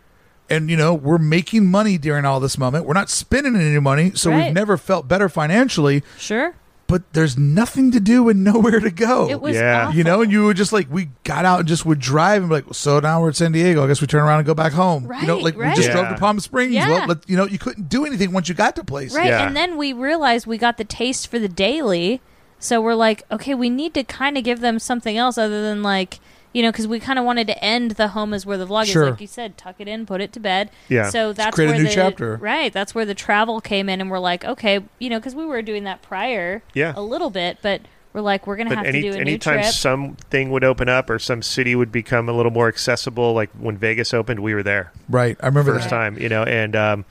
and you know we're making money during all this moment. We're not spending any money, so
Right.
we've never felt better financially.
Sure,
But there's nothing to do and nowhere to go.
it was.
Oh, yeah.
awful.
you know, and you would just like we got out and just would drive and be like, so now we're at San Diego. I guess we turn around and go back home. you know,
Right,
like
right.
we just drove
Yeah.
to Palm Springs.
Yeah.
Well, let, you know, you couldn't do anything once you got to places.
right,
Yeah.
and then we realized we got the taste for the daily, so we're like, okay, we need to kind of give them something else other than like. You know, because we kind of wanted to end the home is where the vlog
Sure.
is, like you said, tuck it in, put it to bed.
Yeah.
So that's
create a
where
new
the,
chapter.
Right. That's where the travel came in, and we're like, okay, you know, because we were doing that prior
Yeah.
a little bit, but We're like, we're gonna
But
have
any
to do a new
anytime
trip.
something would open up or some city would become a little more accessible, like when Vegas opened, we were there
Right. I remember
first
that.
time, you know, and um,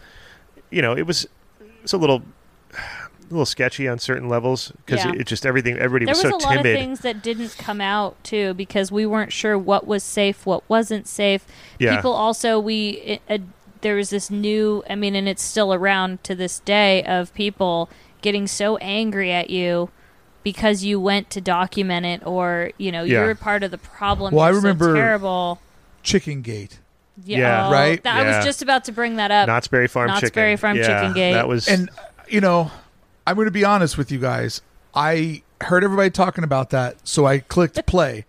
you know it was it's a little a little sketchy on certain levels because
Yeah.
it, it just everything everybody
there was,
was,
a
so
lot
timid.
of things that didn't come out too because we weren't sure what was safe, what wasn't safe.
Yeah.
People also we it, uh, there was this new, I mean, and it's still around to this day of people getting so angry at you because you went to document it or you know
Yeah.
you're part of the problem.
Well, I
You're so
remember-
terrible.
Chicken Gate.
Yeah.
oh,
Right?
that- I
Yeah.
was just about to bring that up.
Knott's Berry Farm
Knott's
Chicken.
Berry Farm
Yeah,
Chicken Gate.
That was
And you know, I'm going to be honest with you guys. I heard everybody talking about that, so I clicked play.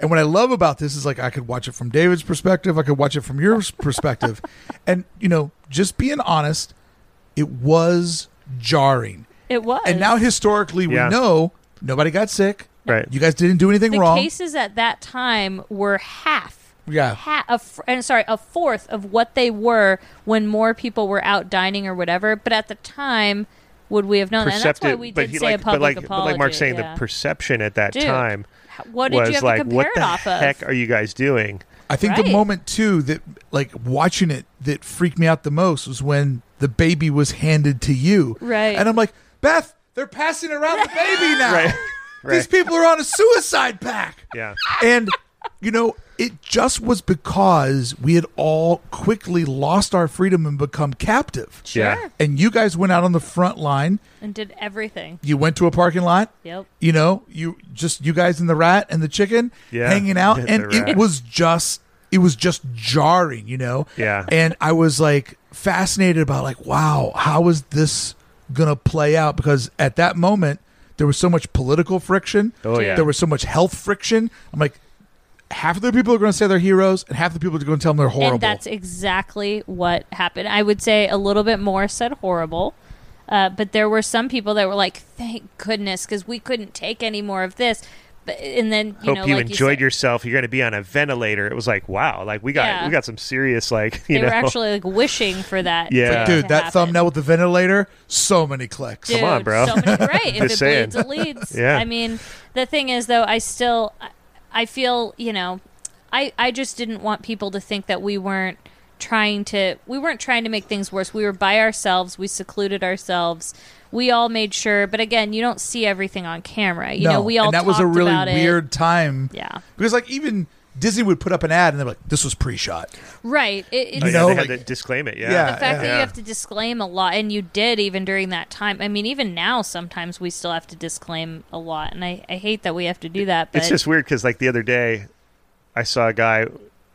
and what I love about this is like I could watch it from David's perspective, I could watch it from your perspective. And you know, just being honest, it was jarring.
It was.
And now historically
Yeah.
we know nobody got sick.
right.
You guys didn't do anything
the
wrong.
cases at that time were half.
Yeah.
Ha- a f- and sorry, a fourth of what they were when more people were out dining or whatever. But at the time, would we have known? and that's why
Perceptive,
we
but
did
he
say
like,
a
but
public
like, but
apology.
like Mark's saying,
yeah.
the perception at that
Dude,
time
H- what did
was
you have
like,
to compare
what the
it off
heck
of?
are you guys doing?
I think the
Right.
moment too that like watching it that freaked me out the most was when the baby was handed to you.
Right.
And I'm like, Beth, they're passing around the baby now.
Right.
These
Right.
people are on a suicide pack.
Yeah.
And you know, it just was because we had all quickly lost our freedom and become captive.
sure.
Yeah.
And you guys went out on the front line.
And did everything.
You went to a parking lot.
Yep.
You know, you just you guys and the rat and the chicken
Yeah.
hanging out,
The
and it
rat.
was just it was just jarring, you know.
Yeah.
And I was like fascinated about like, wow, how is this gonna play out? Because at that moment there was so much political friction.
Oh, yeah.
There was so much health friction. I'm like, half of the people are gonna say they're heroes, and half the people are gonna tell them they're horrible.
And that's exactly what happened. I would say a little bit more said horrible. Uh, but there were some people that were like, thank goodness, because we couldn't take any more of this. But, and then, you
Hope
know,
you
like
enjoyed
you said,
yourself. You're going to be on a ventilator. It was like, wow, like we got
Yeah.
we got some serious like you
They
know.
were actually like wishing for that.
Yeah.
to
Dude, that
happen.
thumbnail with the ventilator, so many clicks.
Dude,
Come on, bro.
So many, right. if it
Just saying.
bleeds, it leads.
Yeah.
I mean, the thing is, though, I still, I- I feel, you know, I, I just didn't want people to think that we weren't trying to, we weren't trying to make things worse. We were by ourselves. We secluded ourselves. We all made sure, but again, you don't see everything on camera. You
no.
know, we all
and that was a
talked
really
about it.
weird time.
Yeah.
Because like even Disney would put up an ad and they're like, "This was pre-shot."
Right. It, it's,
Oh, yeah,
know,
they had
like-
to disclaim it. Yeah.
Yeah.
the fact that
Yeah.
you have to disclaim a lot and you did even during that time i mean even now sometimes we still have to disclaim a lot and i, I hate that we have to do that but
It's just weird because like the other day, I saw a guy.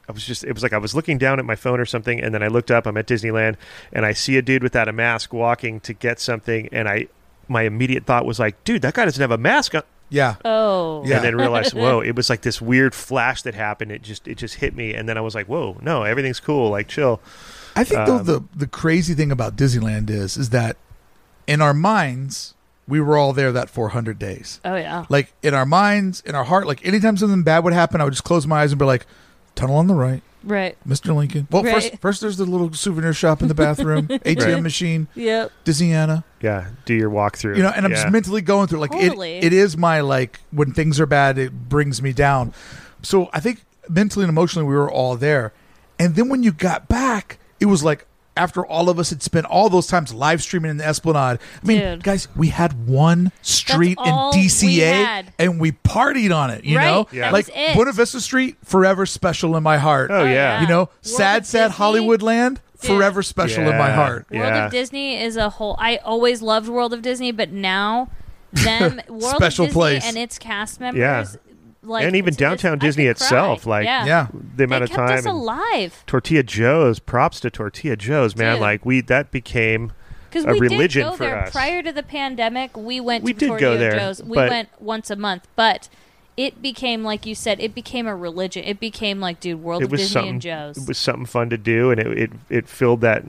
I was just it was like I was looking down at my phone or something, and then I looked up. I'm at Disneyland, and I see a dude without a mask walking to get something, and I my immediate thought was like, dude, that guy doesn't have a mask on.
Yeah.
oh
Yeah.
And then realized, whoa, it was like this weird flash that happened. It just it just hit me, and then I was like, whoa, no, everything's cool, like chill.
I think
Um,
though the the crazy thing about Disneyland is is that in our minds we were all there that 400 days.
oh yeah
Like in our minds, in our heart, like anytime something bad would happen, I would just close my eyes and be like, "Tunnel on the right,
right
Mr. Lincoln." Well, first
Right.
first there's the little souvenir shop in the bathroom, ATM
Right.
machine,
yep
Disneyana.
Yeah, do your walkthrough.
You know, and I'm just
Yeah.
mentally going through like it-
Totally.
it is my like when things are bad, it brings me down. So I think mentally and emotionally we were all there. And then when you got back, it was like after all of us had spent all those times live streaming in the Esplanade. I mean,
Dude.
guys, we had one street in
all
DCA
we had.
and we partied on it, you
Right.
know?
Yeah. That
Like
was it.
Buena Vista Street, forever special in my heart.
Oh, yeah.
You know,
World
sad,
of
sad
Disney.
Hollywoodland, forever special in my
Yeah.
heart.
world
Yeah.
of disney is a whole i always loved world of disney but now them world
Special
of disney
place.
and its cast members like
and even
it's- it's-
downtown
I could
Disney
cry.
itself, like
yeah,
Yeah.
the amount of
They kept
time.
us
and-
alive
Tortilla Joe's. Props to Tortilla Joe's, man.
Dude.
Like we that became
because
a
we
religion
did go
for
there
us.
prior to the pandemic. We went.
We
to
did go
Tortilla
there,
Joe's. We
but-
went once a month, but it became like you said. It became a religion. It became like, dude, World
it
of
was
Disney
something.
and Joe's.
It was something fun to do, and it it, it filled that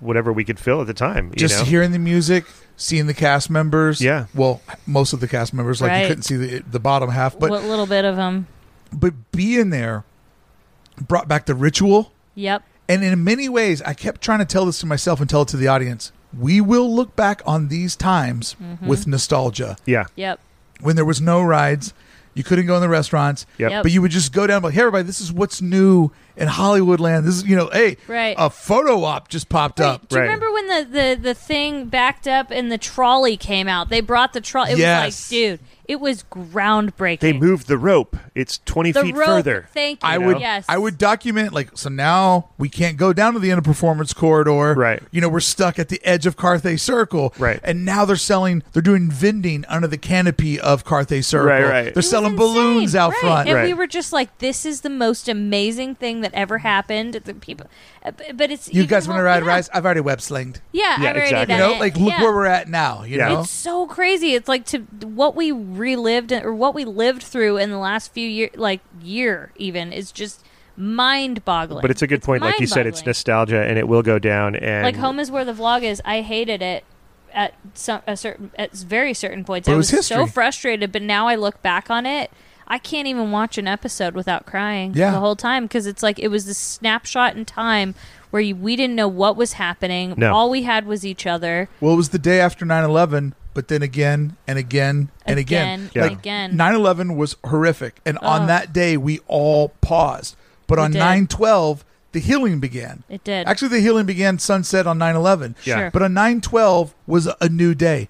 whatever we could fill at the time. You
just
know?
hearing the music, seeing the cast members.
Yeah.
Well, most of the cast members, like you
Right.
couldn't see the the bottom half, but
what little bit of them?
but being there brought back the ritual.
Yep.
And in many ways, I kept trying to tell this to myself and tell it to
Mm-hmm.
the audience. We will look back on these times with nostalgia.
yeah,
Yep.
when there was no rides. You couldn't go in the restaurants,
Yep.
Yep.
but you would just go down. and be Like, hey, everybody, this is what's new in Hollywood land. This is you know, hey,
Right.
a photo op just popped
Wait,
up.
do you
Right.
remember when the, the, the thing backed up and the trolley came out? They brought the trolley. It
Yes.
was like, dude, it was groundbreaking.
They moved the rope. It's 20
the
feet
rope.
further.
Thank you.
I would
Yes.
I would document like so now we can't go down to the end of performance corridor.
Right.
You know, we're stuck at the edge of Carthay Circle.
Right.
And now they're selling they're doing vending under the canopy of Carthay Circle.
Right, right.
They're
It was
selling
insane.
balloons out
Right.
front.
and
Right.
we were just like, "This is the most amazing thing that ever happened." The people, uh, b- but it's
You
even
guys want to
hol-
ride
yeah.
rides? I've already web slinged.
Yeah,
Yeah,
I already
exactly.
You
did
know,
it.
like look
Yeah.
where we're at now, you
Yeah.
know?
It's so crazy. It's like to what we relived and- or what we lived through in the last few year, like year even, is just mind boggling.
But it's a good point. Like you said, it's nostalgia and it will go down. And
like home is where the vlog is. I hated it at some a certain at very certain points.
But it
I
was
was, so
history.
frustrated, but now I look back on it. I can't even watch an episode without crying
Yeah.
the whole time because it's like it was this snapshot in time where you, we didn't know what was happening.
No.
All we had was each other.
Well, it was the day after 9/11, but then again and again and again.
Again and
Like,
again.
9/11 was horrific, and on
Ugh.
that day we all paused. But on
did.
9/12, the healing began.
It did.
Actually, the healing began sunset on 9/11.
Yeah.
Sure.
But on 9/12 was a new day.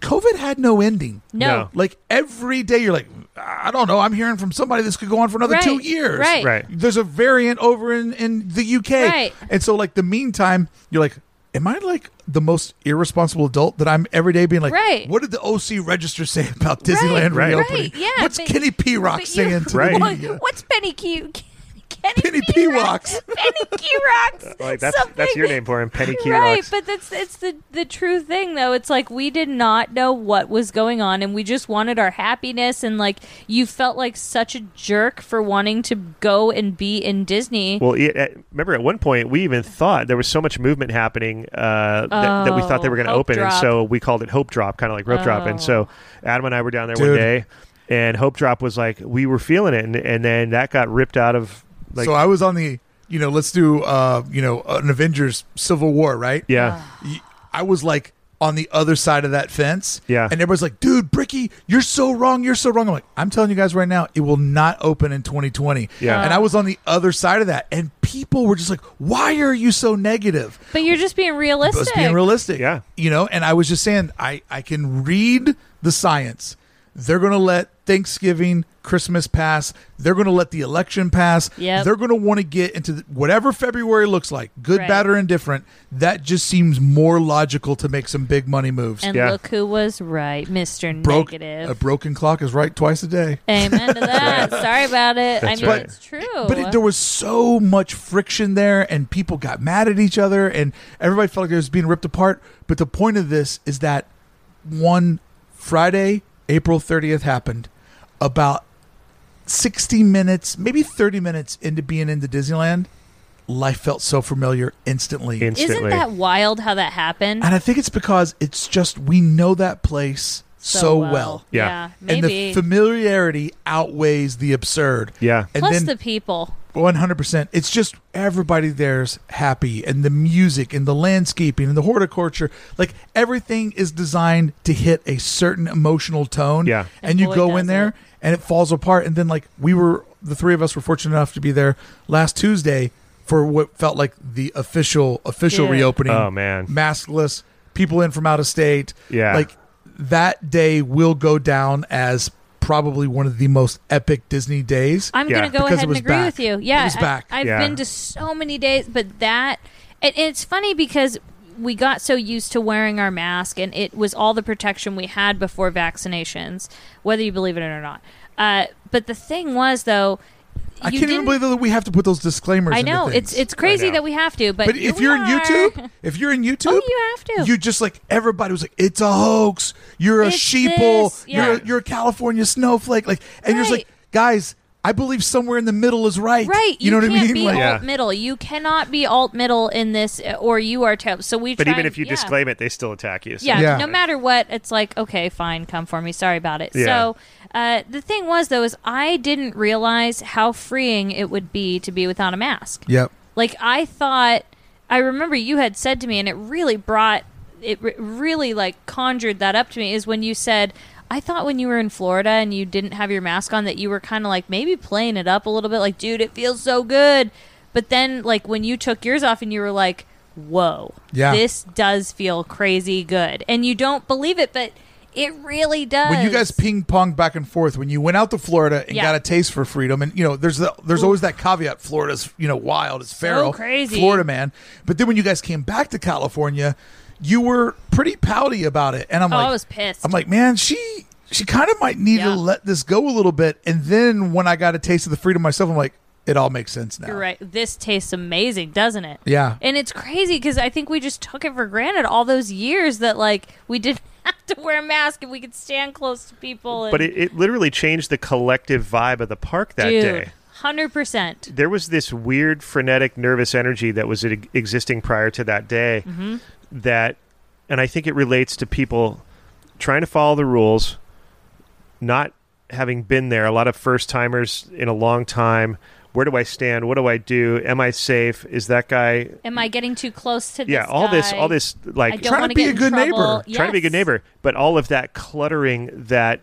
COVID had no ending.
No.
Like every day, you're like, I don't know. I'm hearing from somebody this could go on for another two
Right,
years.
right.
Right.
There's a variant over in in the UK.
Right.
And so, like the meantime, you're like, am I like the most irresponsible adult that I'm every day being like,
Right.
What did the OC register say about Disneyland
Right.
reopening?
Right, yeah,
What's
but-
Kenny P Rock
But
saying
you-
to
Right.
the
What-
media?
what's Penny Q? Kenny,
Penny
P.
P.
Rocks. Penny Q Rocks.
Like that's that's your name for him, Penny Key
right,
Rocks.
but that's it's the the true thing though. It's like we did not know what was going on, and we just wanted our happiness, and like you felt like such a jerk for wanting to go and be in Disney.
Well, it, at, remember at one point we even thought there was so much movement happening uh, that, that we thought they
Oh,
were going to
Hope
open, and
Drop.
so we called it Hope Drop, kind of like Rope Drop. And
Oh.
so Adam and I were down there
Dude.
one day, and Hope Drop was like we were feeling it, and, and then that got ripped out of like
so I was on the, you know, let's do, uh, you know, an Avengers Civil War, right?
Ah.
yeah,
y- I was like on the other side of that fence.
Yeah.
And everybody's like, dude, Bricky, you're so wrong. You're so wrong. I'm like, I'm telling you guys right now, it will not open in 2020.
Yeah.
And I was on the other side of that. And people were just like, why are you so negative?
but you're just being
I was
realistic.
being realistic.
Yeah.
You know, and I was just saying, I, I can read the science. They're going to let Thanksgiving, Christmas pass. They're going to let the election pass.
Yep.
They're going to want to get into the, whatever February looks like, good,
Right.
bad, or indifferent. That just seems more logical to make some big money moves.
and
Yeah.
look who was right, Mister
Broke,
Negative.
a broken clock is right twice a day.
Amen to that. Sorry about it. I
That's
mean,
right.
it's true.
But it, there was so much friction there, and people got mad at each other, and everybody felt like it was being ripped apart. But the point of this is that one Friday, April 30th, happened about 60 minutes, maybe 30 minutes into being into Disneyland. Life felt so familiar instantly.
Isn't
instantly.
that wild how that happened?
and I think it's because it's just we know that place so, well.
Yeah.
maybe.
And the familiarity outweighs the absurd.
yeah,
And
Plus
then,
the people.
One hundred percent. It's just everybody there's happy, and the music, and the landscaping, and the horticulture. Like everything is designed to hit a certain emotional tone.
Yeah.
and
And
you
boy,
go in
does
there,
it.
and it falls apart. And then like we were, the three of us were fortunate enough to be there last Tuesday for what felt like the official official
Dude.
reopening.
Oh, man.
maskless people in from out of state.
Yeah.
like that day will go down as probably one of the most epic Disney days.
I'm
Yeah.
going to go
Because it
ahead and
was
agree
back.
with you. Yeah,
It was back.
I, have
Yeah.
been to so many days, but that and it's funny because we got so used to wearing our mask, and it was all the protection we had before vaccinations, whether you believe it or not. Uh, but the thing was, though,
I
you
can't even
didn't-
believe that we have to put those disclaimers.
I
into
know
things.
it's it's crazy
know.
that we have to, but
But
here
if
we
you're in
are.
YouTube, if you're in YouTube,
Oh, you have to.
You just like everybody was like, "It's a hoax. You're a
It's
sheeple.
this, yeah.
You're a, you're a California snowflake." Like, and you're just like,
Right.
guys, I believe somewhere in the middle is right.
Right,
You, know what I
can't
mean?
Be
like,
Yeah.
alt middle, you cannot be alt middle in this, or you are terrible. So we.
but
try
even
and-
if you
yeah.
disclaim it, they still attack you. So.
yeah,
Yeah.
no matter what, it's like, okay, fine, come for me. Sorry about it.
Yeah.
So uh, the thing was, though, is I didn't realize how freeing it would be to be without a mask.
yep.
Like, I thought, I remember you had said to me, and it really brought, it re- really like conjured that up to me, is when you said, I thought when you were in Florida and you didn't have your mask on that you were kind of like maybe playing it up a little bit, like, dude, it feels so good. But then, like, when you took yours off and you were like, whoa,
Yeah.
this does feel crazy good. And you don't believe it, but it really does.
when you guys ping pong back and forth when you went out to Florida and
Yeah.
got a taste for freedom and you know there's the, there's always that caveat Florida's you know wild it's feral
crazy.
Florida man but then when you guys came back to California you were pretty pouty about it and I'm
Oh,
like
I was pissed.
I'm like man she she kind of might need
Yeah.
to let this go a little bit and then when I got a taste of the freedom myself I'm like it all makes sense now
You're right. This tastes amazing, doesn't it?
Yeah.
And it's crazy because I think we just took it for granted all those years that like we didn't have to wear a mask and we could stand close to people. And,
But it, it literally changed the collective vibe of the park that day.
hundred percent.
There was this weird, frenetic, nervous energy that was e- existing prior to that day.
Mm-hmm.
That, and I think it relates to people trying to follow the rules, not having been there. A lot of first timers in a long time. Where do I stand? What do I do? Am I safe? Is that guy?
Am I getting too close to?
Yeah,
this
all this,
guy?
all this,
I
like
don't
Try to
wanna
be
get
a
in
good neighbor.
trouble.
trying to be a
Yes.
good neighbor but all of that cluttering that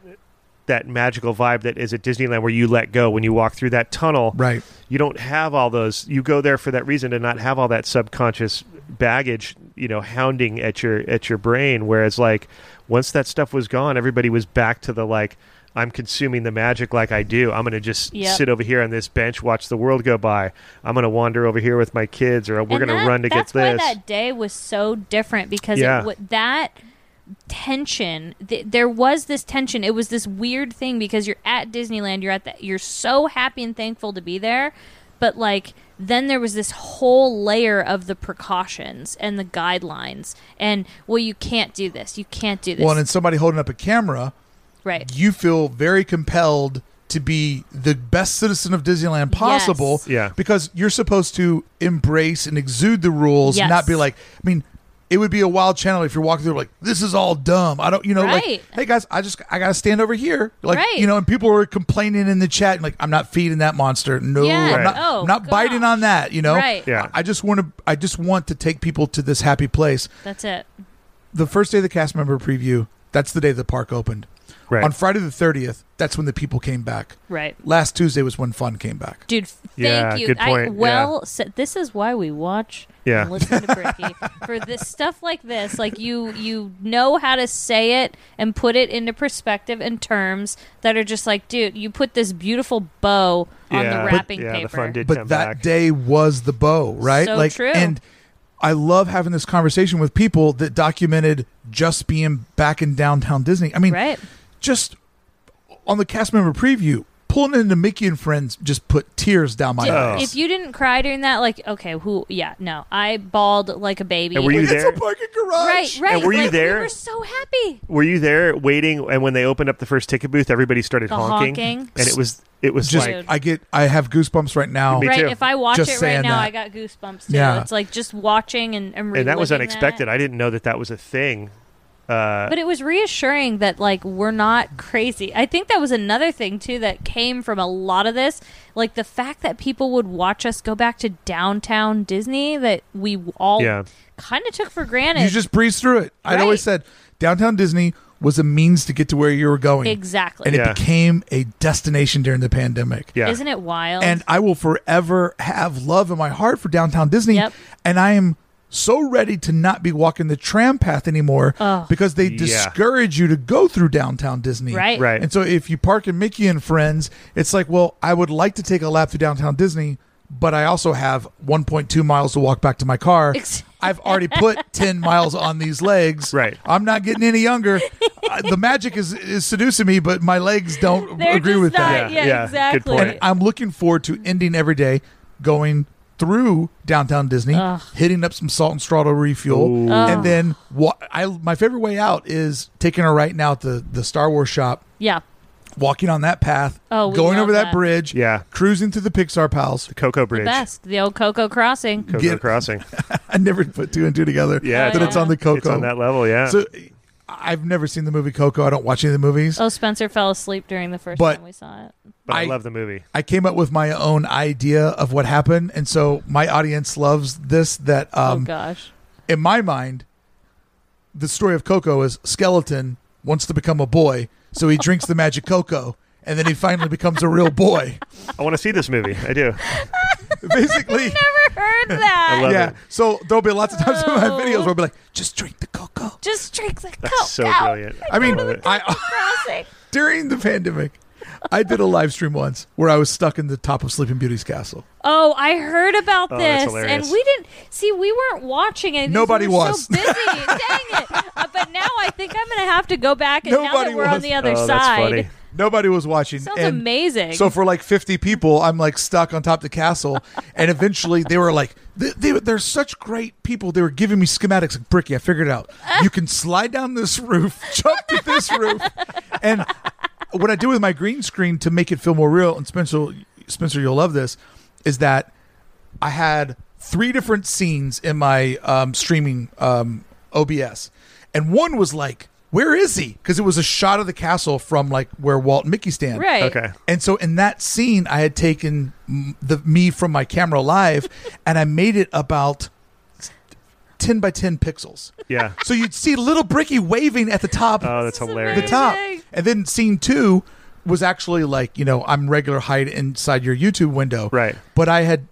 that magical vibe that is at disneyland where you let go when you walk through that tunnel
right
you don't have all those you go there for that reason to not have all that subconscious baggage you know hounding at your at your brain whereas like once that stuff was gone everybody was back to the like i'm consuming the magic like i do i'm going to just
Yep.
sit over here on this bench watch the world go by i'm going to wander over here with my kids or we're
And
going to
that-
run to get
that's why
this
that day was so different because
Yeah.
it wa that tension th- there was this tension it was this weird thing because you're at disneyland you're at that you're so happy and thankful to be there but like then there was this whole layer of the precautions and the guidelines and well you can't do this you can't do this
well and then somebody holding up a camera
right
you feel very compelled to be the best citizen of Disneyland possible.
Yes. Yeah.
Because you're supposed to embrace and exude the rules,
Yes.
not be like, I mean, it would be a wild channel if you're walking through like this is all dumb. I don't, you know, like
Right.
hey guys, I just I gotta stand over here, like
Right.
you know, and people are complaining in the chat, like I'm not feeding that monster. No,
Yeah.
I'm not,
Right. Oh,
I'm not biting
gosh.
on that. You know,
Right.
Yeah.
I just want to, I just want to take people to this happy place.
that's it
The first day of the cast member preview, that's the day the park opened.
right
On Friday the 30th, that's when the people came back.
right
Last Tuesday was when fun came back.
Dude, f- thank
Yeah,
you.
good
I,
point.
well, said. this is why we watch
Yeah.
and listen to Bricky for this stuff like this. Like you, you know how to say it and put it into perspective and terms that are just like, dude, you put this beautiful bow on
Yeah.
the
But-
wrapping
yeah, the
paper.
fun did-
But
come
that
back.
day was the bow, right?
So
like
true.
and I love having this conversation with people that documented just being back in downtown Disney. I mean,
Right.
just on the cast member preview, pulling into Mickey and Friends just put tears down my
Did-
Oh.
If you didn't cry during that, like, okay, who? Yeah, no, I bawled like a baby.
And were you
eyes. It's
there?
a parking garage.
Right, right.
And were you
like,
there?
We were so happy.
were you there waiting and when they opened up the first ticket booth everybody started
The
honking,
honking.
and it was it was
Just
like
I get I have goosebumps right now.
Me
right.
too.
If I watch
Just
it right
saying
now,
that.
I got goosebumps too.
Yeah.
It's like just watching and and,
and that was
reliving
unexpected i didn't know that that was a thing uh,
But it was reassuring that like we're not crazy. I think that was another thing too that came from a lot of this, like the fact that people would watch us go back to downtown Disney that we all
Yeah.
kind of took for granted.
You just breeze through it. I'd
Right.
always said downtown Disney was a means to get to where you were going.
exactly.
And
Yeah.
it became a destination during the pandemic.
yeah
Isn't it wild?
And I will forever have love in my heart for downtown Disney.
Yep.
And I am so ready to not be walking the tram path anymore
Oh.
because they
Yeah.
discourage you to go through downtown Disney.
right?
right
And so if you park in Mickey and Friends, it's like, well, I would like to take a lap through downtown Disney, but I also have 1.2 miles to walk back to my car.
Ex-
I've already put 10 miles on these legs.
Right.
I'm not getting any younger. Uh, the magic is, is seducing me, but my legs don't
They're
agree
just
with that.
not,
Yeah,
Yeah,
yeah, good
exactly.
point.
And I'm looking forward to ending every day going through downtown Disney,
Ugh.
hitting up some salt and straw to refuel,
Ooh.
Oh.
and then wa- I my favorite way out is taking a right now at the the Star Wars shop,
yeah.
walking on that path,
Oh, we
going
love
over that,
that.
bridge,
Yeah.
cruising through the Pixar Palace.
the cocoa
The
bridge
best. The old Coco Crossing.
cocoa
Get-
crossing
I never put two and two together.
Yeah,
Oh,
that
yeah.
it's on the Coco.
it's on that level yeah
So I've never seen the movie Coco. I don't watch any of the movies.
Oh, Spencer fell asleep during the first
But-
time we saw it.
but I,
I-
love the movie
I came up with my own idea of what happened, and so my audience loves this. That
oh
um,
gosh.
in my mind, the story of Coco is skeleton wants to become a boy, So he drinks the magic cocoa, and then he finally becomes a real boy.
I want to see this movie. I do.
Basically,
Never heard that.
I love
yeah.
it.
So there'll be lots of times in my
Oh.
videos where I'll be like, just drink the cocoa.
Just drink the
That's
coke
so
out.
brilliant.
I mean,
Love it.
I
Crossing.
during the pandemic, I did a live stream once where I was stuck in the top of Sleeping Beauty's castle.
Oh, I heard about
Oh, that's
this, and
hilarious.
we didn't see. We weren't watching anything. because
Nobody
we were
was.
so busy. Dang it! Uh, but now I think I'm going to have to go back. And now
Nobody
that we're on
was.
the other
oh,
side,
that's funny.
Nobody was watching.
sounds
and
amazing.
So for like 50 people, I'm like stuck on top of the castle, and eventually they were like, they, they, "They're such great people." They were giving me schematics. Like, Bricky, I figured it out. You can slide down this roof, jump to this roof, and what I do with my green screen to make it feel more real. And Spencer, Spencer, you'll love this, is that I had three different scenes in my um, streaming um, OBS, and one was like. Where is he? Because it was a shot of the castle from like where Walt and Mickey stand.
right?
Okay.
And so in that scene, I had taken m- the me from my camera live, and I made it about ten by ten pixels.
Yeah.
So you'd see little Bricky waving at the top,
Oh, that's
This is
hilarious.
the top,
amazing.
and then scene two was actually like you know I'm regular height inside your YouTube window,
Right.
But I had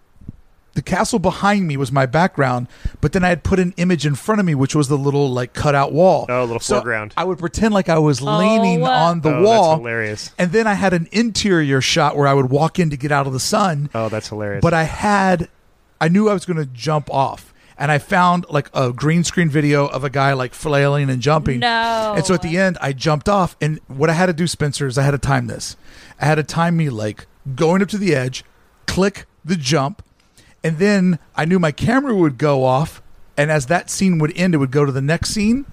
the castle behind me was my background, but then I had put an image in front of me, which was the little like cutout wall.
Oh, little
So
foreground.
I would pretend like I was leaning
uh,
on the
oh,
wall.
That's hilarious.
And then I had an interior shot where I would walk in to get out of the sun,
Oh, that's hilarious.
but I had, I knew I was going to jump off. And I found like a green screen video of a guy like flailing and jumping.
No.
And so at the end, I jumped off. And what I had to do, Spencer, is I had to time this. I had to time me like going up to the edge, click the jump. And then I knew my camera would go off. And as that scene would end, it would go to the next scene.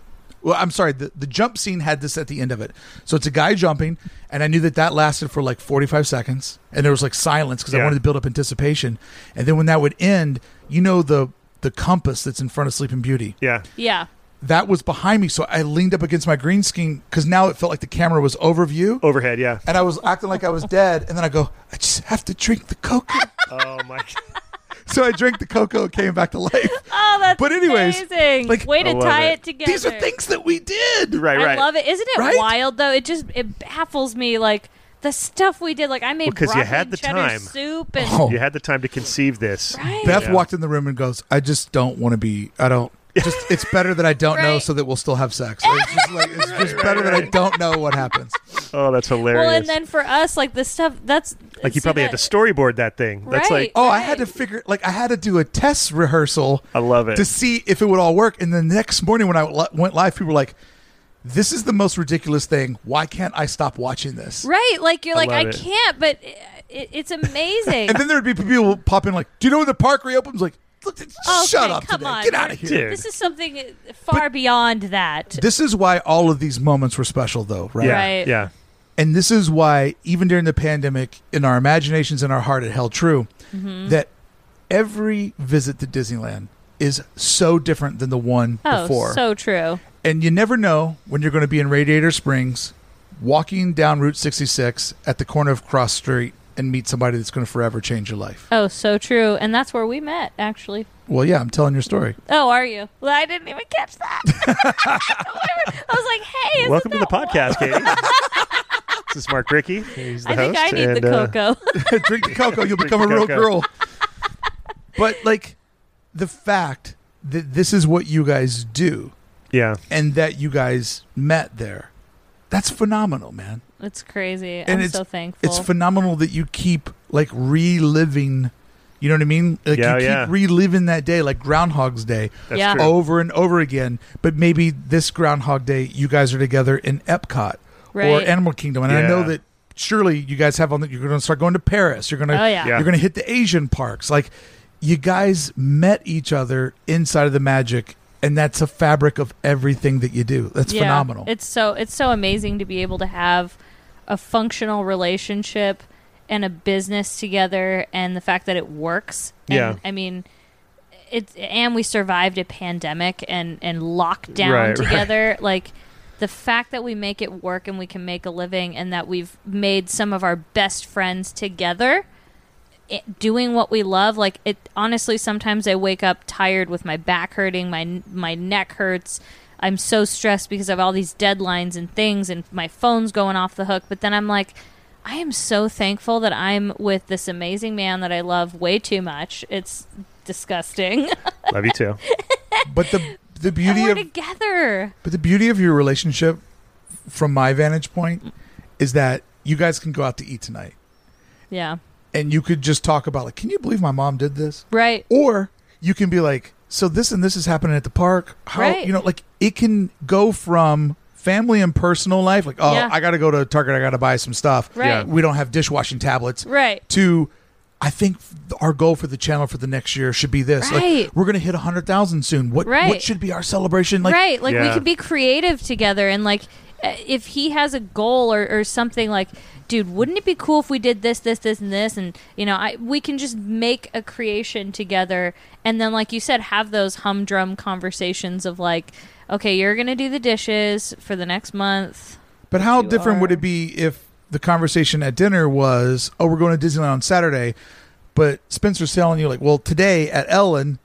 Well, I'm sorry, the, the jump scene had this at the end of it. So it's a guy jumping. And I knew that that lasted for like 45 seconds. And there was like silence because I
Yeah.
wanted to build up anticipation. And then when that would end, you know, the. The compass that's in front of Sleeping Beauty
yeah.
Yeah.
that was behind me. So I leaned up against my green screen because now it felt like the camera was over view.
Overhead. Yeah.
And I was acting like I was dead. And then I go, I just have to drink the cocoa.
Oh my.
so I drank the cocoa and came back to life.
Oh, that's
But anyways,
amazing.
like-
way
I
to
love
tie
it.
it, together.
These are things that we did.
Right.
I
Right.
love it. Isn't it
Right?
wild though? It just it baffles me like the stuff we did. Like I made
'cause you
broccoli
had the
cheddar
time.
soup and
Oh.
You had the time to conceive this.
Right.
Beth
Yeah.
walked in the room and goes, I just don't want to be, I don't. Just it's better that I don't know,
Right.
so that we'll still have sex. It's just, like, it's just better that I don't know what happens.
Oh, that's hilarious.
well, and then for us, like the stuff that's
like you
see
probably
that-
had to storyboard that thing. That's
Right.
like
Oh, I had to figure, like I had to do a test rehearsal
I love it.
to see if it would all work. And the next morning when I li- went live, people were like, "This is the most ridiculous thing. Why can't I stop watching this?"
Right, like you're like I
love it.
can't, but it, it's amazing.
And then there would be people pop in like, "Do you know when the park reopens?" Like, "Look, just
Okay,
shut up
come
today.
on.
Get out of here.
Dude.
this is something far beyond that.
This is why all of these moments were special, though, right?
yeah,
Right.
yeah.
And this is why, even during the pandemic, in our imaginations and our heart, it held true
Mm-hmm.
that every visit to Disneyland is so different than the one
Oh,
before.
so true.
and you never know when you're going to be in Radiator Springs, walking down Route 66 at the corner of Cross Street and meet somebody that's going to forever change your life.
Oh, so true. And that's where we met, actually.
Well, yeah, I'm telling your story.
Oh, are you? Well, I didn't even catch that. I was like, hey, isn't
Welcome to the
that wild?
podcast, Katie. this is Mark Ricky. He's the
I think I
host,
need
and,
the
uh,
cocoa.
Drink the cocoa, you'll
Drink
become a
the
real
cocoa.
girl. But like the fact that this is what you guys do
yeah,
and that you guys met there. That's phenomenal, man.
it's crazy.
And
I'm
it's-
so thankful.
It's phenomenal that you keep like reliving, you know what I mean? Like
Yeah,
you keep
yeah.
reliving that day like Groundhog's Day.
that's
Yeah.
true.
over and over again. But maybe this Groundhog Day, you guys are together in Epcot or
Right.
Animal Kingdom, and I
Yeah.
know that surely you guys have on. The, you're going to start going to Paris. You're going to
Oh, yeah.
Yeah.
you're going to hit the Asian parks. Like you guys met each other inside of the magic, and that's a fabric of everything that you do. That's
Yeah.
phenomenal.
It's so it's so amazing to be able to have a functional relationship and a business together, and the fact that it works. And,
Yeah.
I mean, it's and we survived a pandemic and and lockdown
Right, right.
together. Like the fact that we make it work and we can make a living, and that we've made some of our best friends together. it- doing what we love like it honestly sometimes i wake up tired with my back hurting my my neck hurts I'm so stressed because of all these deadlines and things, and my phone's going off the hook. But then I'm like, I am so thankful that I'm with this amazing man that I love way too much. It's disgusting.
Love you too.
But the the
and
beauty
we're
of
together.
But the beauty of your relationship, from my vantage point, is that you guys can go out to eat tonight
Yeah.
and you could just talk about, like, can you believe my mom did this?
Right.
Or you can be like, so this and this is happening at the park. How,
Right.
you know, like it can go from family and personal life, like, oh,
Yeah.
I got to go to Target, I got to buy some stuff.
Right.
Yeah.
We don't have dishwashing tablets.
Right.
To, I think our goal for the channel for the next year should be this.
Right.
Like, we're going to hit 100,000 soon. What,
Right.
what should be our celebration? Like,
right like we
Yeah.
can be creative together and like uh, if he has a goal or, or something like dude wouldn't it be cool if we did this this this and this and you know I, we can just make a creation together and then like you said have those humdrum conversations of like okay you're gonna do the dishes for the next month
But how
you
different would
are.
it be if the conversation at dinner was, "Oh, we're going to Disneyland on Saturday," but Spencer's telling you like, "Well, today at Ellen,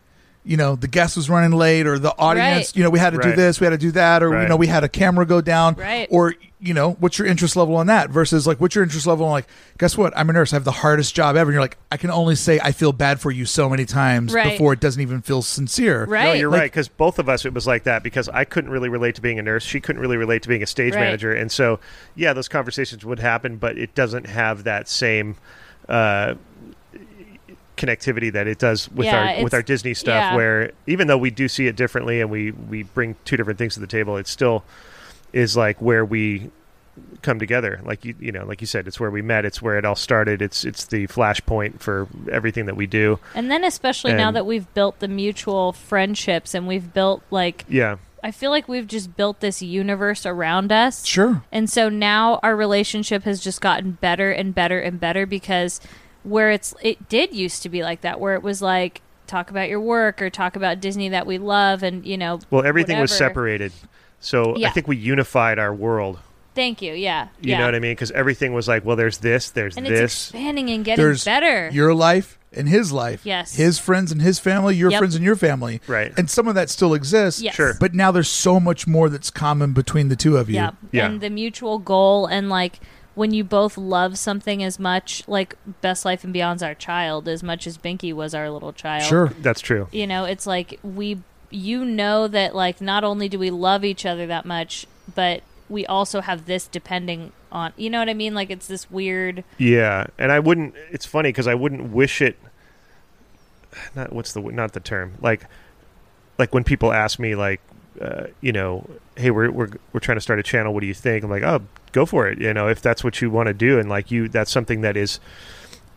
you know, the guest was running late, or the audience,
Right.
you know, we had to do
Right.
this, we had to do that, or
Right.
you know, we had a camera go down,
Right.
or you know, what's your interest level on that?" Versus like, "What's your interest level on like, guess what? I'm a nurse. I have the hardest job ever." And you're like, "I can only say I feel bad for you so many times
Right.
before it doesn't even feel sincere."
right
No, you're
Like-
right. Because both of us, it was like that. Because I couldn't really relate to being a nurse. She couldn't really relate to being a stage
Right.
manager. And so, yeah, those conversations would happen, but it doesn't have that same uh, connectivity that it does with
Yeah,
our with
it's-
our Disney stuff.
yeah.
Where even though we do see it differently and we we bring two different things to the table, it still is like where we come together like you you know like you said it's where we met it's where it all started it's it's the flashpoint for everything that we do
and then especially now
And-
that we've built the mutual friendships and we've built like
yeah
i feel like we've just built this universe around us
Sure.
And so now our relationship has just gotten better and better and better because where it's it did used to be like that where it was like talk about your work or talk about Disney that we love and you know
Well, everything was
whatever.
separated. So I
Yeah.
think we unified our world.
Thank you. Yeah.
You
yeah.
know what I mean? Because everything was like, well, there's this, there's
And it's
this.
expanding and getting better.
Your life and his life.
Yes.
His friends and his family, your
Yep.
friends and your family.
Right.
And some of that still exists.
Yes. Sure.
But now there's so much more that's common between the two of you.
yeah.
Yeah.
And the mutual goal and like when you both love something as much like Best Life and Beyond's our child as much as Binky was our little child.
Sure.
That's true.
you know it's like we you know that like not only do we love each other that much but we also have this depending on you know what i mean like it's this weird
Yeah, and I wouldn't. It's funny because I wouldn't wish it. Not what's the not the term like, like when people ask me like, uh, you know, hey, we're we're we're trying to start a channel. What do you think? I'm like, oh, go for it. You know, if that's what you want to do, and like you, that's something that is,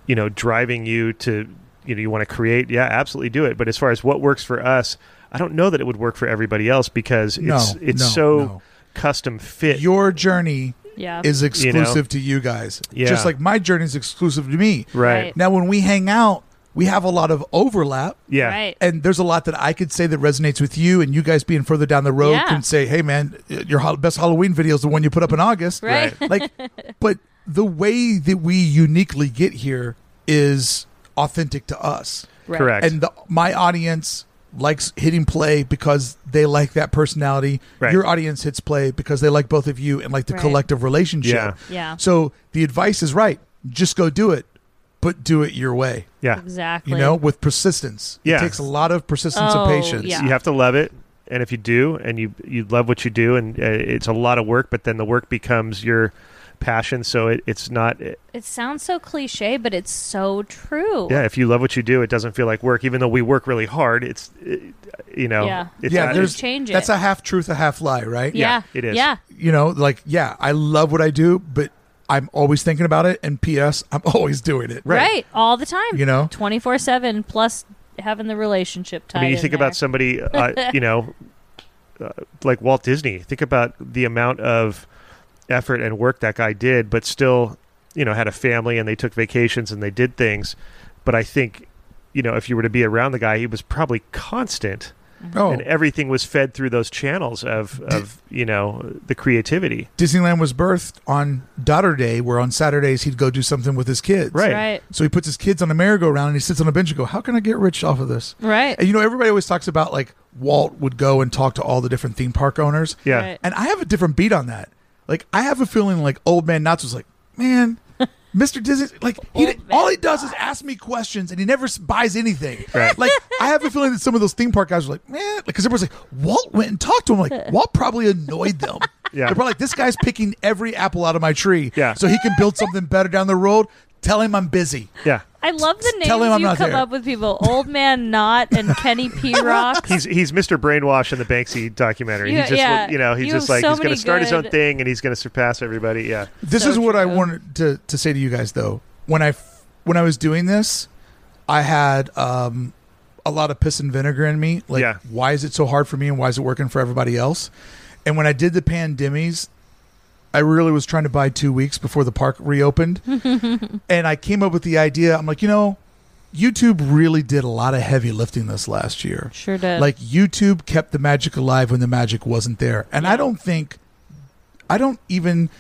you know, driving you to you know you want to create. Yeah, absolutely do it. But as far as what works for us, I don't know that it would work for everybody else because
No,
it's it's
no,
so
no.
custom fit.
Your journey
yeah
is
You know?
exclusive to you guys.
Yeah.
Just like my journey is exclusive to me.
right.
Right.
Now, when we hang out, we have a lot of overlap.
Yeah. Eh,
right
And there's a lot that I could say that resonates with you, and you guys being further down the road
Yeah.
can say, "Hey, man, your hol- best Halloween video is the one you put up in August."
right
like but the way that we uniquely get here is authentic to us
Right.
Correct.
and the, my audience likes hitting play because they like that personality
Right.
your audience hits play because they like both of you and like the
Right.
collective relationship
Yeah.
Yeah.
so the advice is right just go do it but do it your way
yeah.
exactly
you know with persistence
Yeah.
it takes a lot of persistence
Oh,
and patience
yeah.
you have to love it and if you do and you you love what you do and uh, it's a lot of work but then the work becomes your passion so it, it's not eh,
it sounds so cliche but it's so true
yeah if you love what you do it doesn't feel like work even though we work really hard it's uh, you know
Yeah.
it's
Yeah,
not-
there's-
change it
that's a half truth a half lie right
yeah,
Yeah, it is.
yeah
you know, like, yeah, I love what I do, but I'm always thinking about it. And P.S., I'm always doing it.
right. all the time
You know?
24 7 plus having the relationship tied
i mean you
in
think
there.
about somebody uh, you know uh, like Walt Disney think about the amount of effort and work that guy did but still you know had a family and they took vacations and they did things but i think you know if you were to be around the guy he was probably constant
Oh,
and everything was fed through those channels of of you know the creativity.
Disneyland was birthed on Daughter Day, where on Saturdays he'd go do something with his kids.
Right.
Right.
So he puts his kids on a merry-go-round and he sits on a bench and go, "How can I get rich off of this?"
Right.
Eh,
And you know, everybody always talks about like Walt would go and talk to all the different theme park owners.
Yeah.
Right.
And I have a different beat on that. Like I have a feeling like old man Knotts was like, man, Mr. Disney, like he
Old
did-
man
all he does is ask me questions and he never s- buys anything.
Right.
Like I have a feeling that some of those theme park guys were like, man, because everyone's like, Walt went and talked to him. Like Walt probably annoyed them.
Yeah.
They're probably like, this guy's picking every apple out of my tree.
Yeah.
So he can build something better down the road. Tell him I'm busy.
Yeah.
I love the names
Tell him I'm
you
not
come
there.
up with people. Old Man Knot and Kenny P. Rock.
He's he's Mr. Brainwash in the Banksy documentary.
Yeah,
he just
yeah.
would- you know he's
You
just
have
like
so
he's going
many
to start his own
good-
thing and he's going to surpass everybody. Yeah.
This
So
is what I
true.
wanted to, to say to you guys though. When I f- when I was doing this, I had um, a lot of piss and vinegar in me. Like,
Yeah.
why is it so hard for me, and why is it working for everybody else? And when I did the pandemies, I really was trying to buy two weeks before the park reopened, and I came up with the idea. I'm like, you know, YouTube really did a lot of heavy lifting this last year.
Sure did.
Like YouTube kept the magic alive when the magic wasn't there. And I don't think I don't even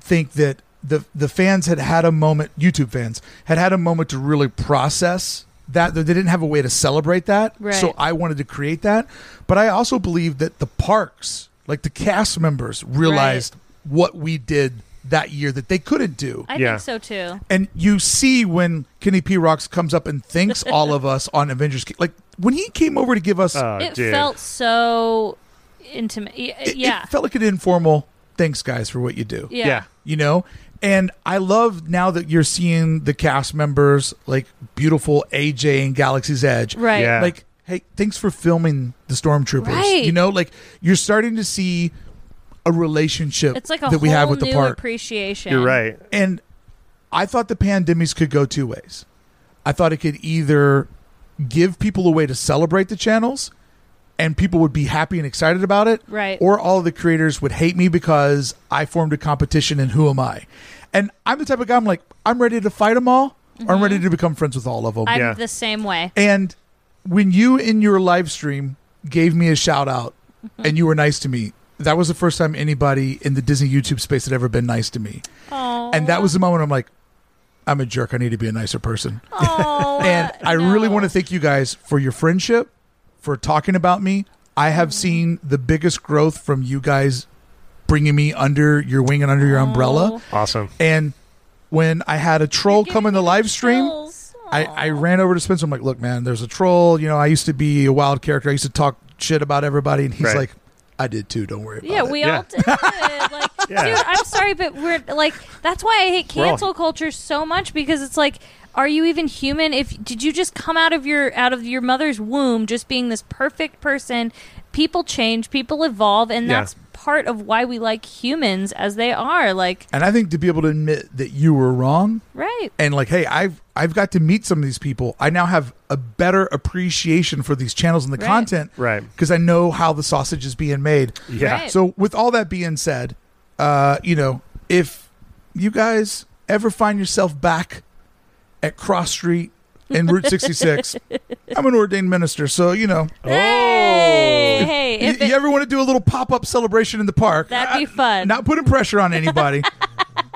think that the the fans had had a moment YouTube fans had had a moment to really process that they didn't have a way to celebrate that.
Right.
So I wanted to create that, but I also believe that the parks, like the cast members realized what we did that year that they couldn't do.
I
Yeah.
think so too.
And you see when Kenny P. Rocks comes up and thanks all of us on Avengers. Like when he came over to give us,
Oh,
it
dude.
felt so intimate. Y- uh,
it,
yeah.
it felt like an informal thanks, guys, for what you do.
yeah.
yeah.
You know, and I love now that you're seeing the cast members like beautiful AJ and Galaxy's Edge.
Right.
Yeah.
Like, hey, thanks for filming the stormtroopers.
Right.
You know, like you're starting to see a relationship
It's like
that
a whole
we have with the
new
park.
appreciation.
You're right.
And I thought the pandemics could go two ways. I thought it could either give people a way to celebrate the channels and people would be happy and excited about it.
Right.
Or all of the creators would hate me because I formed a competition and who am I? And I'm the type of guy I'm like, I'm ready to fight them all or I'm ready to become friends with all of them.
I'm
Yeah.
the same way.
and when you in your live stream gave me a shout out and you were nice to me, that was the first time anybody in the Disney YouTube space had ever been nice to me.
Oh.
And that was the moment I'm like, I'm a jerk. I need to be a nicer person.
Oh.
And I really want to thank you guys for your friendship, for talking about me. I
Mm-hmm.
have seen the biggest growth from you guys bringing me under your wing and under your
Oh.
umbrella.
Awesome.
And when I had a troll come in the live stream, I, I ran over to Spencer. I'm like, look, man, there's a troll. You know, I used to be a wild character. I used to talk shit about everybody. And he's
Right.
like, I did too. Don't worry about
Yeah,
it.
we
Yeah.
all did. it. Like,
Yeah.
dude, I'm sorry, but we're like, that's why I hate
We're all-
cancel culture so much because it's like, are you even human? If did you just come out of your out of your mother's womb just being this perfect person? People change, people evolve, and
Yeah.
that's part of why we like humans as they are. Like,
and I think to be able to admit that you were wrong
right?
and like hey i've i've got to meet some of these people i now have a better appreciation for these channels and the
Right.
content
Right.
because i know how the sausage is being made
Yeah.
Right.
so with all that being said uh you know if you guys ever find yourself back at cross street and route 66 i'm an ordained minister so you know
Oh.
Hey, hey,
y-
if
you
it-
ever want to do a little pop-up celebration in the park
That'd be
I-
fun.
not putting pressure on anybody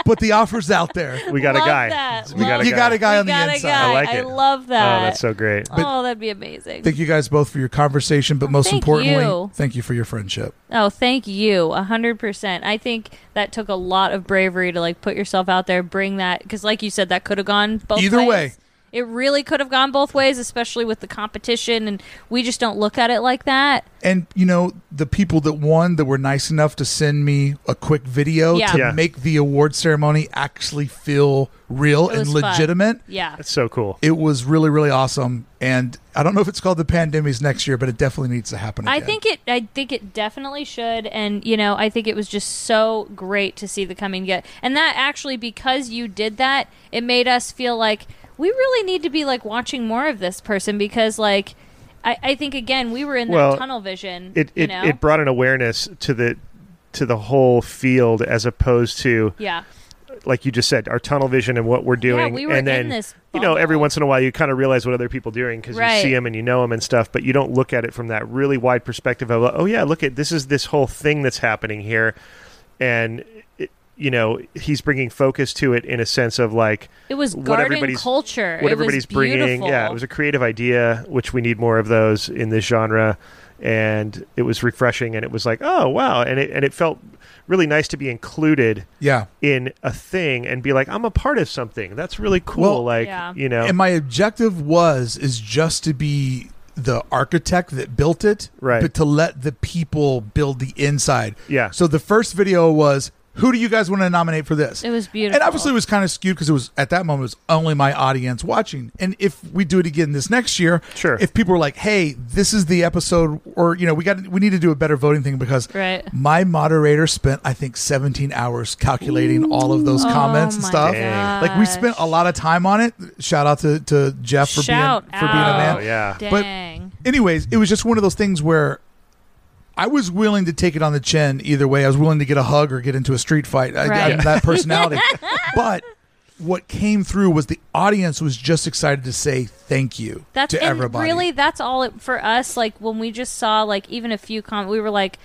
but the offer's out there
We got
Love
a guy.
that.
We got a
Love-
you
guy.
got a guy
we
on the
got a
inside
guy.
I like
I
it.
love that.
Oh, that's so great.
oh, that'd be amazing.
Thank you guys both for your conversation, but most
Thank
importantly,
you.
thank you for your friendship.
Oh, thank you. A hundred percent. I think that took a lot of bravery to like put yourself out there, bring that because, like you said, that could have gone both.
Either
ways.
way.
it really could have gone both ways, especially with the competition, and we just don't look at it like that.
And you know, the people that won that were nice enough to send me a quick video
Yeah.
to
Yeah.
make the award ceremony actually feel real
It
and
was fun.
legitimate.
Yeah,
That's so cool.
It was really, really awesome. And I don't know if it's called the pandemics next year, but it definitely needs to happen.
I
again.
think it. I think it definitely should, and you know, I think it was just so great to see the coming get, and that actually because you did that, it made us feel like we really need to be like watching more of this person because like. I, I think again we were in that
Well,
tunnel vision.
It
you
it,
know?
it brought an awareness to the to the whole field as opposed to
Yeah.
like you just said, our tunnel vision and what we're doing.
we were
and then,
in this
you know, every
bubble.
once in a while you kind of realize what other people are doing because
Right.
you see them and you know them and stuff, but you don't look at it from that really wide perspective of, oh, yeah, look at this is this whole thing that's happening here. And, it, you know, he's bringing focus to it in a sense of like,
It was
what
garden
everybody's-
culture.
what
it
everybody's
was
bringing.
beautiful.
Yeah, it was a creative idea, which we need more of those in this genre. And it was refreshing, and it was like, oh wow, and it and it felt really nice to be included
Yeah.
in a thing and be like, I'm a part of something. That's really cool.
Well-
like
Yeah.
you know,
And my objective was is just to be the architect that built it,
Right.
But to let the people build the inside.
Yeah.
So the first video was, who do you guys want to nominate for this?
It was beautiful.
And obviously, it was kind of skewed because it was at that moment it was only my audience watching. And if we do it again this next year,
Sure.
If people are like, "Hey, this is the episode," or you know, we got we need to do a better voting thing because
Right.
my moderator spent I think 17 hours calculating all of those comments and
Oh my
stuff.
Dang.
Like we spent a lot of time on it. Shout out to to Jeff for
Shout
being for being a man
out.
oh yeah,
But-
Dang.
anyways, it was just one of those things where I was willing to take it on the chin either way. I was willing to get a hug or get into a street fight. I,
Right.
I'm that personality. but what came through was the audience was just excited to say thank you
that's
to
and
everybody.
really that's all it, for us. Like when we just saw like even a few com, we were like,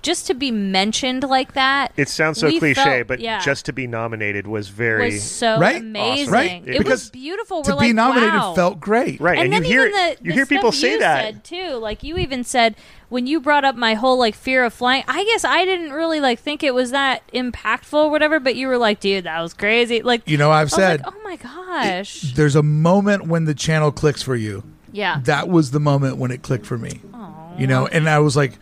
just to be mentioned like that.
it sounds so
we
cliche,
felt-
but
yeah.
just to be nominated was very
was so
Right?
amazing.
Awesome. Right?
It
Because
was beautiful.
to
we're
be
like,
nominated
wow.
felt great.
right. And,
And, then
you hear
even the,
you
the
hear people
stuff
say
you
that.
said, too. Like you even said when you brought up my whole like fear of flying. I guess I didn't really like think it was that impactful or whatever. But you were like, dude, that was crazy. Like
You know, I've
I was like,
said
oh my gosh,
there's a moment when the channel clicks for you.
yeah,
That was the moment when it clicked for me. You know, and I was like,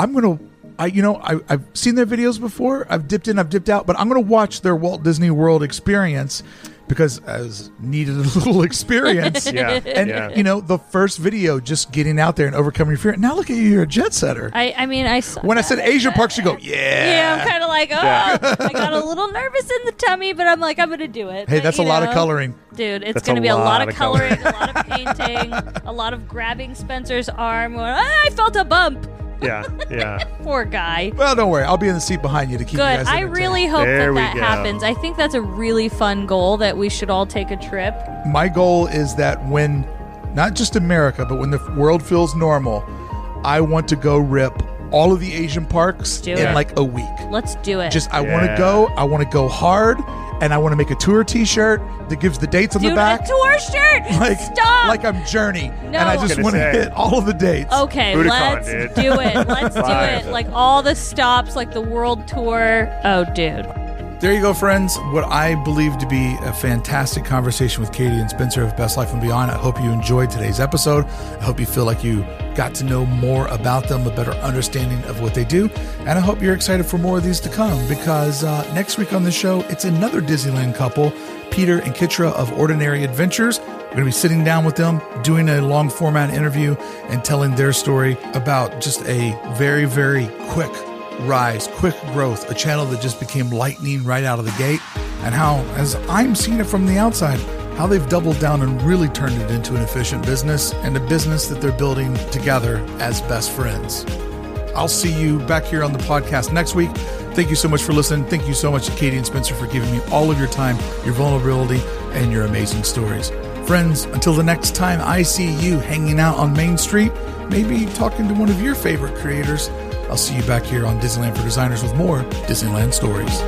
I'm gonna. I, you know, I, I've seen their videos before. I've dipped in, I've dipped out, but I'm going to watch their Walt Disney World experience because I was needed a little experience.
yeah,
And,
yeah.
you know, the first video, just getting out there and overcoming your fear. Now look at you, you're a jet setter.
I, I mean, I saw
when I said Asia Park, she go, yeah.
Yeah, I'm kind of like, oh, I got a little nervous in the tummy, but I'm like, I'm gonna do it.
hey,
But,
that's a
you
lot of
know,
coloring.
dude. It's
That's
gonna
a
be a lot
lot
of
of color.
coloring, a lot of painting, a lot of grabbing Spencer's arm. Going, ah, I felt a bump.
yeah, yeah.
Poor guy.
Well, don't worry. I'll be in the seat behind you to keep you
Good.
guys
I
entertained.
really hope
There
that
we
that
go.
happens. I think that's a really fun goal that we should all take a trip.
my goal is that when not just America, but when the world feels normal, I want to go rip all of the Asian parks
Do
in
it.
like a week.
Let's do it.
Just I want to
Yeah.
go, I want to go hard, and I want to make a tour T-shirt that gives the dates on
dude,
the back,
a tour shirt.
like
Stop.
like I'm Journey, and I
No.
just
Gonna
want to
say.
hit all of the dates.
Okay,
Budokan,
let's
dude.
do it. Let's do
Live.
it. Like all the stops, like the world tour. Oh, dude.
There you go, friends. What I believe to be a fantastic conversation with Katie and Spencer of Best Life and Beyond. I hope you enjoyed today's episode. I hope you feel like you got to know more about them, a better understanding of what they do. And I hope you're excited for more of these to come because uh, next week on the show, it's another Disneyland couple, Peter and Kitra of Ordinary Adventures. We're going to be sitting down with them, doing a long format interview, and telling their story about just a very, very quick rise, quick growth, a channel that just became lightning right out of the gate, and how, as I'm seeing it from the outside, how they've doubled down and really turned it into an efficient business and a business that they're building together as best friends. I'll see you back here on the podcast next week. Thank you so much for listening. Thank you so much to Katie and Spencer for giving me all of your time, your vulnerability, and your amazing stories. Friends, until the next time I see you hanging out on Main Street, maybe talking to one of your favorite creators, I'll see you back here on Disneyland for Designers with more Disneyland stories.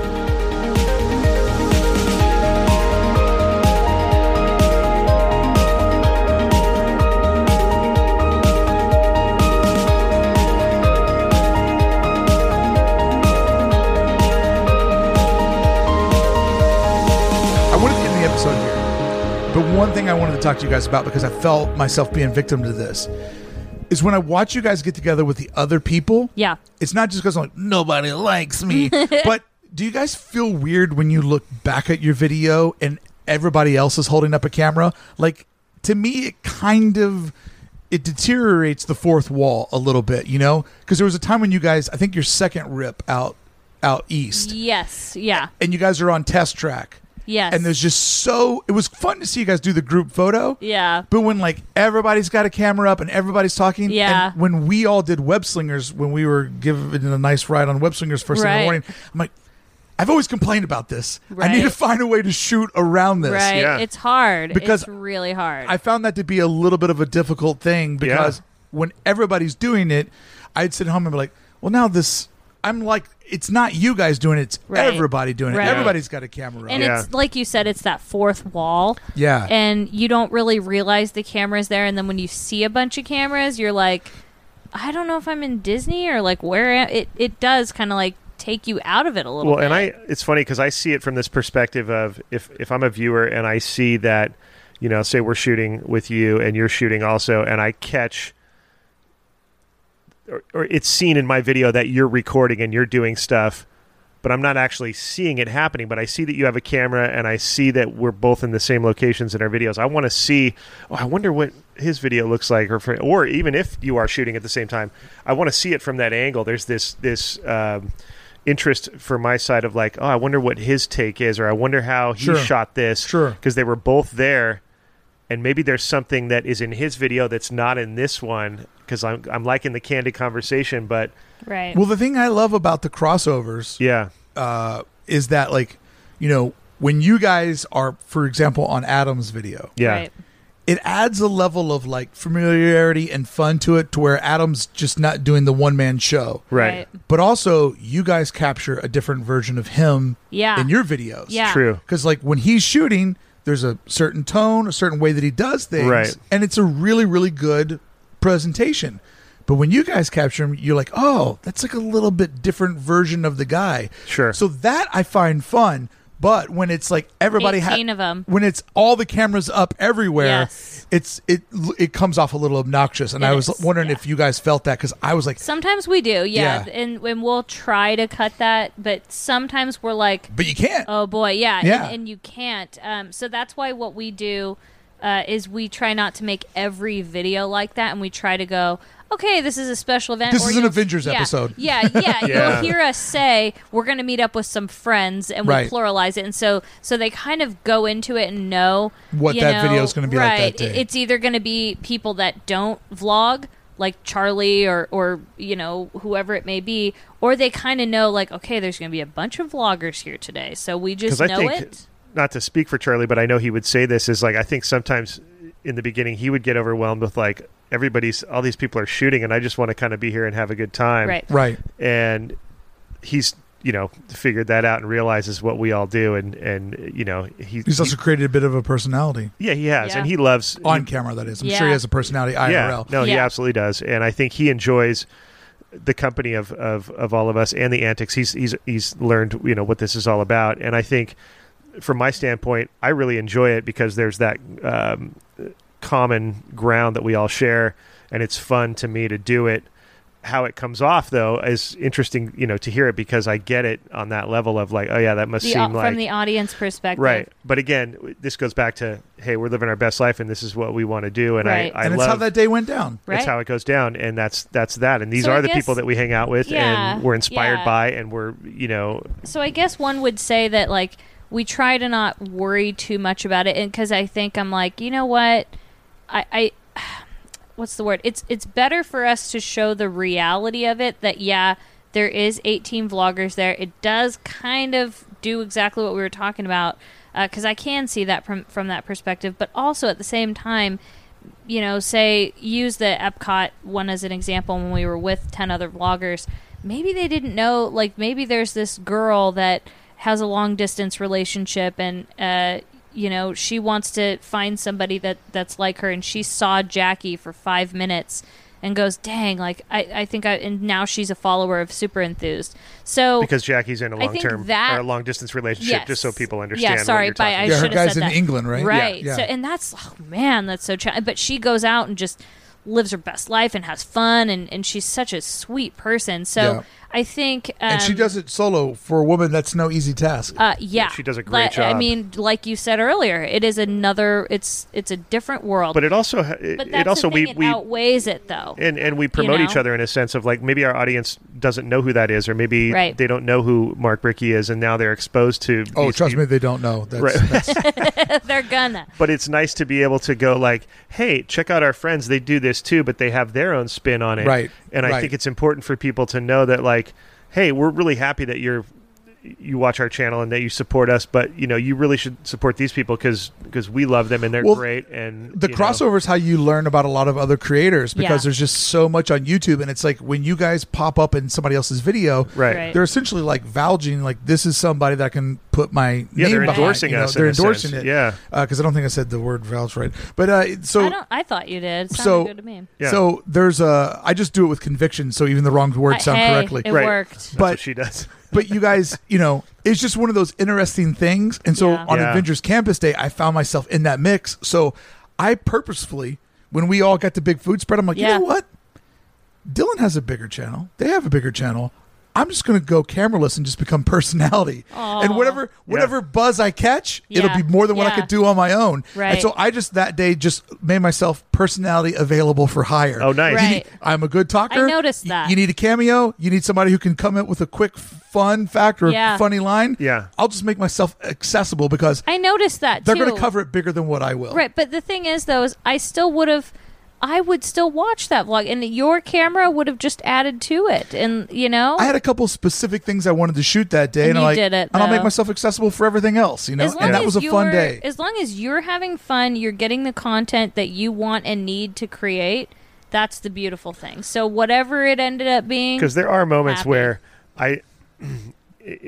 I wanted to end the episode here, but one thing I wanted to talk to you guys about because I felt myself being victim to this is when I watch you guys get together with the other people.
Yeah.
it's not just because I'm like nobody likes me, but do you guys feel weird when you look back at your video and everybody else is holding up a camera? Like to me, it kind of it deteriorates the fourth wall a little bit, you know? Because there was a time when you guys, I think your second rip out out
Mm.
east,
Yes. Yeah.
and you guys are on test track.
Yes.
And there's just so it was fun to see you guys do the group photo.
Yeah.
But when like everybody's got a camera up and everybody's talking,
Yeah.
And when we all did web slingers, when we were given a nice ride on web slingers first thing in
Right.
the morning, I'm like, I've always complained about this. I need
Right.
to find a way to shoot around this.
Right.
Yeah.
It's hard.
Because
it's really hard.
I found that to be a little bit of a difficult thing because when everybody's doing it, I'd sit home and be like, well, now this, I'm like, it's not you guys doing it, it's
Right.
everybody doing
Right.
it.
Yeah.
Everybody's got a camera.
and
up.
Yeah.
it's like you said, it's that fourth wall.
Yeah.
And you don't really realize the camera's there. And then when you see a bunch of cameras, you're like, I don't know if I'm in Disney or like where am-" it, it does kind of like take you out of it a little
well
bit.
and i it's funny because i see it from this perspective of if if i'm a viewer and i see that you know say we're shooting with you and you're shooting also and i catch or, or it's seen in my video that you're recording and you're doing stuff but i'm not actually seeing it happening but i see that you have a camera and i see that we're both in the same locations in our videos i want to see oh i wonder what his video looks like or for, or even if you are shooting at the same time i want to see it from that angle there's this this um, interest for my side of like oh i wonder what his take is or i wonder how he
Sure.
shot this
Sure.
because they were both there and maybe there's something that is in his video that's not in this one because I'm, I'm liking the candid conversation but
right.
Well, the thing I love about the crossovers
yeah
uh, is that, like, you know, when you guys are, for example, on Adam's video,
yeah
Right.
it adds a level of like familiarity and fun to it to where Adam's just not doing the one man show.
Right.
But also, you guys capture a different version of him
Yeah.
in your videos.
Yeah.
true
Because, like, when he's shooting, there's a certain tone, a certain way that he does things.
Right.
And it's a really, really good presentation. But when you guys capture him, you're like, oh, that's like a little bit different version of the guy.
Sure.
So that I find fun. But when it's like everybody has
18 of 'em.
when it's all the cameras up everywhere,
Yes.
it's it it comes off a little obnoxious. And
It
I was
is,
wondering
yeah.
if you guys felt that because I was like,
Sometimes we do, yeah,
Yeah.
And, and we'll try to cut that, but sometimes we're like,
but you can't.
oh boy, yeah, and-
Yeah.
And, you can't. Um, so that's why what we do uh, is we try not to make every video like that, and we try to go, okay, this is a special event.
This
or
is an
you'll-
Avengers
yeah,
episode.
Yeah, yeah,
Yeah.
You'll hear us say we're going to meet up with some friends, and we
Right.
pluralize it, and so so they kind of go into it and know
What
you
that
know,
video's gonna be like
right,
that
it-
day.
it's either going to be people that don't vlog like charlie or or you know whoever it may be or they kind of know like okay there's going to be a bunch of vloggers here today so we just
because
know
i think
it
not to speak for charlie but i know he would say this is like i think sometimes in the beginning he would get overwhelmed with like everybody's all these people are shooting and i just want to kind of be here and have a good time
right
right.
and he's you know figured that out and realizes what we all do and and you know he,
He's
he-
also created a bit of a personality.
yeah he has
Yeah.
and he loves
on camera that is. I'm sure
Yeah.
he has a personality IRL.
Yeah, no, he
Yeah.
absolutely does, and I think he enjoys the company of, of of all of us and the antics. He's he's he's learned you know what this is all about, and I think from my standpoint, I really enjoy it because there's that um, common ground that we all share, and it's fun to me to do it. How it comes off though is interesting, you know, to hear it because I get it on that level of like, oh yeah, that must
the, uh,
seem
from
like
the audience perspective
right. But again, w- this goes back to hey, we're living our best life, and this is what we want to do, and
Right.
I, I
and it's
love
how that day went down.
right
that's how it goes down and that's that's that and these
So
are
I
the
guess-
people that we hang out with
Yeah,
and we're inspired
yeah.
by and we're you know
so I guess one would say that like we try to not worry too much about it, and because I think I'm like, you know what, I, I, what's the word? It's it's better for us to show the reality of it that yeah, there is 18 vloggers there. It does kind of do exactly what we were talking about because I can see that from from that perspective, but also at the same time you know, say use the Epcot one as an example when we were with 10 other vloggers, maybe they didn't know like maybe there's this girl that has a long distance relationship and uh you know, she wants to find somebody that that's like her and she saw Jackie for 5 minutes and goes, "Dang, like I I think I and now she's a follower of Super Enthused." So
because jackie's in a
I
long
think
term
that-
or a long distance relationship
Yes.
just so people understand
Yeah, sorry,
what
bye,
you're
I
talking
yeah, her
should've
guy's
said
in
that.
England, right?
Right.
Yeah.
So, and that's oh man, that's so. Ch- but she goes out and just lives her best life and has fun, and and she's such a sweet person. So
Yeah.
I think, um,
and she does it solo for a woman. That's no easy task.
Uh, yeah,
She does a great
But, I
job.
mean, like you said earlier, it is another. It's it's a different world.
but it also ha- it,
But that's
it also
the thing,
we
it
we
outweighs it though.
and and we promote
know?
each other in a sense of like maybe our audience doesn't know who that is or maybe
Right.
they don't know who mark bricky is and now they're exposed to
oh,
these
trust
peop-
me, they don't know. That's,
Right.
that's
They're gonna.
but it's nice to be able to go like hey check out our friends they do this too but they have their own spin on it
Right,
and i
right.
think it's important for people to know that like hey we're really happy that you're you watch our channel and that you support us, but you know you really should support these people because we love them and they're
Well,
great. And
the
you know,
crossover is how you learn about a lot of other creators because
Yeah.
there's just so much on YouTube, and it's like when you guys pop up in somebody else's video,
right?
Right.
they're essentially like vouching, like this is somebody that I can put my
Yeah,
name
they're
behind.
endorsing
you know,
us.
they're
in a
endorsing
sense.
it,
Yeah,
Because I don't think I said the word vouch right, but uh, so
I don't. I thought you did. It sounded
so-
good to me.
yeah.
so there's a. I just do it with conviction, so even the wrong
I-
words sound
Uh, hey,
correctly.
It
Right.
worked.
That's
but-
what she does.
but you guys, you know, it's just one of those interesting things. And so
Yeah.
on
Yeah.
Adventures Campus Day, I found myself in that mix. So I purposefully, when we all got the big food spread, I'm like,
Yeah.
you know what? Dylan has a bigger channel. They have a bigger channel. I'm just going to go cameraless and just become personality.
Aw.
And whatever whatever buzz I catch, it'll
Yeah.
be more than what I
Yeah.
could do on my own. And
Right.
so I just that day just made myself personality available for hire.
Oh, nice.
Right.
I'm a good talker.
I noticed
Y-
that.
You need a cameo. You need somebody who can come up with a quick, fun fact or
Yeah.
funny line.
Yeah.
I'll just make myself accessible because
I noticed that
they're
too.
going to cover it bigger than what I will.
Right, but the thing is, though, is I still would have, I would still watch that vlog, and your camera would have just added to it, and you know,
I had a couple specific things I wanted to shoot that day,
And
and, I'm
you
like,
did it,
and I'll make
though.
myself accessible for everything else, you know.
as long
And that
as
was a
you're,
fun day.
As long as you're having fun, you're getting the content that you want and need to create. That's the beautiful thing. So whatever it ended up being,
because there are moments
happy.
where I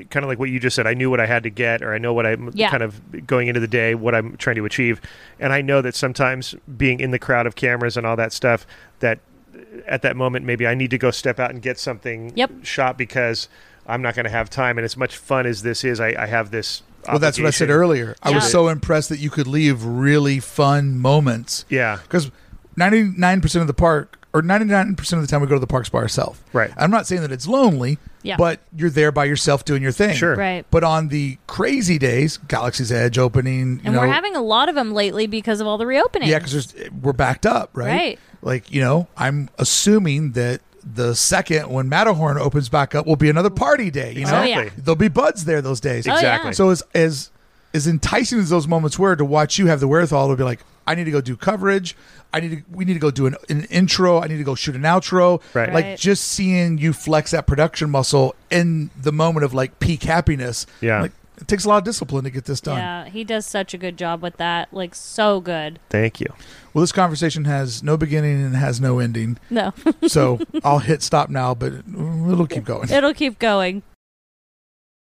kind of like what you just said. I knew what I had to get, or I know what I'm
Yeah.
kind of going into the day, what I'm trying to achieve, and I know that sometimes being in the crowd of cameras and all that stuff, that uh, at that moment maybe I need to go step out and get something
Yep.
shot because I'm not going to have time. And as much fun as this is, I, I have this.
well, that's what I said
obligation.
earlier. I was
Yeah.
so impressed that you could leave really fun moments.
Yeah,
because 99% of the park or 99% of the time we go to the parks by ourselves
Right.
i'm not saying that it's lonely
Yeah.
but you're there by yourself doing your thing
Sure.
Right.
but on the crazy days galaxy's edge opening you
and
know
we're having a lot of them lately because of all the reopening.
yeah because we're backed up right
Right.
like you know i'm assuming that the second when matterhorn opens back up will be another party day you know
Oh, yeah.
there'll be buds there those days
Oh, yeah.
exactly.
so as as as enticing as those moments were to watch you have the wherewithal to be like, I need to go do coverage. I need to. We need to go do an, an intro. I need to go shoot an outro.
Right.
Like
Right.
just seeing you flex that production muscle in the moment of like peak happiness.
Yeah.
Like it takes a lot of discipline to get this done.
yeah, he does such a good job with that. Like so good.
Thank you.
Well, this conversation has no beginning and has no ending.
No,
So I'll hit stop now, but it'll keep going.
it'll keep going.